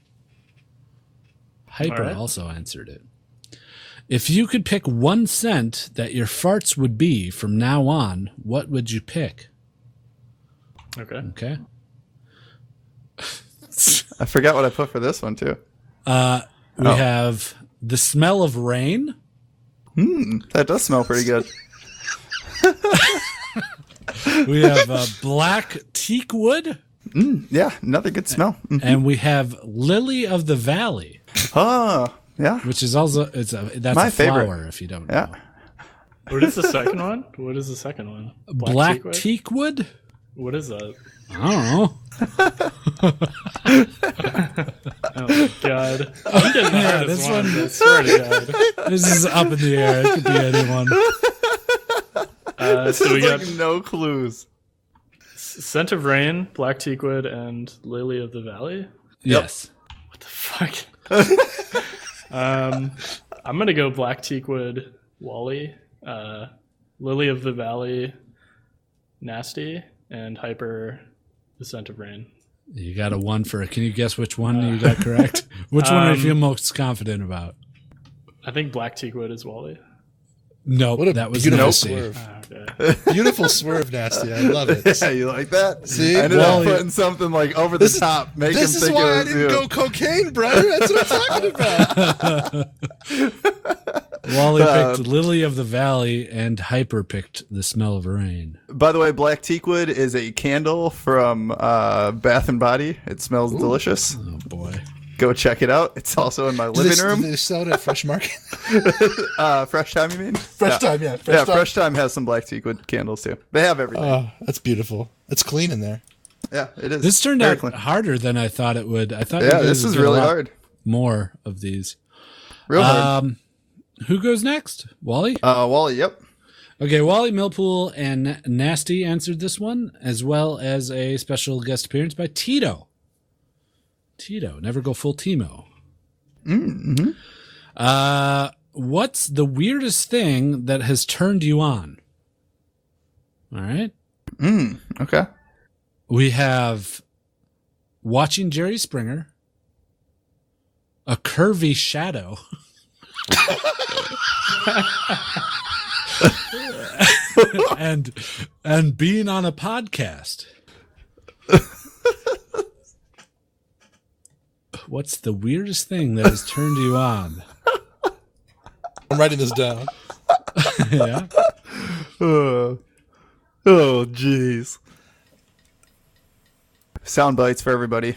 Speaker 1: Hyper
Speaker 2: All right.
Speaker 1: also answered it. If you could pick one scent that your farts would be from now on, what would you pick?
Speaker 2: Okay.
Speaker 1: Okay.
Speaker 3: I forgot what I put for this one too.
Speaker 1: Uh, We
Speaker 3: Oh.
Speaker 1: have the smell of rain,
Speaker 3: Mm, That does smell pretty good.
Speaker 1: we have uh, black teak wood,
Speaker 3: Mm, Yeah, another good smell. Mm.
Speaker 1: and we have lily of the valley,
Speaker 3: Oh, yeah,
Speaker 1: which is also it's a that's
Speaker 3: My
Speaker 1: a
Speaker 3: favorite.
Speaker 1: flower if you don't
Speaker 3: yeah.
Speaker 1: know.
Speaker 2: What is the second one? What is the second one?
Speaker 1: Black,
Speaker 2: teakwood?
Speaker 1: teak wood?
Speaker 2: What is that?
Speaker 1: I don't know.
Speaker 2: Oh god. I'm getting the hardest
Speaker 1: this
Speaker 2: one.
Speaker 1: one-
Speaker 2: I swear to
Speaker 1: This is up in the air. It could be anyone.
Speaker 2: god. Uh,
Speaker 3: This is
Speaker 2: so we got
Speaker 3: like no clues.
Speaker 2: Scent of Rain, Black Teakwood, and Lily of the Valley.
Speaker 1: Yes.
Speaker 2: What the fuck? um, I'm gonna go Black Teakwood, Wally, uh, Lily of the Valley, Nasty, and Hyper, The Scent of Rain.
Speaker 1: You got a one for it. Can you guess which one you got correct? Which one are
Speaker 2: Um,
Speaker 1: you most confident about?
Speaker 2: I think Black Teakwood is Wally.
Speaker 1: No,
Speaker 4: What a
Speaker 1: that was
Speaker 4: beautiful
Speaker 1: no
Speaker 4: swerve.
Speaker 2: Ah, Okay.
Speaker 4: Beautiful swerve, Nasty. I love it.
Speaker 3: Yeah, you like that?
Speaker 4: See?
Speaker 3: I ended
Speaker 4: Well,
Speaker 3: up
Speaker 4: yeah.
Speaker 3: putting something like over the
Speaker 4: This is-
Speaker 3: top, make
Speaker 4: This
Speaker 3: him
Speaker 4: is
Speaker 3: think it
Speaker 4: why I
Speaker 3: was
Speaker 4: didn't
Speaker 3: you.
Speaker 4: go cocaine, brother. That's what I'm talking about.
Speaker 1: Wally
Speaker 4: Um,
Speaker 1: picked Lily of the Valley, and Hyper picked the smell of rain.
Speaker 3: By the way, black teakwood is a candle from uh, Bath and Body. It smells delicious.
Speaker 1: Oh boy.
Speaker 3: Go check it out. It's also in my
Speaker 4: Do
Speaker 3: living
Speaker 4: they,
Speaker 3: room.
Speaker 4: do they sell it at Fresh Market.
Speaker 3: Uh, fresh time, you mean?
Speaker 4: Fresh
Speaker 3: yeah.
Speaker 4: Time, yeah. Fresh
Speaker 3: yeah,
Speaker 4: Time.
Speaker 3: fresh time has some black teakwood candles too. They have everything.
Speaker 4: Oh, that's beautiful. It's clean in there.
Speaker 3: yeah, it is.
Speaker 1: This turned
Speaker 3: Very
Speaker 1: out
Speaker 3: clean.
Speaker 1: harder than I thought it would. I thought you
Speaker 3: Yeah,
Speaker 1: guys
Speaker 3: this
Speaker 1: would
Speaker 3: is
Speaker 1: get a
Speaker 3: really
Speaker 1: lot
Speaker 3: hard.
Speaker 1: More of these.
Speaker 3: Real hard.
Speaker 1: Um, who goes next? Wally.
Speaker 3: Uh, Wally, yep.
Speaker 1: Okay, Wally Millpool and Nasty answered this one, as well as a special guest appearance by Tito. Tito, never go full Timo. Mm-hmm. Uh, what's the weirdest thing that has turned you on? All right,
Speaker 3: Okay.
Speaker 1: we have watching Jerry Springer, a curvy shadow. and and being on a podcast. What's the weirdest thing that has turned you on?
Speaker 4: I'm writing this down.
Speaker 1: Yeah.
Speaker 4: uh,
Speaker 3: Uh, oh, jeez. Sound bites for everybody.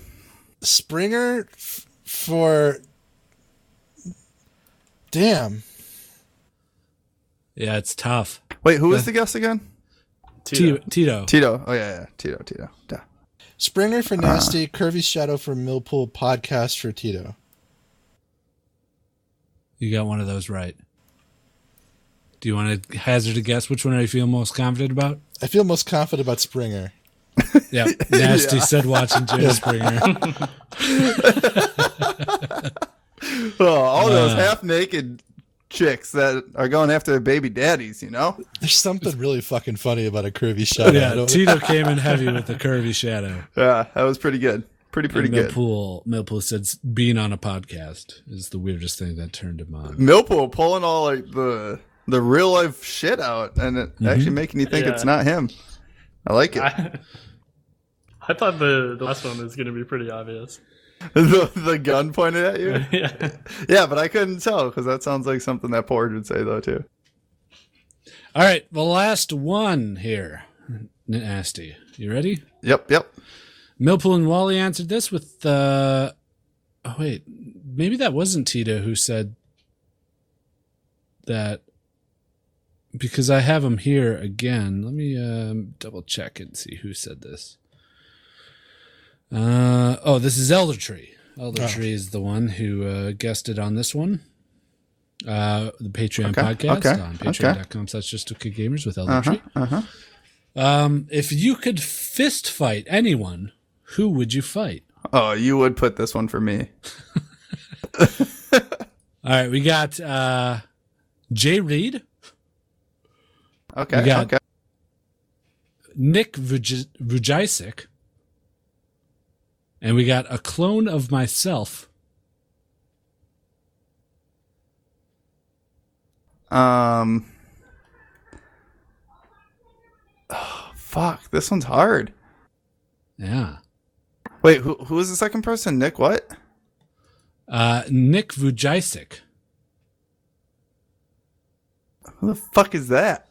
Speaker 4: Springer f- for damn
Speaker 1: Yeah, it's tough.
Speaker 3: Wait, who was the guest again?
Speaker 1: Tito.
Speaker 2: Tito.
Speaker 1: Tito.
Speaker 3: Tito. Oh yeah, yeah. Tito. Tito. Duh.
Speaker 4: Springer for nasty,
Speaker 3: Ah.
Speaker 4: curvy shadow for Millpool, podcast for Tito.
Speaker 1: You got one of those right. Do you want to hazard a guess which one I feel most confident about?
Speaker 4: I feel most confident about Springer.
Speaker 1: Yeah, nasty said watching Jerry Springer.
Speaker 3: Oh,
Speaker 1: Uh,
Speaker 3: all those half-naked chicks that are going after their baby daddies. You know.
Speaker 4: There's something really fucking funny about a curvy shadow. I
Speaker 1: Yeah,
Speaker 4: don't-
Speaker 1: Tito came in heavy with the curvy shadow.
Speaker 3: Yeah, that was pretty good. Pretty pretty
Speaker 1: And
Speaker 3: good.
Speaker 1: Millpool, Millpool said s- being on a podcast is the weirdest thing that turned him on.
Speaker 3: Millpool pulling all like the the real life shit out and it
Speaker 1: Mm-hmm.
Speaker 3: actually making you think
Speaker 2: Yeah.
Speaker 3: it's not him. I like it.
Speaker 2: I, I thought the, the last one was going to be pretty obvious.
Speaker 3: the, the gun pointed at you.
Speaker 2: yeah.
Speaker 3: Yeah, but I couldn't tell because that sounds like something that Porridge would say though too.
Speaker 1: All right, the last one here. Nasty. You ready?
Speaker 3: Yep, yep.
Speaker 1: Millpool and Wally answered this with uh oh wait, maybe that wasn't Tito who said that because I have him here again. Let me um, double check and see who said this. Uh oh, this is Elder Tree. Elder Tree is the one who uh, guested on this one. Uh, the Patreon
Speaker 3: Okay,
Speaker 1: podcast
Speaker 3: okay,
Speaker 1: on
Speaker 3: okay.
Speaker 1: patreon.com slash just okay gamers with Elder
Speaker 3: Uh-huh.
Speaker 1: Tree. Um, if you could fist fight anyone, who would you fight?
Speaker 3: Oh, you would put this one for me.
Speaker 1: All right, we got uh, Jay Reed,
Speaker 3: Okay,
Speaker 1: You got-
Speaker 3: okay.
Speaker 1: Nick Vuj- Vujicic, and we got a clone of myself.
Speaker 3: Um. Oh, fuck, this one's hard.
Speaker 1: Yeah,
Speaker 3: Wait, who who was the second person? Nick, what?
Speaker 1: uh, Nick Vujicic.
Speaker 3: Who the fuck is that?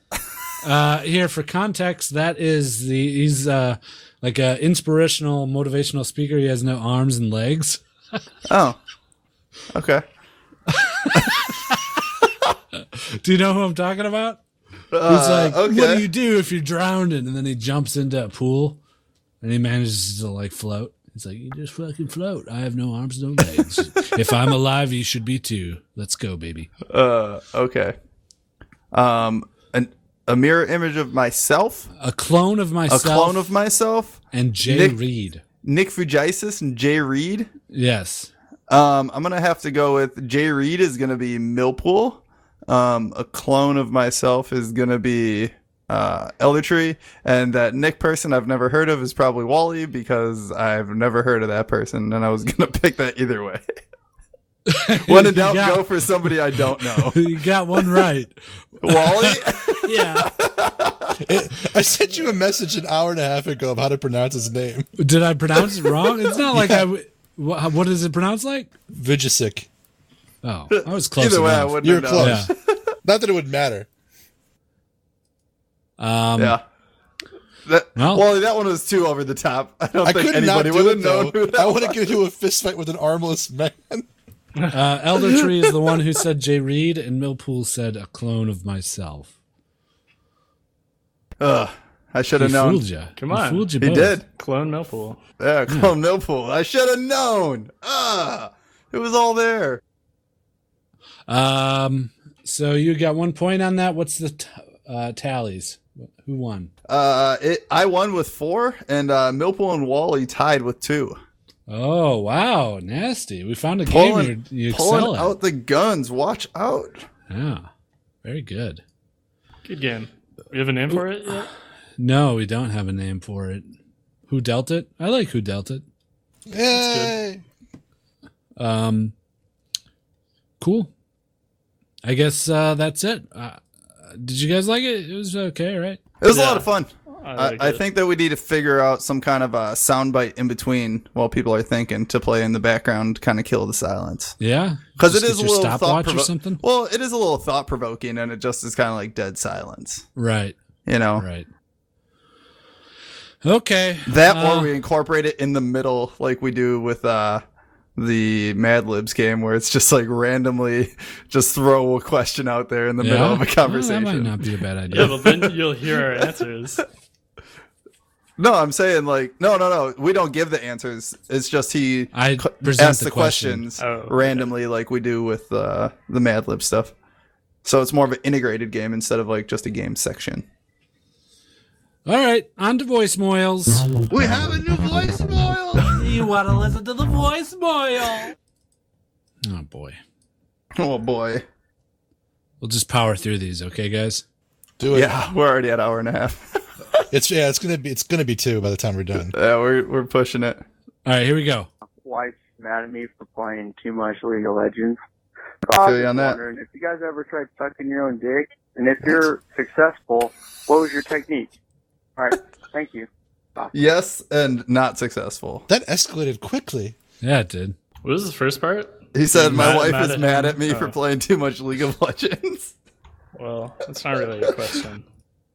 Speaker 1: Uh, here for context, that is the he's uh, like a inspirational, motivational speaker. He has no arms and legs.
Speaker 3: Oh, okay.
Speaker 1: Do you know who I'm talking about?
Speaker 3: Uh,
Speaker 1: He's like, what do you do if you're drowning? And then he jumps into a pool and he manages to like float. He's like, you just fucking float. I have no arms, no legs. if I'm alive, you should be too. Let's go, baby.
Speaker 3: Uh, okay. Um, an, a mirror image of myself,
Speaker 1: A clone of
Speaker 3: a
Speaker 1: myself
Speaker 3: clone of myself,
Speaker 1: and Jay
Speaker 3: Nick-
Speaker 1: Reed.
Speaker 3: Nick Fugisis and Jay Reed.
Speaker 1: Yes.
Speaker 3: Um, I'm gonna have to go with Jay Reed is gonna be Millpool. Um, a clone of myself is gonna be uh, Elder Tree, and that Nick person I've never heard of is probably Wally because I've never heard of that person, and I was gonna pick that either way. when in doubt,
Speaker 1: Yeah.
Speaker 3: go for somebody I don't know.
Speaker 1: You got one right.
Speaker 3: Wally.
Speaker 1: yeah.
Speaker 4: I sent you a message an hour and a half ago of how to pronounce his name,
Speaker 1: Did I pronounce it wrong? It's not like I. W- wha- what is it pronounced like?
Speaker 4: Vujicic.
Speaker 1: Oh, I was close.
Speaker 3: Either way, I
Speaker 1: enough.
Speaker 3: wouldn't.
Speaker 4: You're
Speaker 3: have known.
Speaker 4: close. Not that it would matter.
Speaker 1: Yeah. Um,
Speaker 3: Yeah. That,
Speaker 1: Well-
Speaker 3: well, that one was too over the top. I don't
Speaker 4: I
Speaker 3: think
Speaker 4: could not
Speaker 3: anybody
Speaker 4: do
Speaker 3: would have
Speaker 4: it
Speaker 3: known
Speaker 4: though.
Speaker 3: who
Speaker 4: I
Speaker 3: that
Speaker 4: want to get into a fist fight with an armless man.
Speaker 1: Uh, Elder Tree is the one who said Jay Reed, and Millpool said a clone of myself.
Speaker 3: Ugh, I should
Speaker 1: He
Speaker 3: have known.
Speaker 1: fooled you.
Speaker 2: Come
Speaker 1: He
Speaker 2: on.
Speaker 1: fooled you
Speaker 3: He
Speaker 1: both.
Speaker 3: did.
Speaker 2: Clone Millpool.
Speaker 3: Yeah,
Speaker 4: Hmm.
Speaker 3: Clone Millpool. I should have known. Ah, it was all there.
Speaker 1: Um, so you got one point on that. What's the t- uh, tallies? Who won?
Speaker 3: Uh, it, I won with four, and uh, Millpool and Wally tied with two.
Speaker 1: Oh wow, nasty! We found a game
Speaker 3: Pulling,
Speaker 1: you, you excel
Speaker 3: pulling
Speaker 1: at.
Speaker 3: out the guns. Watch out.
Speaker 1: Yeah, very good.
Speaker 2: Good game. We have a name for it yet?
Speaker 1: No, we don't have a name for it. Who dealt it? I like who dealt it.
Speaker 4: Yay!
Speaker 1: Um, cool. I guess uh, that's it. Uh, did you guys like it? It was okay, right?
Speaker 3: It was a
Speaker 2: Yeah.
Speaker 3: lot of fun. I,
Speaker 2: like
Speaker 3: I
Speaker 2: it.
Speaker 3: think that we need to figure out some kind of a soundbite in between while people are thinking to play in the background, kind of kill the silence.
Speaker 1: Yeah,
Speaker 3: because it
Speaker 1: Just
Speaker 3: is a
Speaker 1: get your
Speaker 3: little thought
Speaker 1: stopwatch or
Speaker 3: provo-
Speaker 1: something.
Speaker 3: Well, it is a little thought provoking, and it just is kind of like dead silence.
Speaker 1: Right,
Speaker 3: You know,
Speaker 1: right. Okay.
Speaker 3: That
Speaker 1: Uh,
Speaker 3: or we incorporate it in the middle, like we do with uh, the Mad Libs game, where it's just like randomly just throw a question out there in the
Speaker 1: yeah?
Speaker 3: middle of a
Speaker 1: Well,
Speaker 3: conversation.
Speaker 1: that might not be a bad
Speaker 2: Yeah,
Speaker 1: idea.
Speaker 2: but then you'll hear our answers.
Speaker 3: No, I'm saying like no, no, no. We don't give the answers. It's just he
Speaker 1: I
Speaker 3: cu-
Speaker 1: present
Speaker 3: asks
Speaker 1: the
Speaker 3: the,
Speaker 1: question.
Speaker 3: questions
Speaker 2: Oh, okay.
Speaker 3: randomly, like we do with uh, the Mad Lib stuff. So it's more of an integrated game instead of like just a game section.
Speaker 1: All right, on to voicemails.
Speaker 3: We have a new voicemail.
Speaker 5: You want to listen to the voicemail?
Speaker 1: Oh boy,
Speaker 3: oh boy.
Speaker 1: we'll just power through these, okay, guys?
Speaker 4: Do it.
Speaker 3: Yeah, we're already at hour and a half.
Speaker 4: It's yeah. It's gonna be. It's gonna be two by the time we're done.
Speaker 3: yeah, we're we're pushing it.
Speaker 1: All right, here we go.
Speaker 6: wife's mad at me for playing too much League of Legends.
Speaker 3: feel
Speaker 6: was
Speaker 3: you on
Speaker 6: just
Speaker 3: that.
Speaker 6: wondering If you guys ever tried sucking your own dick, and if you're successful, what was your technique? All right, thank you.
Speaker 3: Yes, and not successful.
Speaker 4: That escalated quickly.
Speaker 1: Yeah, it did.
Speaker 2: What was the first part?
Speaker 3: He said, "My
Speaker 2: Mad-
Speaker 3: wife
Speaker 2: mad
Speaker 3: is
Speaker 2: at
Speaker 3: mad
Speaker 2: him.
Speaker 3: at me for
Speaker 2: Oh.
Speaker 3: playing too much League of Legends."
Speaker 2: Well, that's not really a question.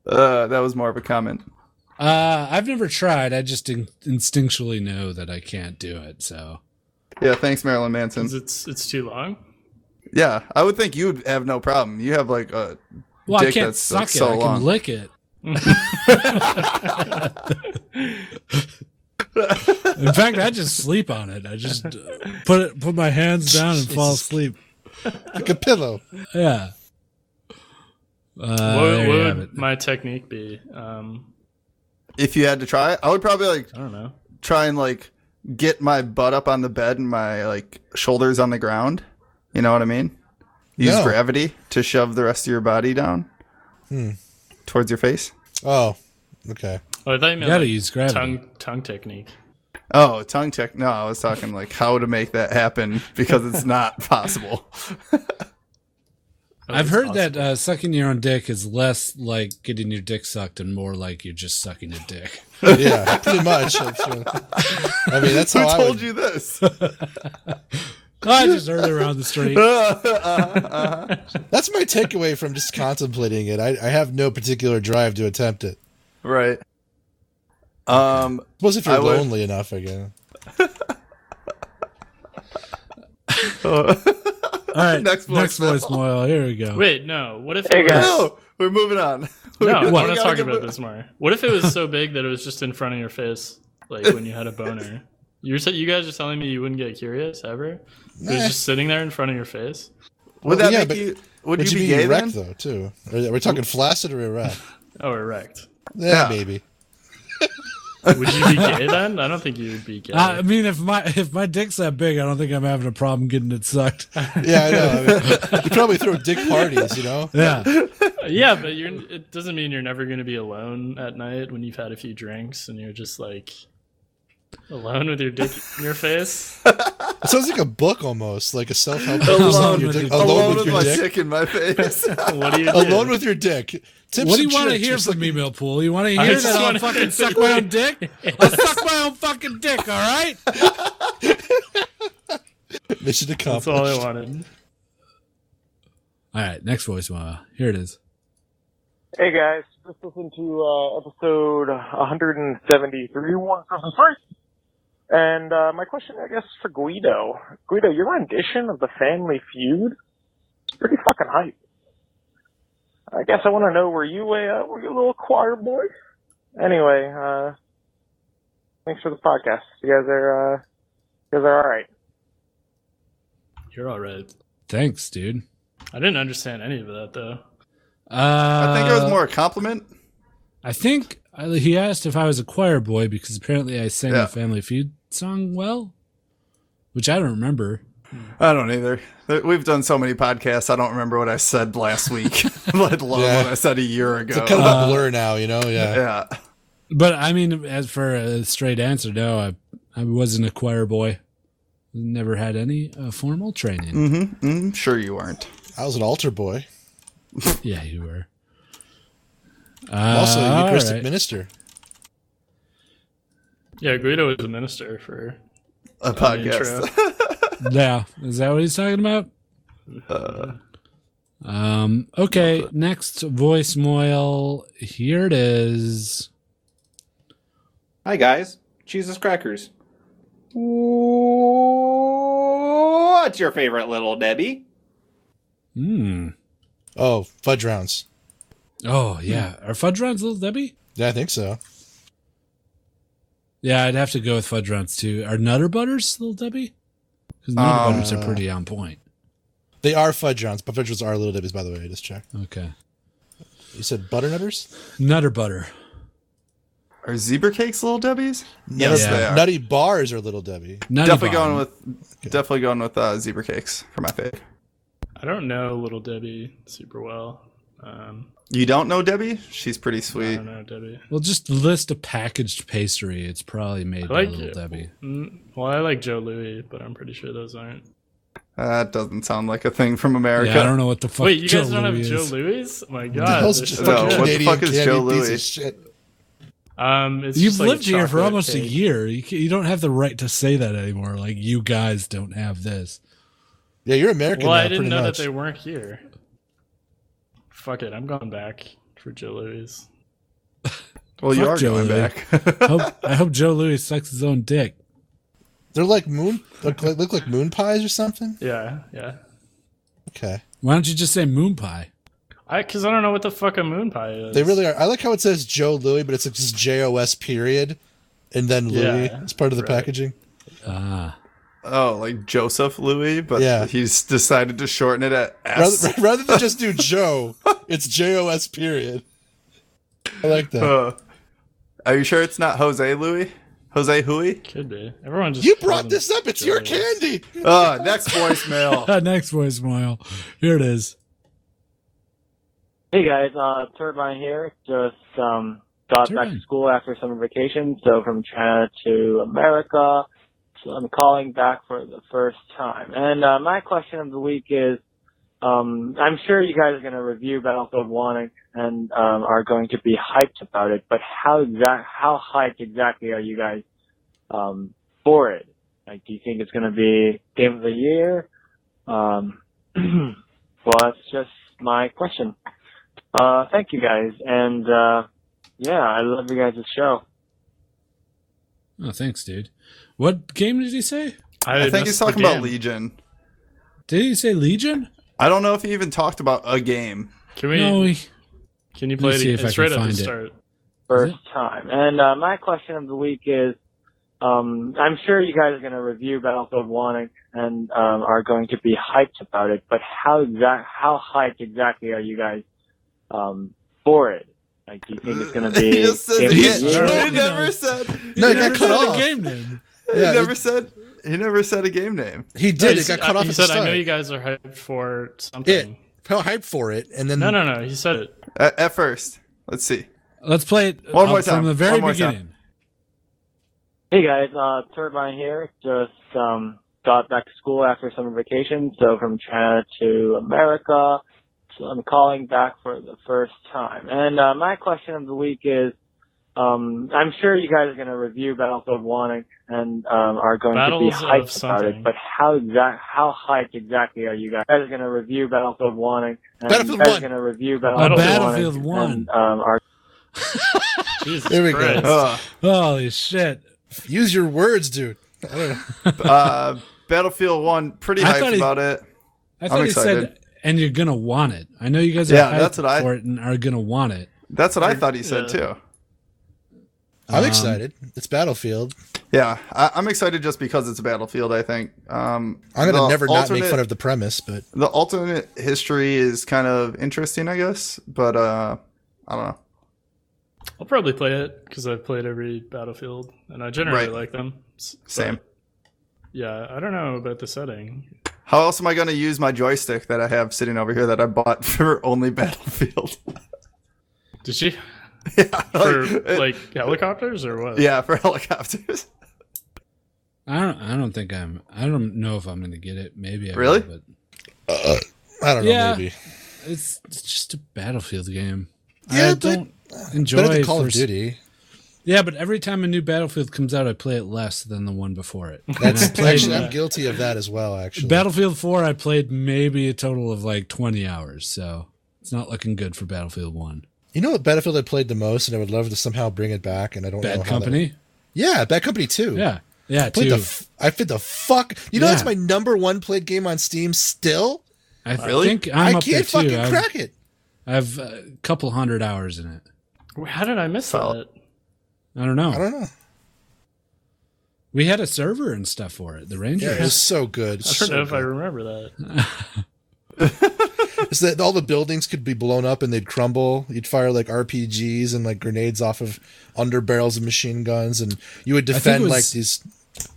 Speaker 2: Oh.
Speaker 3: Uh, that was more of a comment.
Speaker 1: Uh, I've never tried. I just in- instinctually know that I can't do it. So
Speaker 3: Yeah, thanks, Marilyn Manson.
Speaker 2: 'Cause It's it's too long.
Speaker 3: Yeah, I would think you would have no problem. You have like a
Speaker 1: Well, I
Speaker 3: Dick,
Speaker 1: can't
Speaker 3: that's-
Speaker 1: suck
Speaker 3: that's
Speaker 1: it.
Speaker 3: so
Speaker 1: I
Speaker 3: long.
Speaker 1: can lick it. In fact, I just sleep on it. I just uh, put it, put my hands down and fall asleep.
Speaker 4: Like a pillow.
Speaker 1: Yeah. Uh,
Speaker 2: what
Speaker 1: there
Speaker 2: what
Speaker 1: you
Speaker 2: would
Speaker 1: have it.
Speaker 2: my technique be? Um,
Speaker 3: if you had to try, it, I would probably like
Speaker 2: I don't know.
Speaker 3: try and like get my butt up on the bed and my like shoulders on the ground. You know what I mean? Use
Speaker 4: No.
Speaker 3: gravity to shove the rest of your body down
Speaker 4: Hmm.
Speaker 3: towards your face.
Speaker 4: Oh, okay.
Speaker 2: Oh, I thought you
Speaker 1: You
Speaker 2: meant
Speaker 1: gotta
Speaker 2: like,
Speaker 1: use gravity.
Speaker 2: tongue tongue technique.
Speaker 3: Oh, tongue check. No, I was talking like how to make that happen because it's not possible.
Speaker 2: Oh,
Speaker 1: I've
Speaker 2: it's
Speaker 1: heard
Speaker 2: possible.
Speaker 1: that uh, sucking your own dick is less like getting your dick sucked and more like you're just sucking a dick.
Speaker 4: Yeah, pretty much. That's, uh, I mean, that's
Speaker 3: Who
Speaker 4: how I
Speaker 3: told
Speaker 4: would-
Speaker 3: you this?
Speaker 1: Oh, I just heard it around the street.
Speaker 4: Uh-huh, That's my takeaway from just contemplating it. I, I have no particular drive to attempt it.
Speaker 3: right. Um,
Speaker 4: Suppose if you're
Speaker 3: I would-
Speaker 4: lonely enough, I guess.
Speaker 1: All right,
Speaker 3: Next
Speaker 1: next, next
Speaker 3: voicemail.
Speaker 1: voicemail. Here we go.
Speaker 2: Wait, no. What if
Speaker 6: Hey,
Speaker 2: it was,
Speaker 6: guys.
Speaker 3: no, we're moving on.
Speaker 2: no? I
Speaker 3: We
Speaker 2: want to
Speaker 3: gotta
Speaker 2: talk
Speaker 3: get
Speaker 2: about
Speaker 3: mo-
Speaker 2: this more. What if it was so big that it was just in front of your face, like when you had a boner? You're sa- you guys are telling me you wouldn't get curious ever? It was
Speaker 4: Nah.
Speaker 2: just sitting there in front of your face.
Speaker 3: Would
Speaker 4: Well,
Speaker 3: that
Speaker 4: yeah,
Speaker 3: make
Speaker 4: but
Speaker 3: you? Would,
Speaker 4: Would
Speaker 3: you, be, gay then?
Speaker 4: erect though too? Are, are we talking flaccid or erect?
Speaker 2: Oh, erect.
Speaker 3: Yeah.
Speaker 4: Yeah, maybe.
Speaker 2: Would you be gay then? I don't think you would be gay.
Speaker 1: Uh, I mean, if my if my dick's that big, I don't think I'm having a problem getting it sucked.
Speaker 4: Yeah, I know. I mean, you probably throw dick parties, you know.
Speaker 1: Yeah,
Speaker 2: yeah, but you're. It doesn't mean you're never going to be alone at night when you've had a few drinks and you're just like alone with your dick in your face.
Speaker 4: It sounds like a book almost, like a self-help book.
Speaker 3: Alone
Speaker 4: Alone your
Speaker 1: with
Speaker 4: dick-
Speaker 1: your-
Speaker 4: alone
Speaker 3: Alone
Speaker 4: with
Speaker 3: with
Speaker 4: your
Speaker 3: my
Speaker 4: dick.
Speaker 3: dick in my face.
Speaker 2: What do you do?
Speaker 4: Alone with your dick. Tips
Speaker 1: what do
Speaker 4: and
Speaker 1: you want to
Speaker 4: tricks.
Speaker 1: hear
Speaker 4: It's
Speaker 1: from
Speaker 4: like-
Speaker 1: me, Millpool? You want to
Speaker 2: I
Speaker 1: hear
Speaker 2: just
Speaker 1: that I'll
Speaker 2: wanna-
Speaker 1: fucking suck my own dick? I'll suck my own fucking dick. All right.
Speaker 4: Mission
Speaker 2: That's all I
Speaker 4: accomplished.
Speaker 2: wanted.
Speaker 1: All right, next voicemail. Here it is.
Speaker 6: Hey guys, just listen to uh, episode 173, one seven three. And uh, my question, I guess, is for Guido. Guido, your rendition of the Family Feud is pretty fucking hype. I guess I want to know, were you a uh, were you a little choir boy? Anyway, uh, thanks for the podcast. You guys are uh, you guys are all right.
Speaker 2: You're all right.
Speaker 1: Thanks, dude.
Speaker 2: I didn't understand any of that though.
Speaker 1: Uh,
Speaker 3: I think it was more a compliment.
Speaker 1: I think uh, he asked if I was a choir boy because apparently I sang
Speaker 3: Yeah.
Speaker 1: the Family Feud song well, which I don't remember.
Speaker 3: I don't either. There- We've done so many podcasts. I don't remember what I said last week. Let alone
Speaker 4: Yeah.
Speaker 3: what I said a year ago. Uh,
Speaker 4: It's kind of a blur now, you know. Yeah.
Speaker 3: yeah.
Speaker 1: But I mean, as for a straight answer, no, I I wasn't a choir boy. Never had any uh, formal training.
Speaker 3: Mm-hmm. mm Sure, you aren't.
Speaker 4: I was an altar boy.
Speaker 1: Yeah, you were.
Speaker 4: Also,
Speaker 1: Uh,
Speaker 4: a Eucharistic
Speaker 1: alright.
Speaker 4: minister.
Speaker 2: Yeah, Guido was a minister for
Speaker 3: A
Speaker 2: an
Speaker 3: podcast.
Speaker 2: intro.
Speaker 1: Yeah, is that what he's talking about?
Speaker 2: Uh,
Speaker 1: um. Okay. Next voicemail. Here it is.
Speaker 8: Hi guys, Jesus crackers. What's your favorite little Debbie?
Speaker 1: Hmm.
Speaker 4: Oh, fudge rounds.
Speaker 1: Oh yeah. Are fudge rounds little Debbie?
Speaker 4: Yeah, I think so.
Speaker 1: Yeah, I'd have to go with fudge rounds too. Are nutter butters little Debbie? Because nutter
Speaker 2: Uh,
Speaker 3: Um,
Speaker 1: butters are pretty on point.
Speaker 4: They are fudge rounds, but fudge rounds are little dibbies, by the way. I just checked.
Speaker 1: Okay.
Speaker 4: You said butternutters?
Speaker 1: Nutter butter.
Speaker 3: Are zebra cakes little Debbie's?
Speaker 4: Yes,
Speaker 1: they
Speaker 3: are.
Speaker 4: Nutty bars are little Debbie.
Speaker 1: Nutty
Speaker 3: Definitely
Speaker 1: Bomb.
Speaker 3: going with definitely going with uh, zebra cakes for my fave.
Speaker 2: I don't know Little Debbie super well. Um,
Speaker 3: You don't know Debbie? She's pretty
Speaker 2: I
Speaker 3: sweet.
Speaker 2: don't know Debbie.
Speaker 1: Well, just list a packaged pastry. It's probably made
Speaker 2: I
Speaker 1: by
Speaker 2: like
Speaker 1: Little
Speaker 2: it.
Speaker 1: Debbie.
Speaker 2: Mm, well, I like Joe Louis, but I'm pretty sure those aren't.
Speaker 3: That doesn't sound like a thing from America.
Speaker 1: Yeah, I don't know what the fuck.
Speaker 2: Wait, you
Speaker 1: Joe
Speaker 2: guys don't
Speaker 1: Louis
Speaker 2: have
Speaker 1: is.
Speaker 2: Joe Louis? Oh my
Speaker 4: The
Speaker 2: god!
Speaker 4: hell's
Speaker 2: there's
Speaker 4: just
Speaker 3: No,
Speaker 4: fucking
Speaker 3: what
Speaker 2: so-
Speaker 3: the
Speaker 4: Canadian
Speaker 3: fuck is
Speaker 4: candy
Speaker 3: Joe
Speaker 4: piece
Speaker 3: Louis?
Speaker 4: of shit.
Speaker 2: um, it's
Speaker 1: You've
Speaker 2: just like a
Speaker 1: lived here for
Speaker 2: chocolate
Speaker 1: almost a
Speaker 2: cake.
Speaker 1: year. You, ca- you don't have the right to say that anymore. Like you guys don't have this.
Speaker 4: Yeah, you're American
Speaker 2: Well,
Speaker 4: now,
Speaker 2: I didn't
Speaker 4: pretty
Speaker 2: know
Speaker 4: much.
Speaker 2: that they weren't here. Fuck it, I'm going back for Joe Louis.
Speaker 3: Well, you
Speaker 1: Fuck
Speaker 3: are
Speaker 1: Joe
Speaker 3: going
Speaker 1: Louis.
Speaker 3: back.
Speaker 1: Hope, I hope Joe Louis sucks his own dick.
Speaker 4: They're like moon, look like, look like moon pies or something.
Speaker 2: Yeah, yeah.
Speaker 4: Okay,
Speaker 1: Why don't you just say moon pie?
Speaker 2: I because I don't know what the fuck a moon pie is.
Speaker 4: they really are. I like how it says Joe Louis, but it's like just J O S period, and then Louis.
Speaker 2: Yeah,
Speaker 4: it's part of the
Speaker 2: right.
Speaker 4: packaging.
Speaker 1: Ah,
Speaker 3: oh, like Joseph Louis, but
Speaker 4: Yeah.
Speaker 3: he's decided to shorten it at S.
Speaker 4: Rather, rather than just do Joe, it's J O S period. I like that.
Speaker 1: Oh,
Speaker 3: Uh, are you sure it's not Jose Louis? Jose Hui?
Speaker 2: could be. Everyone just
Speaker 4: you
Speaker 2: calls
Speaker 4: brought
Speaker 2: them
Speaker 4: this up. It's your
Speaker 2: Joe.
Speaker 4: candy.
Speaker 3: Uh, next voicemail.
Speaker 1: next voicemail. Here it is.
Speaker 9: Hey guys, uh, Turbine here. Just um, got back
Speaker 1: Turbine.
Speaker 9: to school after summer vacation, so from China to America. So I'm calling back for the first time. And uh, my question of the week is, um, I'm sure you guys are going to review Battlefield 1 and, and um, are going to be hyped about it, but how exact, how hyped exactly are you guys um, for it? Like, do you think it's going to be Game of the Year? Um, well, that's just my question. Uh, thank you guys, and uh, yeah, I love you guys' show.
Speaker 1: Oh, thanks, dude. What game did he say?
Speaker 3: I think he's
Speaker 2: missed
Speaker 3: talking
Speaker 2: the
Speaker 3: about
Speaker 2: game.
Speaker 3: Legion.
Speaker 1: Did he say Legion?
Speaker 3: I don't know if he even talked about a game.
Speaker 2: Can we?
Speaker 1: no, he-
Speaker 2: Can you
Speaker 1: Let me
Speaker 2: play it?
Speaker 1: see if
Speaker 2: again?
Speaker 1: I
Speaker 2: It's
Speaker 1: can
Speaker 2: right at the
Speaker 1: find it.
Speaker 2: start.
Speaker 9: First
Speaker 1: Is
Speaker 9: time. And uh, my question of the week is, um, I'm sure you guys are going to review Battlefield 1 and, and um, are going to be hyped about it, but how exact, how hyped exactly are you guys um, for it? Like, do you think it's going to be?
Speaker 3: he just said
Speaker 9: Game of
Speaker 3: he,
Speaker 9: the Year?
Speaker 1: Alright.
Speaker 3: he never said.
Speaker 4: No,
Speaker 3: he
Speaker 4: it
Speaker 3: never
Speaker 4: got
Speaker 1: Never
Speaker 4: cut
Speaker 1: said
Speaker 3: said-
Speaker 1: the
Speaker 4: off.
Speaker 1: game name.
Speaker 3: He
Speaker 4: Yeah,
Speaker 3: never
Speaker 4: it-
Speaker 3: said. He never said a game name.
Speaker 4: He
Speaker 2: No,
Speaker 4: did.
Speaker 2: he
Speaker 4: it
Speaker 2: said-
Speaker 4: got cut
Speaker 2: I- Uh,
Speaker 4: off
Speaker 2: He
Speaker 4: at
Speaker 2: said,
Speaker 4: the start.
Speaker 2: "I know you guys are hyped for something."
Speaker 4: it. How hype for it, and then
Speaker 2: No, no, no. He said it.
Speaker 3: At, at first, let's see.
Speaker 1: Let's play it
Speaker 3: One
Speaker 1: uh,
Speaker 3: more
Speaker 1: from
Speaker 3: time.
Speaker 1: the very
Speaker 3: One more time.
Speaker 1: beginning.
Speaker 9: Hey guys, uh, Turbine here. Just um, got back to school after summer vacation, so from China to America. So I'm calling back for the first time. And uh, my question of the week is, um, I'm sure you guys are going to review Battlefield 1 and, and um, are going to be
Speaker 2: Battles of
Speaker 9: hyped about
Speaker 2: something.
Speaker 9: it, but how exact, how hyped exactly are you guys? You guys are going to review Battlefield 1 and, and
Speaker 4: Battlefield
Speaker 9: you guys
Speaker 4: 1.
Speaker 9: are going to review Battlefield,
Speaker 1: Battlefield
Speaker 9: 1
Speaker 1: 1.
Speaker 9: and, and um, are
Speaker 2: Jesus
Speaker 4: There we go.
Speaker 2: Christ.
Speaker 3: Uh,
Speaker 1: Holy shit!
Speaker 4: use your words, dude. I don't know.
Speaker 3: uh, Battlefield One, pretty
Speaker 1: I
Speaker 3: hyped
Speaker 1: thought he-
Speaker 3: about it.
Speaker 1: I thought he said,
Speaker 3: excited.
Speaker 1: "And you're gonna want it." I know you guys are
Speaker 3: Yeah,
Speaker 1: hyped
Speaker 3: that's what I-
Speaker 1: for it and are gonna want it.
Speaker 3: That's what I thought he said
Speaker 2: Yeah.
Speaker 3: too.
Speaker 4: I'm
Speaker 1: Um,
Speaker 4: excited. It's Battlefield.
Speaker 3: Yeah, I, I'm excited just because it's Battlefield. I think um,
Speaker 4: I'm gonna
Speaker 3: the
Speaker 4: never not make
Speaker 3: alternate-
Speaker 4: fun of the premise, but
Speaker 3: the alternate history is kind of interesting, I guess. But uh, I don't know.
Speaker 2: I'll probably play it because I've played every Battlefield and I generally
Speaker 3: Right.
Speaker 2: like them. S- but,
Speaker 3: Same.
Speaker 2: yeah, I don't know about the setting.
Speaker 3: How else am I going to use my joystick that I have sitting over here that I bought for only Battlefield?
Speaker 2: Did she
Speaker 3: yeah,
Speaker 2: for
Speaker 4: Oh,
Speaker 3: it-
Speaker 2: like helicopters or what?
Speaker 3: yeah, for helicopters.
Speaker 1: I don't. I don't think I'm. I don't know if I'm gonna get it. Maybe. I
Speaker 3: Really?
Speaker 1: Will,
Speaker 4: Uh, I don't
Speaker 1: Yeah.
Speaker 4: know. Maybe
Speaker 1: but it's, it's just a battlefield game.
Speaker 4: Yeah,
Speaker 1: I
Speaker 4: but-
Speaker 1: don't enjoy
Speaker 4: better than Call of
Speaker 1: first-
Speaker 4: Duty.
Speaker 1: Yeah, but every time a new battlefield comes out, I play it less than the one before it. And I
Speaker 4: That's
Speaker 1: played-
Speaker 4: actually I'm guilty of that as well. Actually,
Speaker 1: Battlefield Four. I played maybe a total of like 20 hours, so it's not looking good for Battlefield One.
Speaker 4: you know what Battlefield I played the most, and I would love to somehow bring it back, and I don't know
Speaker 1: Bad
Speaker 4: how that-
Speaker 1: Company.
Speaker 4: Yeah, Bad Company Two.
Speaker 1: Yeah. Yeah,
Speaker 4: played
Speaker 1: too.
Speaker 4: the. F- I played the fuck. You know
Speaker 1: Yeah.
Speaker 4: that's my number one played game on Steam still.
Speaker 1: I
Speaker 3: Really?
Speaker 1: think I'm
Speaker 4: I
Speaker 1: up
Speaker 4: can not
Speaker 1: there too.
Speaker 4: fucking
Speaker 1: I've-
Speaker 4: crack it.
Speaker 1: I've uh, a couple hundred hours in it.
Speaker 2: How did I miss
Speaker 3: Solid.
Speaker 2: that?
Speaker 1: I don't know.
Speaker 4: I don't know.
Speaker 1: We had a server and stuff for it. The
Speaker 4: Yeah,
Speaker 1: Rangers.
Speaker 4: it was so good.
Speaker 2: I
Speaker 4: So
Speaker 2: don't know if I
Speaker 4: good.
Speaker 2: remember that.
Speaker 4: It's that all the buildings could be blown up and they'd crumble. You'd fire like RPGs and like grenades off of under barrels of machine guns, and you would
Speaker 1: think it
Speaker 4: defend
Speaker 1: was-
Speaker 4: like these.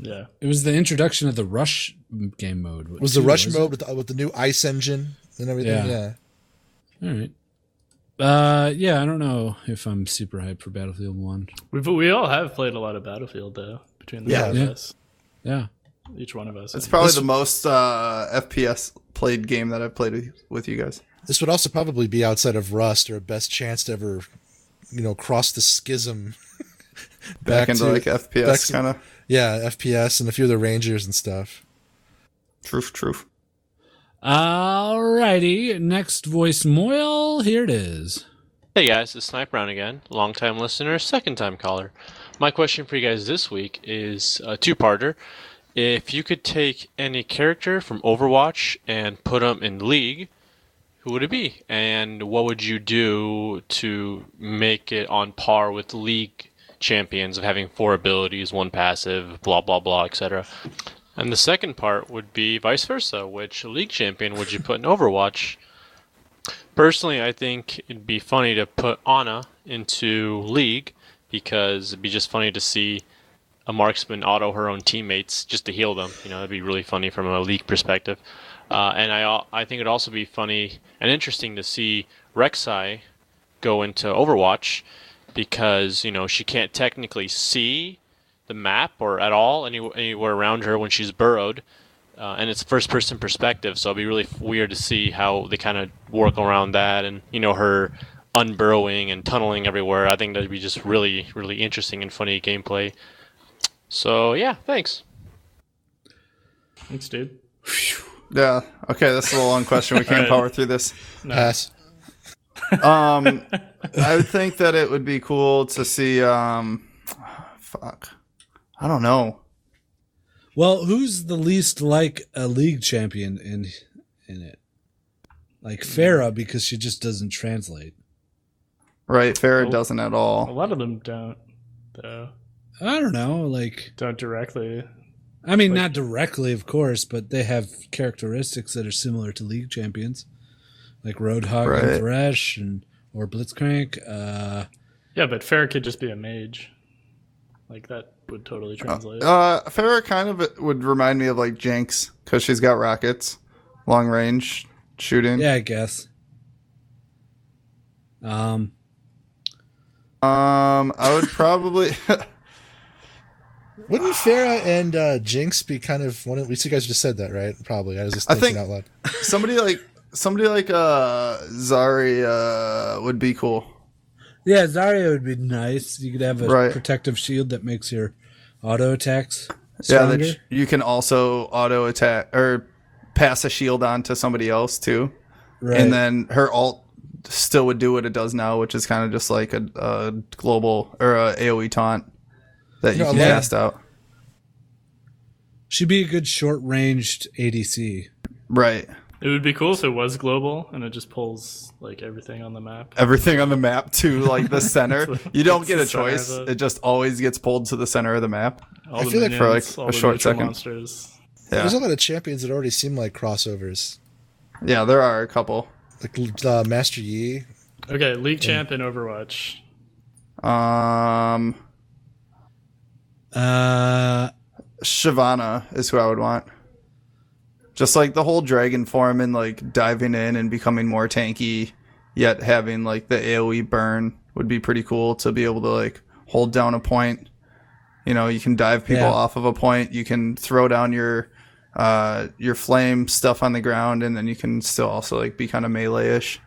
Speaker 2: Yeah.
Speaker 1: It was the introduction of the Rush m- game mode.
Speaker 4: Was the
Speaker 1: too,
Speaker 4: rush
Speaker 1: wasn't
Speaker 4: mode with the, with the new ice engine and everything?
Speaker 1: Yeah.
Speaker 4: Yeah.
Speaker 1: it? All right. Uh, yeah, I don't know if I'm super hyped for Battlefield One.
Speaker 2: We but we all have played a lot of Battlefield though between the
Speaker 3: Yeah.
Speaker 2: two of
Speaker 1: Yeah.
Speaker 2: us.
Speaker 1: Yeah,
Speaker 2: Each one of us.
Speaker 3: It's probably the most uh, FPS played game that I've played with- with you guys.
Speaker 4: This would also probably be outside of Rust or best chance to ever, you know, cross the schism.
Speaker 3: Back, into
Speaker 4: to-
Speaker 3: like
Speaker 4: back
Speaker 3: FPS
Speaker 4: to-
Speaker 3: kind of.
Speaker 4: Yeah, FPS and a few of the Rangers and stuff.
Speaker 3: Truth, truth.
Speaker 1: Alrighty, next voice Moyle. Here it is.
Speaker 10: Hey guys, it's Snipe Round again, longtime listener, second time caller. My question for you guys this week is a two parter. If you could take any character from Overwatch and put them in League, who would it be? And what would you do to make it on par with League champions of having four abilities, one passive, blah, blah, blah, etc.? And the second part would be vice versa. Which League champion would you put in Overwatch? Personally, I think it'd be funny to put Ana into League because it'd be just funny to see a marksman auto her own teammates just to heal them. You know, that'd be really funny from a League perspective. Uh, and I, al- I think it'd also be funny and interesting to see Rek'Sai go into Overwatch because, you know, she can't technically see the map or at all any, anywhere around her when she's burrowed uh, and it's first person perspective, so it'll be really f- weird to see how they kind of work around that and you know her unburrowing and tunneling everywhere. I think that'd be just really really interesting and funny gameplay. So yeah, thanks.
Speaker 2: Thanks, dude.
Speaker 3: Yeah. Okay, this is a long question. We can't
Speaker 2: Alright.
Speaker 3: power through this.
Speaker 4: Pass.
Speaker 3: Um, I would think that it would be cool to see. Um, fuck. I don't know.
Speaker 1: Well, who's the least like a league champion in in it? Like Farah because she just doesn't translate.
Speaker 3: Right, Farah
Speaker 2: Oh.
Speaker 3: doesn't at
Speaker 2: A
Speaker 3: all.
Speaker 2: lot of them don't though.
Speaker 1: I don't know. Like,
Speaker 2: Don't directly.
Speaker 1: I mean,
Speaker 2: Like-
Speaker 1: not directly, of course, but they have characteristics that are similar to league champions, like Roadhog
Speaker 3: Right.
Speaker 1: and Thresh and or Blitzcrank. Uh,
Speaker 2: Yeah, but Farrah could just be a mage. Like that would totally translate.
Speaker 3: Uh, Farah kind of would remind me of like Jinx because she's got rockets, long range shooting.
Speaker 1: yeah, I guess. Um,
Speaker 3: Um, I would probably.
Speaker 4: Wouldn't Farah and uh, Jinx be kind of one of? You guys just said that, right? Probably. I was just
Speaker 3: I
Speaker 4: thinking
Speaker 3: think-
Speaker 4: out loud.
Speaker 3: somebody like somebody like uh Zari uh would be cool.
Speaker 1: yeah, Zarya would be nice. You could have a
Speaker 3: Right.
Speaker 1: protective shield that makes your auto attacks
Speaker 3: Yeah,
Speaker 1: stronger.
Speaker 3: that sh- you can also auto attack or pass a shield on to somebody else too,
Speaker 1: right.
Speaker 3: and then her alt still would do what it does now, which is kind of just like a, a global or a AOE taunt that you
Speaker 4: No,
Speaker 3: can
Speaker 4: I like-
Speaker 3: cast out.
Speaker 1: She'd be a good short ranged ADC.
Speaker 3: Right,
Speaker 2: it would be cool if it was global and it just pulls like everything on the map.
Speaker 3: everything on the map to like the center.
Speaker 2: what-
Speaker 3: you don't
Speaker 2: that's
Speaker 3: get
Speaker 2: the
Speaker 3: a
Speaker 2: center of
Speaker 3: choice;
Speaker 2: it.
Speaker 3: it just always gets pulled to the center of the map.
Speaker 2: All
Speaker 4: I
Speaker 2: the
Speaker 4: feel like
Speaker 3: for, like,
Speaker 2: minions, all
Speaker 3: a
Speaker 2: the
Speaker 3: short
Speaker 2: neutral
Speaker 3: second.
Speaker 2: monsters.
Speaker 3: Yeah,
Speaker 4: There's a lot of champions that already seem like crossovers,
Speaker 3: yeah, there are a couple.
Speaker 4: like uh, Master Yi.
Speaker 2: Okay, League Champ in Overwatch.
Speaker 3: Um,
Speaker 1: Uh,
Speaker 3: Shyvana is who I would want. Just like the whole dragon form and like diving in and becoming more tanky, yet having like the AoE burn would be pretty cool to be able to like hold down a point. You know, you can dive people
Speaker 1: Yeah.
Speaker 3: off of a point. You can throw down your uh your flame stuff on the ground, and then you can still also like be kind of melee-ish.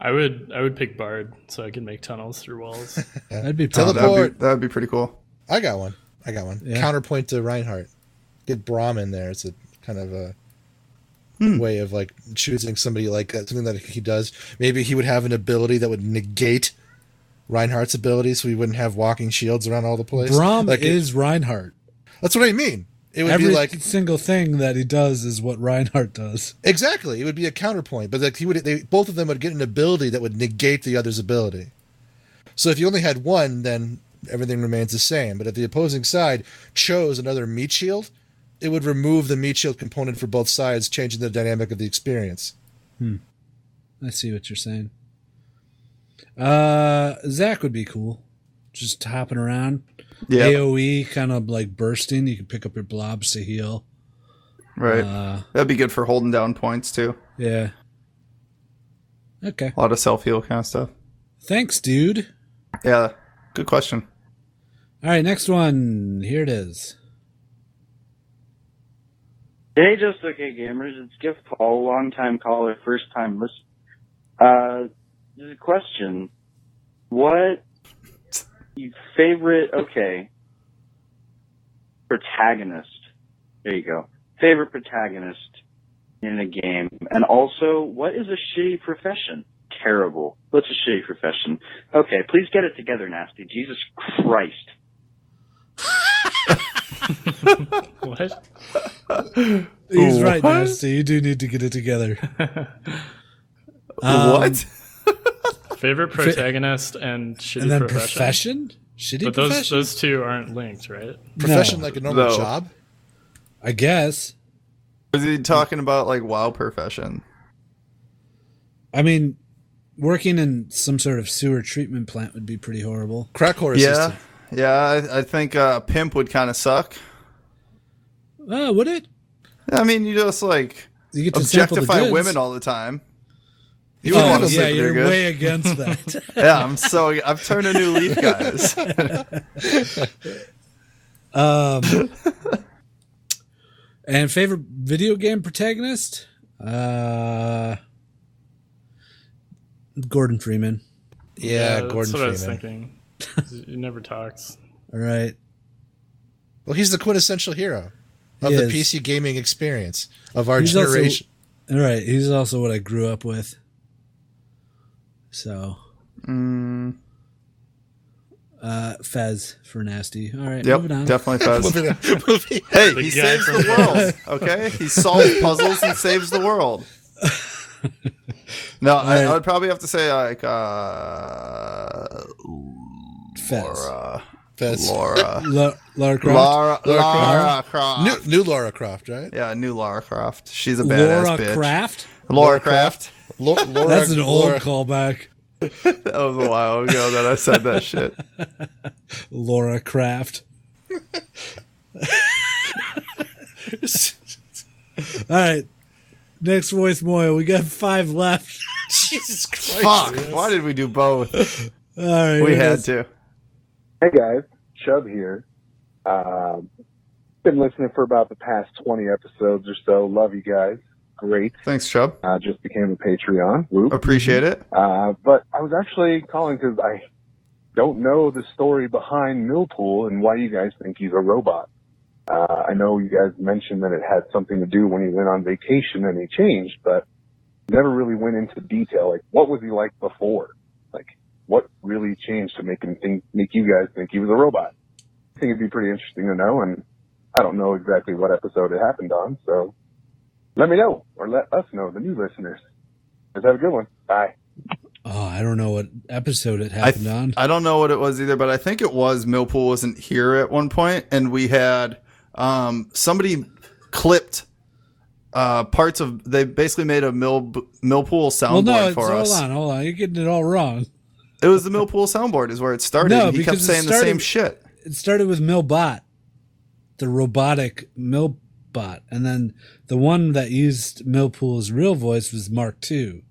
Speaker 2: I would I would pick Bard so I can make tunnels through walls.
Speaker 1: that'd be
Speaker 4: Tell
Speaker 1: probably.
Speaker 4: the-
Speaker 3: That would
Speaker 4: Lord.
Speaker 3: Um, be that would be pretty cool.
Speaker 4: I got one. I got one.
Speaker 1: Yeah.
Speaker 4: Counterpoint to Reinhardt. Get Braum in there. It's a kind of a
Speaker 1: Hmm.
Speaker 4: way of like uh, choosing somebody like that, something that he does. Maybe he would have an ability that would negate Reinhardt's ability, so we wouldn't have walking shields around all the place.
Speaker 1: Brom
Speaker 4: Like, it-
Speaker 1: is Reinhardt.
Speaker 4: That's what I mean. It would
Speaker 1: Every
Speaker 4: be like
Speaker 1: single thing that he does is what Reinhardt does.
Speaker 4: exactly. It would be a counterpoint, but like he would, they both of them would get an ability that would negate the other's ability. So if you only had one, then everything remains the same. But if the opposing side chose another meat shield, it would remove the meat shield component for both sides, changing the dynamic of the experience.
Speaker 1: Hmm. I see what you're saying. Uh, Zach would be cool. Just hopping around.
Speaker 3: Yeah.
Speaker 1: AoE kind of like bursting. You can pick up your blobs to heal.
Speaker 3: Right.
Speaker 1: Uh,
Speaker 3: That'd be good for holding down points too.
Speaker 1: Yeah. Okay.
Speaker 3: A lot of self heal kind of stuff.
Speaker 1: Thanks, dude.
Speaker 3: Yeah. Good question.
Speaker 1: All right, next one. Here it is.
Speaker 11: Hey, just okay, gamers. It's Gift Paul, long time caller, first time listener. Uh, there's a question. What your favorite? Okay, protagonist. There you go. Favorite protagonist in a game, and also what is a shitty profession? Terrible. What's a shitty profession? Okay, please get it together, nasty. Jesus Christ.
Speaker 2: what?
Speaker 1: He's right,
Speaker 2: What?
Speaker 1: Nasty. You do need to get it together. Um,
Speaker 2: What? Favorite protagonist and shitty
Speaker 1: And then
Speaker 2: profession.
Speaker 1: profession? Shitty
Speaker 2: but those
Speaker 1: profession?
Speaker 2: those two aren't linked, right?
Speaker 4: Profession like a normal
Speaker 3: No.
Speaker 4: job.
Speaker 1: I guess.
Speaker 3: Was he talking about like WoW profession?
Speaker 1: I mean, working in some sort of sewer treatment plant would be pretty horrible.
Speaker 4: Crack horse.
Speaker 3: yeah. Yeah, I, I think uh, pimp would kind of suck.
Speaker 1: Oh, would it?
Speaker 3: I mean, you just like
Speaker 1: You get to sample the
Speaker 3: objectify
Speaker 1: goods.
Speaker 3: women all the time. You
Speaker 1: Oh,
Speaker 3: wouldn't want to
Speaker 1: yeah,
Speaker 3: sleep
Speaker 1: you're
Speaker 3: very good.
Speaker 1: way against that.
Speaker 3: yeah, I'm so I've turned a new leaf, guys.
Speaker 1: Um, and favorite video game protagonist? Uh, Gordon Freeman.
Speaker 2: that's what I was thinking. He never talks.
Speaker 1: All right.
Speaker 4: Well, he's the quintessential hero of
Speaker 1: He
Speaker 4: the
Speaker 1: is.
Speaker 4: PC gaming experience of our
Speaker 1: He's also-
Speaker 4: generation.
Speaker 1: all right. He's also what I grew up with. So,
Speaker 3: Mm,
Speaker 1: uh, Fez for nasty. All right.
Speaker 3: yep,
Speaker 1: moving on.
Speaker 3: definitely Fez.
Speaker 4: Moving on. Moving on.
Speaker 3: Hey,
Speaker 2: The
Speaker 3: he
Speaker 2: guy
Speaker 3: saves
Speaker 2: from
Speaker 3: the world. Okay, he solves puzzles and saves the world. No, I, I would probably have to say like uh,
Speaker 1: Fez.
Speaker 3: uh,
Speaker 4: Fez.
Speaker 3: Laura,
Speaker 1: La- Lara Croft.
Speaker 3: Lara,
Speaker 4: Lara
Speaker 3: Lara Croft.
Speaker 4: New, new Laura Croft, right?
Speaker 3: Yeah, new Lara Croft. She's a badass
Speaker 1: Laura
Speaker 3: bitch.
Speaker 1: Craft.
Speaker 3: Laura Croft.
Speaker 4: Lo- Laura,
Speaker 1: That's an old
Speaker 4: Laura-
Speaker 1: callback.
Speaker 3: That was a while ago that I said that shit.
Speaker 1: Laura Craft. All right. Next voice, Moya. We got five left.
Speaker 4: Jesus Christ.
Speaker 3: Fuck! Why did we do both?
Speaker 1: All right.
Speaker 3: We
Speaker 1: here it
Speaker 3: had
Speaker 1: is.
Speaker 3: to.
Speaker 12: Hey guys, Chubb here. Uh, been listening for about the past 20 episodes or so. Love you guys. Great.
Speaker 3: Thanks, Chubb.
Speaker 12: Uh, just became a Patreon. Whoop.
Speaker 3: Appreciate it.
Speaker 12: Uh, but I was actually calling because I don't know the story behind Millpool and why you guys think he's a robot. Uh, I know you guys mentioned that it had something to do when he went on vacation and he changed, but never really went into detail. Like, what was he like before? Like, what really changed to make him think, make you guys think he was a robot? I think it'd be pretty interesting to know, and I don't know exactly what episode it happened on, so let me know, or let us know, the new listeners. Just have a good one. Bye.
Speaker 1: Oh, I don't know what episode it
Speaker 3: I,
Speaker 1: happened
Speaker 3: th-
Speaker 1: on.
Speaker 3: I don't know what it was either, but I think it was Millpool wasn't here at one point, and we had um, somebody clipped uh, parts of. They basically made a Mill Millpool
Speaker 1: well,
Speaker 3: soundboard
Speaker 1: no, it's,
Speaker 3: for
Speaker 1: hold
Speaker 3: us.
Speaker 1: on, hold on. You're getting it all wrong.
Speaker 3: It was the Millpool soundboard is where it started.
Speaker 1: No,
Speaker 3: and he kept
Speaker 1: because it
Speaker 3: saying the
Speaker 1: started-
Speaker 3: same shit.
Speaker 1: It started with Millbot, the robotic Millbot, and then the one that used Millpool's real voice was Mark II.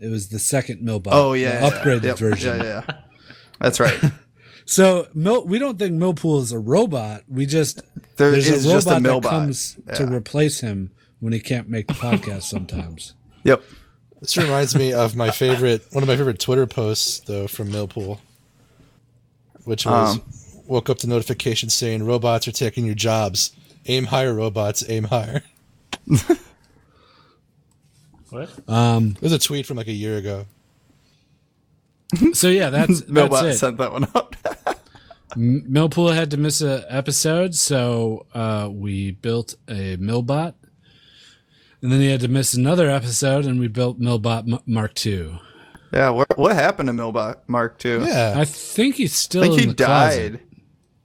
Speaker 1: It was the second Millbot.
Speaker 3: Oh yeah,
Speaker 1: the
Speaker 3: yeah,
Speaker 1: upgraded
Speaker 3: yep,
Speaker 1: version.
Speaker 3: Yeah, yeah, yeah. that's right.
Speaker 1: So Mil- we don't think Millpool is a robot. We just
Speaker 3: There
Speaker 1: there's
Speaker 3: is
Speaker 1: a robot
Speaker 3: just a
Speaker 1: that
Speaker 3: Millbot.
Speaker 1: comes to
Speaker 3: Yeah.
Speaker 1: replace him when he can't make the podcast sometimes.
Speaker 3: Yep.
Speaker 4: This reminds me of my favorite, one of my favorite Twitter posts, though, from Millpool, which was
Speaker 3: Um.
Speaker 4: woke up the notification saying, robots are taking your jobs. Aim higher, robots, aim higher.
Speaker 2: What?
Speaker 1: Um,
Speaker 4: It was a tweet from like a year ago.
Speaker 1: So yeah, that's
Speaker 3: Millbot
Speaker 1: that's it.
Speaker 3: sent that one out.
Speaker 1: M- Millpool had to miss a episode, so uh, we built a Millbot, and then he had to miss another episode, and we built Millbot M- Mark Two.
Speaker 3: Yeah, what, what happened to Millbot Mark Two?
Speaker 1: I think he's still.
Speaker 3: I think
Speaker 1: in
Speaker 3: he
Speaker 1: the
Speaker 3: died.
Speaker 1: closet.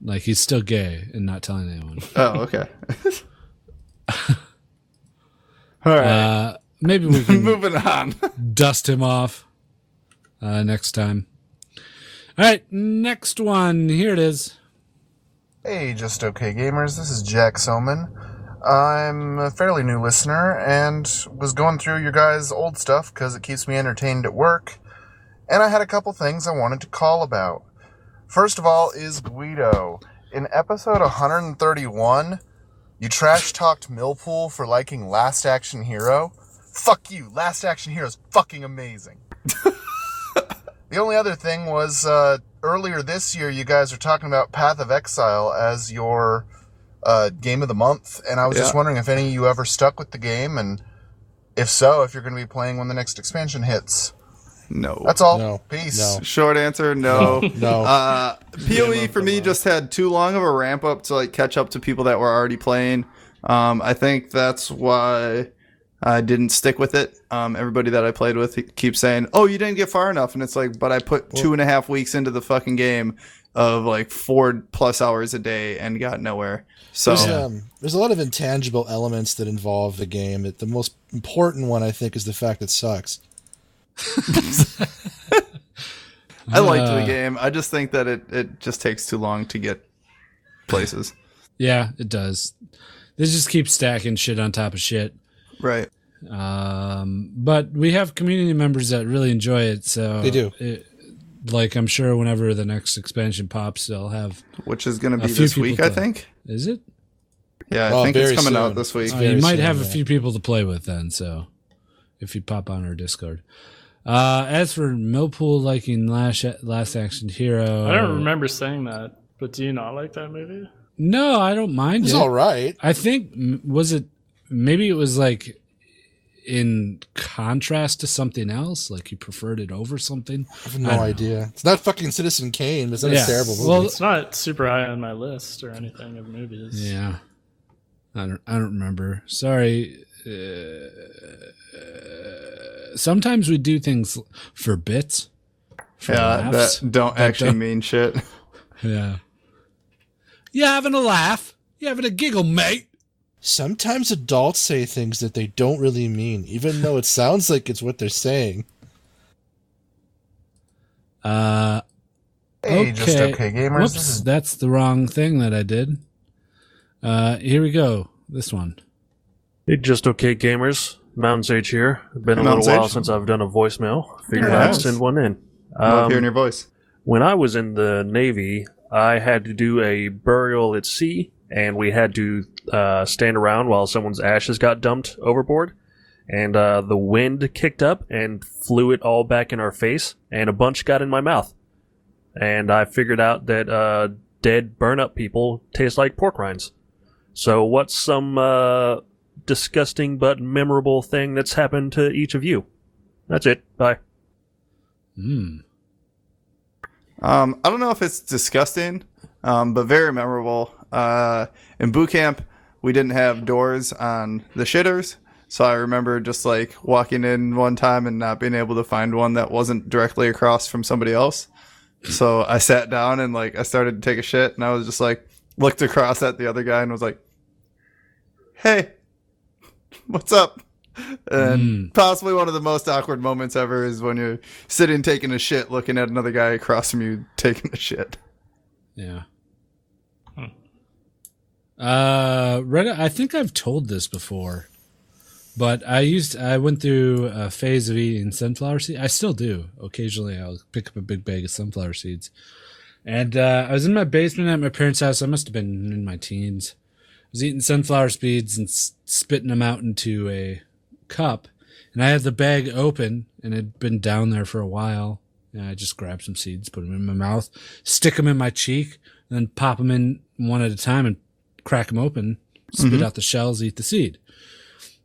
Speaker 1: Like he's still gay and not telling anyone.
Speaker 3: Oh, okay. All right.
Speaker 1: Uh, maybe we can
Speaker 3: moving on.
Speaker 1: dust him off uh, next time. All right, next one. Here it is.
Speaker 13: Hey, just okay gamers. This is Jack Soman. I'm a fairly new listener and was going through your guys' old stuff because it keeps me entertained at work. And I had a couple things I wanted to call about. First of all, is Guido. In episode 131, you trash talked Millpool for liking Last Action Hero. Fuck you. Last Action Hero is fucking amazing. The only other thing was uh, earlier this year, you guys were talking about Path of Exile as your uh, game of the month, and I was just
Speaker 14: Yeah.
Speaker 13: wondering if any of you ever stuck with the game, and if so, if you're going to be playing when the next expansion hits.
Speaker 3: No.
Speaker 13: That's all. Peace.
Speaker 3: Short answer, no.
Speaker 13: No.
Speaker 3: Uh, PoE for me just had too long of a ramp up to like catch up to people that were already playing. Um, I think that's why I didn't stick with it. Um, everybody that I played with keeps saying, "Oh, you didn't get far enough," and it's like, but I put two and a half weeks into the fucking game of like four plus hours a day and got nowhere. So
Speaker 4: there's, um, there's a lot of intangible elements that involve the game. It- The most important one, I think, is the fact it sucks.
Speaker 3: I liked
Speaker 1: Uh,
Speaker 3: the game. I just think that it it just takes too long to get places.
Speaker 1: Yeah, it does. They just keep stacking shit on top of shit.
Speaker 3: Right.
Speaker 1: Um, but we have community members that really enjoy it, so
Speaker 4: They do.
Speaker 1: it- like I'm sure whenever the next expansion pops, they'll have
Speaker 3: which is going
Speaker 1: a
Speaker 3: to be
Speaker 1: few
Speaker 3: this
Speaker 1: people
Speaker 3: week, I
Speaker 1: to-
Speaker 3: think.
Speaker 1: Is it?
Speaker 3: Yeah, I
Speaker 1: Oh,
Speaker 3: think it's
Speaker 1: very
Speaker 3: coming out
Speaker 1: soon.
Speaker 3: this week.
Speaker 1: Oh, you might have a few people to play with then, so if you pop on our Discord. Uh, as for Millpool liking Last, Last Action Hero,
Speaker 4: Uh,
Speaker 2: I don't remember saying that, but do you not like that movie?
Speaker 1: No, I don't mind.
Speaker 2: It's
Speaker 1: it.
Speaker 2: all right.
Speaker 1: I think m- was it maybe it was like in contrast to something else, like you preferred it over something. I
Speaker 4: have no
Speaker 1: don't know.
Speaker 4: idea. It's not fucking Citizen Kane, but it's not a terrible movie.
Speaker 1: Well,
Speaker 2: it's not super high on my list or anything of movies.
Speaker 1: Yeah, I don't. I don't remember. Sorry. Uh, sometimes we do things for bits. for
Speaker 3: Yeah,
Speaker 1: laughs,
Speaker 3: that don't
Speaker 1: but
Speaker 3: actually
Speaker 1: don't-
Speaker 3: mean shit.
Speaker 1: Yeah. You having a laugh? You having a giggle, mate?
Speaker 4: Sometimes adults say things that they don't really mean, even though it sounds like it's what they're saying.
Speaker 1: Uh,
Speaker 4: Hey, just okay, gamers.
Speaker 1: Whoops,
Speaker 4: This is-
Speaker 1: that's the wrong thing that I did. Uh, here we go. This one.
Speaker 15: Hey, just okay, gamers. Mountains Age here. Been a
Speaker 1: Mountain
Speaker 15: little while
Speaker 1: Sage.
Speaker 15: since I've done a voicemail. Figured
Speaker 1: Yeah.
Speaker 15: I'd send one in.
Speaker 1: Love hearing your
Speaker 3: voice.
Speaker 15: Um, When I was in the Navy, I had to do a burial at sea, and we had to uh, stand around while someone's ashes got dumped overboard. And uh, the wind kicked up and flew it all back in our face, and a bunch got in my mouth. And I figured out that uh, dead burn up people taste like pork rinds. So, what's some uh, disgusting but memorable thing that's happened to each of you? That's it. Bye.
Speaker 1: Mm.
Speaker 3: Um, I don't know if it's disgusting, um, but very memorable. Uh, in boot camp, we didn't have doors on the shitters, so I remember just like walking in one time and not being able to find one that wasn't directly across from somebody else. So I sat down and like I started to take a shit, and I was just like looked across at the other guy and was like, "Hey, what's up?" And possibly one of the most awkward moments ever is when you're sitting taking a shit, looking at another guy across from you taking a shit.
Speaker 1: Yeah.
Speaker 4: Hmm.
Speaker 1: Uh, Reddit. I think I've told this before, but I used I went through a phase of eating sunflower seeds. I still do occasionally. I'll pick up a big bag of sunflower seeds, and uh, I was in my basement at my parents' house. I must have been in my teens. I was eating sunflower seeds and s- spitting them out into a cup, and I had the bag open, and it had been down there for a while. And I just grabbed some seeds, put them in my mouth, stick them in my cheek, and then pop them in one at a time and crack them open, spit
Speaker 16: Mhm.
Speaker 1: out the shells, eat the seed.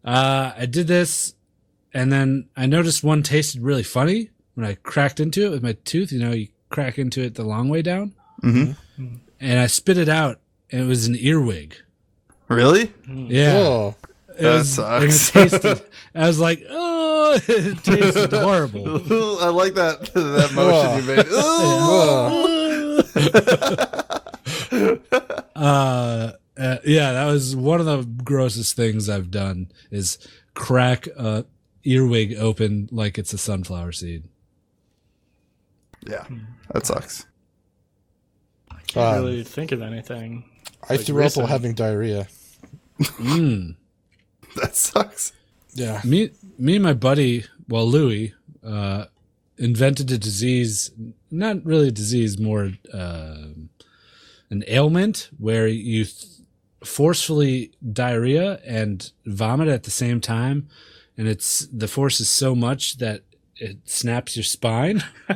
Speaker 1: Uh, I did this, and then I noticed one tasted really funny, when I cracked into it with my tooth. You know, you crack into it the long way down,
Speaker 3: Mm-hmm.
Speaker 1: and I spit it out, and it was an earwig.
Speaker 3: Really?
Speaker 1: Yeah.
Speaker 3: Whoa.
Speaker 1: It
Speaker 3: That
Speaker 1: was- and it
Speaker 3: sucks.
Speaker 1: tasted- I was like, oh, it tasted horrible.
Speaker 3: I like that that motion you made.
Speaker 1: uh, uh, yeah, that was one of the grossest things I've done is crack a earwig open like it's a sunflower seed.
Speaker 3: Yeah, that sucks.
Speaker 2: Hmm. Can't
Speaker 4: Um,
Speaker 2: really think of anything.
Speaker 4: I
Speaker 2: like,
Speaker 4: threw
Speaker 2: recent.
Speaker 4: up while having diarrhea.
Speaker 3: That sucks.
Speaker 4: Yeah.
Speaker 1: Hmm. Me, me and my buddy, well, Louis, uh, invented a disease, not really a disease, more um an ailment where you th- forcefully diarrhea and vomit at the same time. And it's the force is so much that it snaps your spine.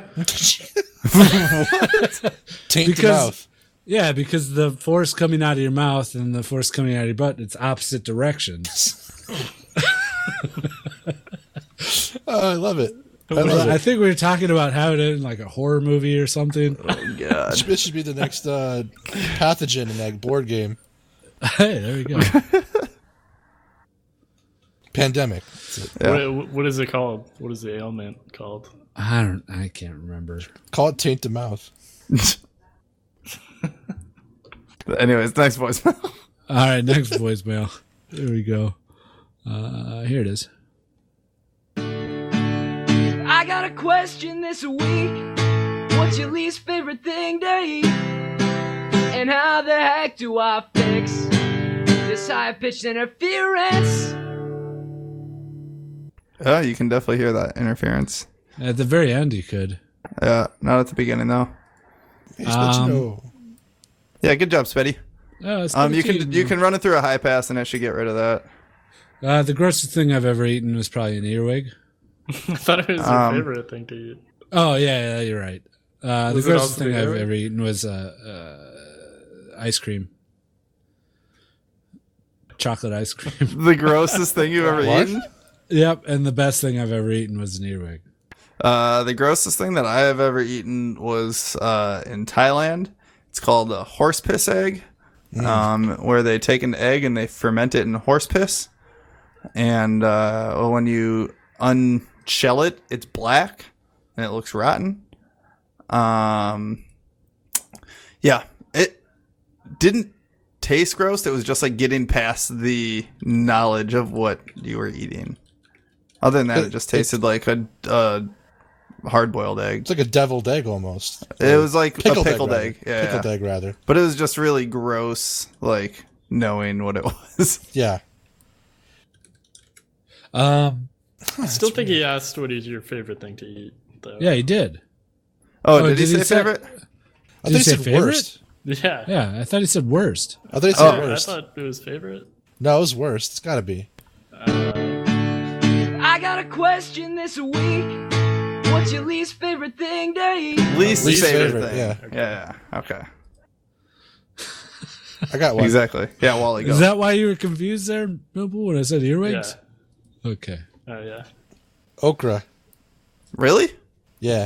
Speaker 4: Taint the mouth.
Speaker 1: Yeah, because the force coming out of your mouth and the force coming out of your butt, it's opposite directions.
Speaker 4: Oh, I love it. I love
Speaker 1: Well, I
Speaker 4: it.
Speaker 1: think we were talking about having it in like a horror movie or something.
Speaker 3: Oh,
Speaker 4: It should- It should be the next uh, pathogen in that board game.
Speaker 1: Hey, there we go.
Speaker 4: Pandemic.
Speaker 2: What, what is it called? What is the ailment called?
Speaker 1: I don't. I can't remember.
Speaker 4: Call it taint the mouth.
Speaker 3: Anyways, next voicemail.
Speaker 1: All right, next voicemail. There we go. Uh, here it is.
Speaker 14: I got a question this week. What's your least favorite thing to eat? And how the heck do I fix this high pitched interference?
Speaker 3: Yeah, Oh, you can definitely hear that interference.
Speaker 1: At the very end, you could.
Speaker 3: Yeah, not at the beginning though.
Speaker 1: Um,
Speaker 3: Yeah, good job, Spetty.
Speaker 1: Oh, it's
Speaker 3: um,
Speaker 1: good
Speaker 3: you
Speaker 1: to
Speaker 3: can
Speaker 1: see you.
Speaker 3: you can run it through a high pass, and it should get rid of that.
Speaker 1: Uh, the grossest thing I've ever eaten was probably an earwig.
Speaker 2: I thought it was your
Speaker 1: Um,
Speaker 2: favorite thing to eat.
Speaker 1: Oh yeah, yeah you're right. Uh, the
Speaker 2: Was it
Speaker 1: grossest
Speaker 2: also
Speaker 1: thing
Speaker 2: the
Speaker 1: I've
Speaker 2: earwig?
Speaker 1: ever eaten was uh, uh, ice cream, chocolate ice cream.
Speaker 3: The grossest thing you've ever What? eaten?
Speaker 1: Yep, and the best thing I've ever eaten was an earwig.
Speaker 3: Uh, the grossest thing that I have ever eaten was uh, in Thailand. It's called a horse piss egg,
Speaker 4: Mm.
Speaker 3: um, where they take an egg and they ferment it in horse piss. And uh, when you unshell it, it's black and it looks rotten. Um, yeah, it didn't taste gross. It was just like getting past the knowledge of what you were eating. Other than that, it,
Speaker 4: It-
Speaker 3: just tasted like a, uh hard boiled egg.
Speaker 4: It's like a deviled egg almost.
Speaker 3: It was like a pickled
Speaker 4: rather.
Speaker 3: egg. Yeah,
Speaker 4: pickled
Speaker 3: yeah.
Speaker 4: egg rather.
Speaker 3: But it was just really gross, like knowing what it was.
Speaker 4: Yeah.
Speaker 1: Um,
Speaker 2: I still think he asked what is your favorite thing to eat, though.
Speaker 1: Yeah, he did.
Speaker 3: Oh, did he say favorite?
Speaker 1: I did he say favorite?
Speaker 2: Yeah.
Speaker 1: Yeah, I thought he said worst.
Speaker 4: I thought
Speaker 3: Oh,
Speaker 4: he said
Speaker 2: Yeah,
Speaker 4: worst.
Speaker 2: I thought it was favorite.
Speaker 4: No, it was worst. It's got to be.
Speaker 14: I got a question this week. What's your least favorite thing to eat?
Speaker 3: Least,
Speaker 4: Least
Speaker 3: favorite,
Speaker 4: favorite,
Speaker 3: thing.
Speaker 4: yeah.
Speaker 3: Yeah. yeah. Okay.
Speaker 4: I got one.
Speaker 3: Exactly. Yeah, Wally
Speaker 1: Is
Speaker 3: goes.
Speaker 1: that why you were confused there, Noble, when I said earwigs? Okay.
Speaker 2: Oh yeah.
Speaker 4: Okra.
Speaker 3: Really?
Speaker 4: Yeah.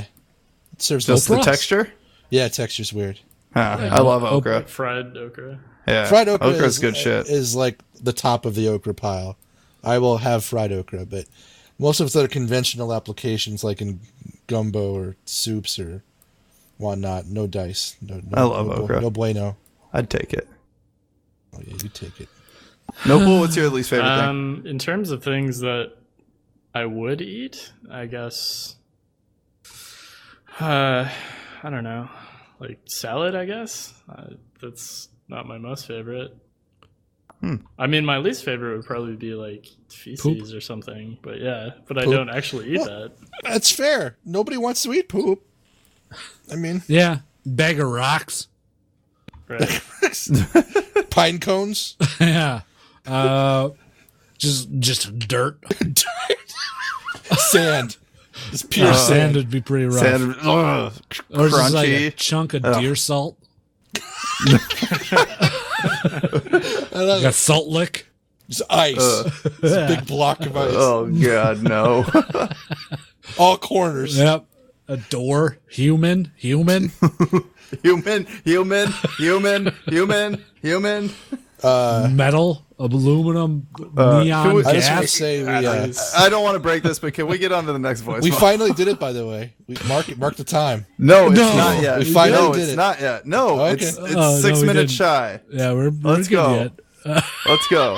Speaker 4: It serves
Speaker 3: Just
Speaker 4: no
Speaker 3: the
Speaker 4: purpose.
Speaker 3: texture?
Speaker 4: Yeah, texture's weird.
Speaker 3: Huh, I love okra.
Speaker 2: Fried okra.
Speaker 3: Yeah.
Speaker 4: fried okra
Speaker 3: Okra's
Speaker 4: is,
Speaker 3: good shit.
Speaker 4: Is like the top of the okra pile. I will have fried okra, but most of its other conventional applications, like in gumbo or soups or whatnot, no dice. No, no,
Speaker 3: I love
Speaker 4: no, bu-
Speaker 3: okra.
Speaker 4: No bueno.
Speaker 3: I'd take it.
Speaker 4: Oh yeah, you take it.
Speaker 3: Noble, what's your least favorite thing?
Speaker 2: Um, in terms of things that I would eat, I guess. Uh, I don't know, like salad. I guess uh, that's not my most favorite.
Speaker 3: Hmm.
Speaker 2: I mean, my least favorite would probably be like feces or something. But yeah, but I
Speaker 4: Poop.
Speaker 2: don't actually eat
Speaker 4: Well,
Speaker 2: that.
Speaker 4: That's fair. Nobody wants to eat poop. I mean,
Speaker 1: Yeah. Bag of rocks.
Speaker 2: Right.
Speaker 4: pine cones.
Speaker 1: yeah. Uh, just just dirt.
Speaker 4: sand. Just pure
Speaker 1: Uh,
Speaker 4: sand.
Speaker 1: sand would be pretty rough.
Speaker 3: Sand- ugh,
Speaker 1: or just like a
Speaker 3: crunchy.
Speaker 1: chunk of
Speaker 3: Ugh.
Speaker 1: deer salt.
Speaker 4: I love
Speaker 1: like a
Speaker 4: it.
Speaker 1: salt lick.
Speaker 4: Just ice.
Speaker 1: Ugh.
Speaker 4: Just a big block of ice.
Speaker 3: Oh god, Uh, no.
Speaker 4: All corners.
Speaker 1: Yep. a door, human, human,
Speaker 3: human, human, human, human, human.
Speaker 1: Uh, metal, aluminum,
Speaker 3: Uh,
Speaker 1: neon
Speaker 3: can we- uh,
Speaker 1: gas. Uh,
Speaker 3: I, I- I don't want to break this, but can we get on to the next voice?
Speaker 4: We finally did it, by the way. We mark mark the time.
Speaker 3: No, it's not yet.
Speaker 4: We finally
Speaker 3: no,
Speaker 4: did
Speaker 3: it's
Speaker 4: it.
Speaker 3: not yet. No,
Speaker 4: Okay.
Speaker 3: it's, it's
Speaker 4: Oh, no,
Speaker 3: six
Speaker 4: we
Speaker 3: minutes
Speaker 4: didn't.
Speaker 3: shy.
Speaker 1: Yeah, we're, we're
Speaker 3: Let's
Speaker 1: good
Speaker 3: go.
Speaker 1: yet.
Speaker 3: Let's go.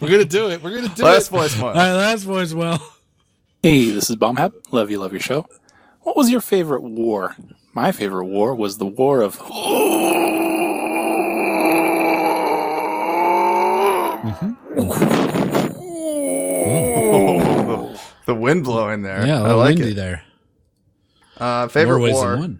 Speaker 4: We're gonna do it. We're gonna do
Speaker 3: Last
Speaker 4: it.
Speaker 3: voice
Speaker 1: All
Speaker 3: one.
Speaker 1: right, last voice. Well,
Speaker 16: Hey, this is Bombhap. Love you, love your show. What was your favorite war? My favorite war was the War of.
Speaker 3: Oh, the wind blowing there.
Speaker 1: Yeah,
Speaker 3: I
Speaker 1: a little
Speaker 3: like
Speaker 1: windy
Speaker 3: it.
Speaker 1: there.
Speaker 3: Uh, favorite
Speaker 1: More ways
Speaker 3: war.
Speaker 1: than one.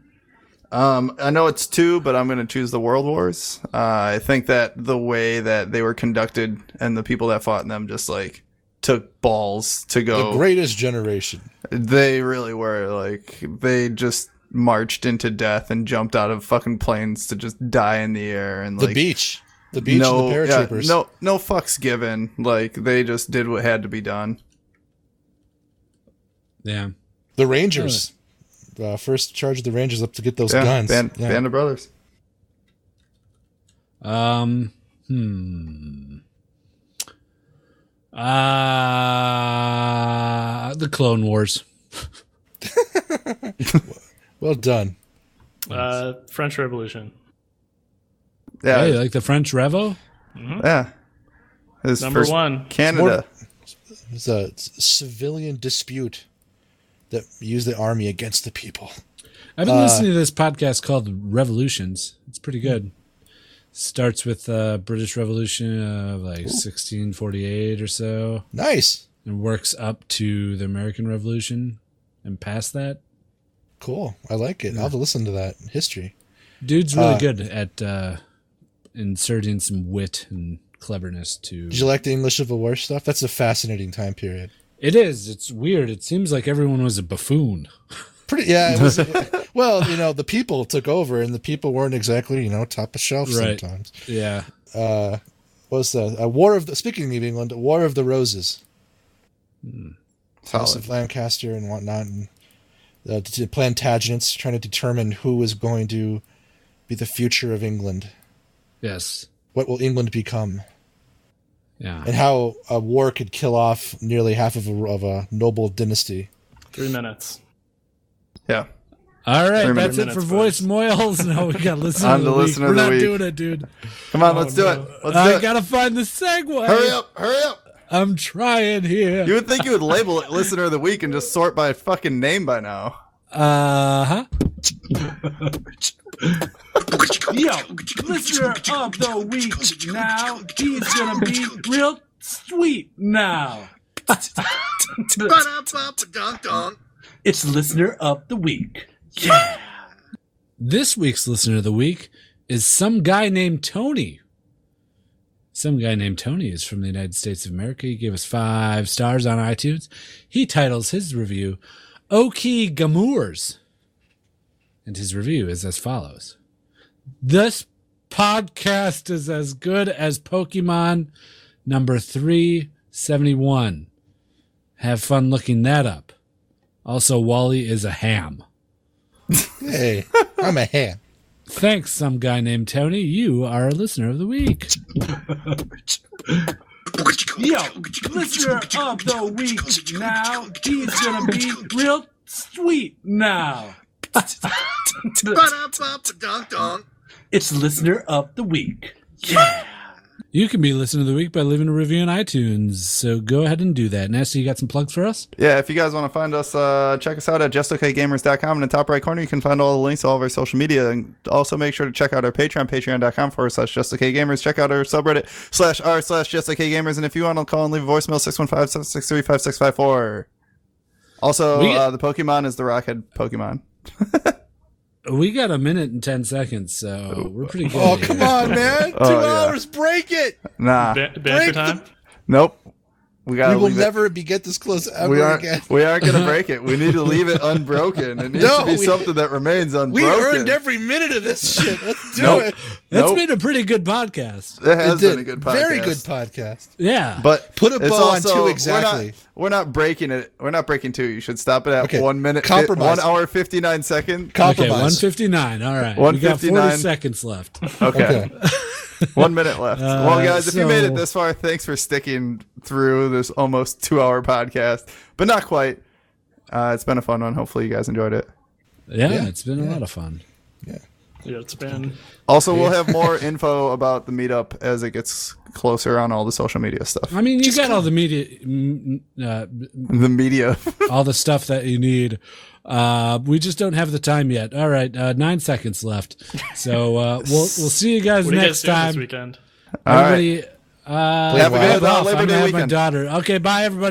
Speaker 3: Um, I know it's two, but I'm going to choose the World Wars. Uh, I think that the way that they were conducted and the people that fought in them just like took balls to go.
Speaker 4: The greatest generation.
Speaker 3: They really were like they just marched into death and jumped out of fucking planes to just die in the air and
Speaker 4: The
Speaker 3: like
Speaker 4: beach. The beach and the
Speaker 3: yeah,
Speaker 4: paratroopers.
Speaker 3: no, no fucks given. Like they just did what had to be done.
Speaker 1: Yeah.
Speaker 4: The Rangers. Uh, first charge of the Rangers up to get those
Speaker 3: Yeah,
Speaker 4: guns.
Speaker 3: Band,
Speaker 4: Yeah.
Speaker 3: Band of Brothers.
Speaker 1: Um, hmm. Uh, the Clone Wars.
Speaker 4: well done.
Speaker 2: Uh, French Revolution.
Speaker 1: Yeah. Hey, like the French Revo?
Speaker 2: Mhm.
Speaker 3: Yeah.
Speaker 2: Number first one.
Speaker 3: Canada.
Speaker 4: It's a it's a civilian dispute that used the army against the people.
Speaker 1: I've been
Speaker 4: Uh,
Speaker 1: listening to this podcast called Revolutions. It's pretty good. Starts with uh, British Revolution of like 1648 or so.
Speaker 4: Nice.
Speaker 1: And works up to the American Revolution and past that.
Speaker 4: Cool. I like it. I'll have to listen to that history.
Speaker 1: Dude's really
Speaker 4: Uh,
Speaker 1: good at uh, inserting some wit and cleverness to.
Speaker 4: Did you like the English Civil War stuff? That's a fascinating time period.
Speaker 1: It is. It's weird. It seems like everyone was a buffoon.
Speaker 4: Pretty, yeah. It was, well, you know, the people took over, and the people weren't exactly, you know, top of shelf
Speaker 1: Right.
Speaker 4: sometimes.
Speaker 1: Yeah.
Speaker 4: Uh, what was the a War of the? Speaking of England, War of the Roses. House
Speaker 1: Hmm.
Speaker 3: Solid.
Speaker 4: of Lancaster and whatnot, and uh, the, the Plantagenets trying to determine who is going to be the future of England.
Speaker 1: Yes. Ah.
Speaker 4: What will England become?
Speaker 1: Yeah.
Speaker 4: And how a war could kill off nearly half of a, of a noble dynasty.
Speaker 2: Three minutes.
Speaker 3: Yeah.
Speaker 1: All right,
Speaker 4: Three
Speaker 1: that's it
Speaker 4: minutes,
Speaker 1: for voice moils. No, we got listener.
Speaker 3: On
Speaker 1: of the
Speaker 3: to
Speaker 1: week.
Speaker 3: listener
Speaker 1: We're
Speaker 3: of the
Speaker 1: not
Speaker 3: week.
Speaker 1: doing it, dude. Oh,
Speaker 3: Come on, let's do it. Let's
Speaker 1: I
Speaker 3: do it.
Speaker 1: gotta find the segue.
Speaker 3: Hurry up, hurry up.
Speaker 1: I'm trying here.
Speaker 3: You would think you would label it listener of the week and just sort by fucking name by now.
Speaker 1: Uh huh. Yo, listener of the week now. He's gonna be real sweet now. It's listener of the week. Yeah. This week's listener of the week is some guy named Tony. Some guy named Tony is from the United States of America. He gave us five stars on iTunes. He titles his review Oki Gamours. And his review is as follows This podcast is as good as Pokemon number 371. Have fun looking that up. Also, Wally is a ham.
Speaker 4: Hey, I'm a ham.
Speaker 1: Thanks, some guy named Tony. You are a listener of the week.
Speaker 5: Yo, listener
Speaker 14: uh,
Speaker 5: of the week now. He's gonna be real sweet now.
Speaker 1: It's listener of the week. Yeah. You can be listener of the week by leaving a review on iTunes. So go ahead and do that. Nasty, you got some plugs for us?
Speaker 3: Yeah, if you guys want to find us, uh, check us out at justokgamers.com. In the top right corner, you can find all the links to all of our social media. And also make sure to check out our Patreon, patreon.com forward slash justokgamers. Check out our subreddit slash r slash justokgamers. And if you want to call and leave a voicemail, 615 763 5654. Also,
Speaker 1: We get-
Speaker 3: uh, the Pokemon is the Rockhead Pokemon.
Speaker 1: We got a minute and 10 seconds, so we're pretty good.
Speaker 4: Oh,
Speaker 1: here.
Speaker 4: come on, man. Two
Speaker 3: Oh, yeah.
Speaker 4: hours. Break it.
Speaker 3: Nah.
Speaker 4: Break the-
Speaker 3: Nope. We gotta
Speaker 4: we will
Speaker 3: leave it-
Speaker 4: never be get this close ever
Speaker 3: we aren't,
Speaker 4: again.
Speaker 3: we aren't gonna break it. We need to leave it unbroken. It needs
Speaker 4: No,
Speaker 3: to be
Speaker 4: we-
Speaker 3: something that remains unbroken.
Speaker 4: We earned every minute of this shit. Let's do
Speaker 3: Nope.
Speaker 4: it.
Speaker 1: That's
Speaker 3: Nope.
Speaker 1: been a pretty good podcast.
Speaker 3: It has been a good podcast.
Speaker 4: Very good podcast.
Speaker 1: Yeah.
Speaker 3: But
Speaker 4: Put a
Speaker 3: it's
Speaker 4: bow on
Speaker 3: also-
Speaker 4: two
Speaker 3: we're not-
Speaker 4: exactly.
Speaker 3: We're not, breaking it. We're not breaking two. You should stop it at
Speaker 4: Okay,
Speaker 3: one minute,
Speaker 4: compromise.
Speaker 3: one hour fifty nine seconds.
Speaker 1: Okay, 159. All right. We got 40
Speaker 3: 159.
Speaker 1: seconds left.
Speaker 3: Okay. One minute left.
Speaker 1: Uh,
Speaker 3: well, guys, if you made it
Speaker 1: so-
Speaker 3: this far, thanks for sticking through this almost two hour podcast, but not quite. Uh, it's been a fun one. Hopefully, you guys enjoyed it.
Speaker 1: Yeah, it's been a lot of fun.
Speaker 2: Yeah, it's been.
Speaker 3: Also, we'll have more info about the meetup as it gets closer on all the social media stuff.
Speaker 1: I mean, you got all the media, mm, uh,
Speaker 3: the media,
Speaker 1: all the stuff that you need. Uh, we just don't have the time yet. All right, uh, nine seconds left. So uh, we'll we'll see you guys
Speaker 2: What are you
Speaker 1: next
Speaker 2: guys doing
Speaker 1: time.
Speaker 2: this weekend?
Speaker 1: Everybody, uh,
Speaker 2: Have a good
Speaker 1: hold off.
Speaker 2: Labor
Speaker 1: I'm
Speaker 2: Day
Speaker 1: gonna have my
Speaker 2: weekend.
Speaker 1: daughter. Okay, bye everybody.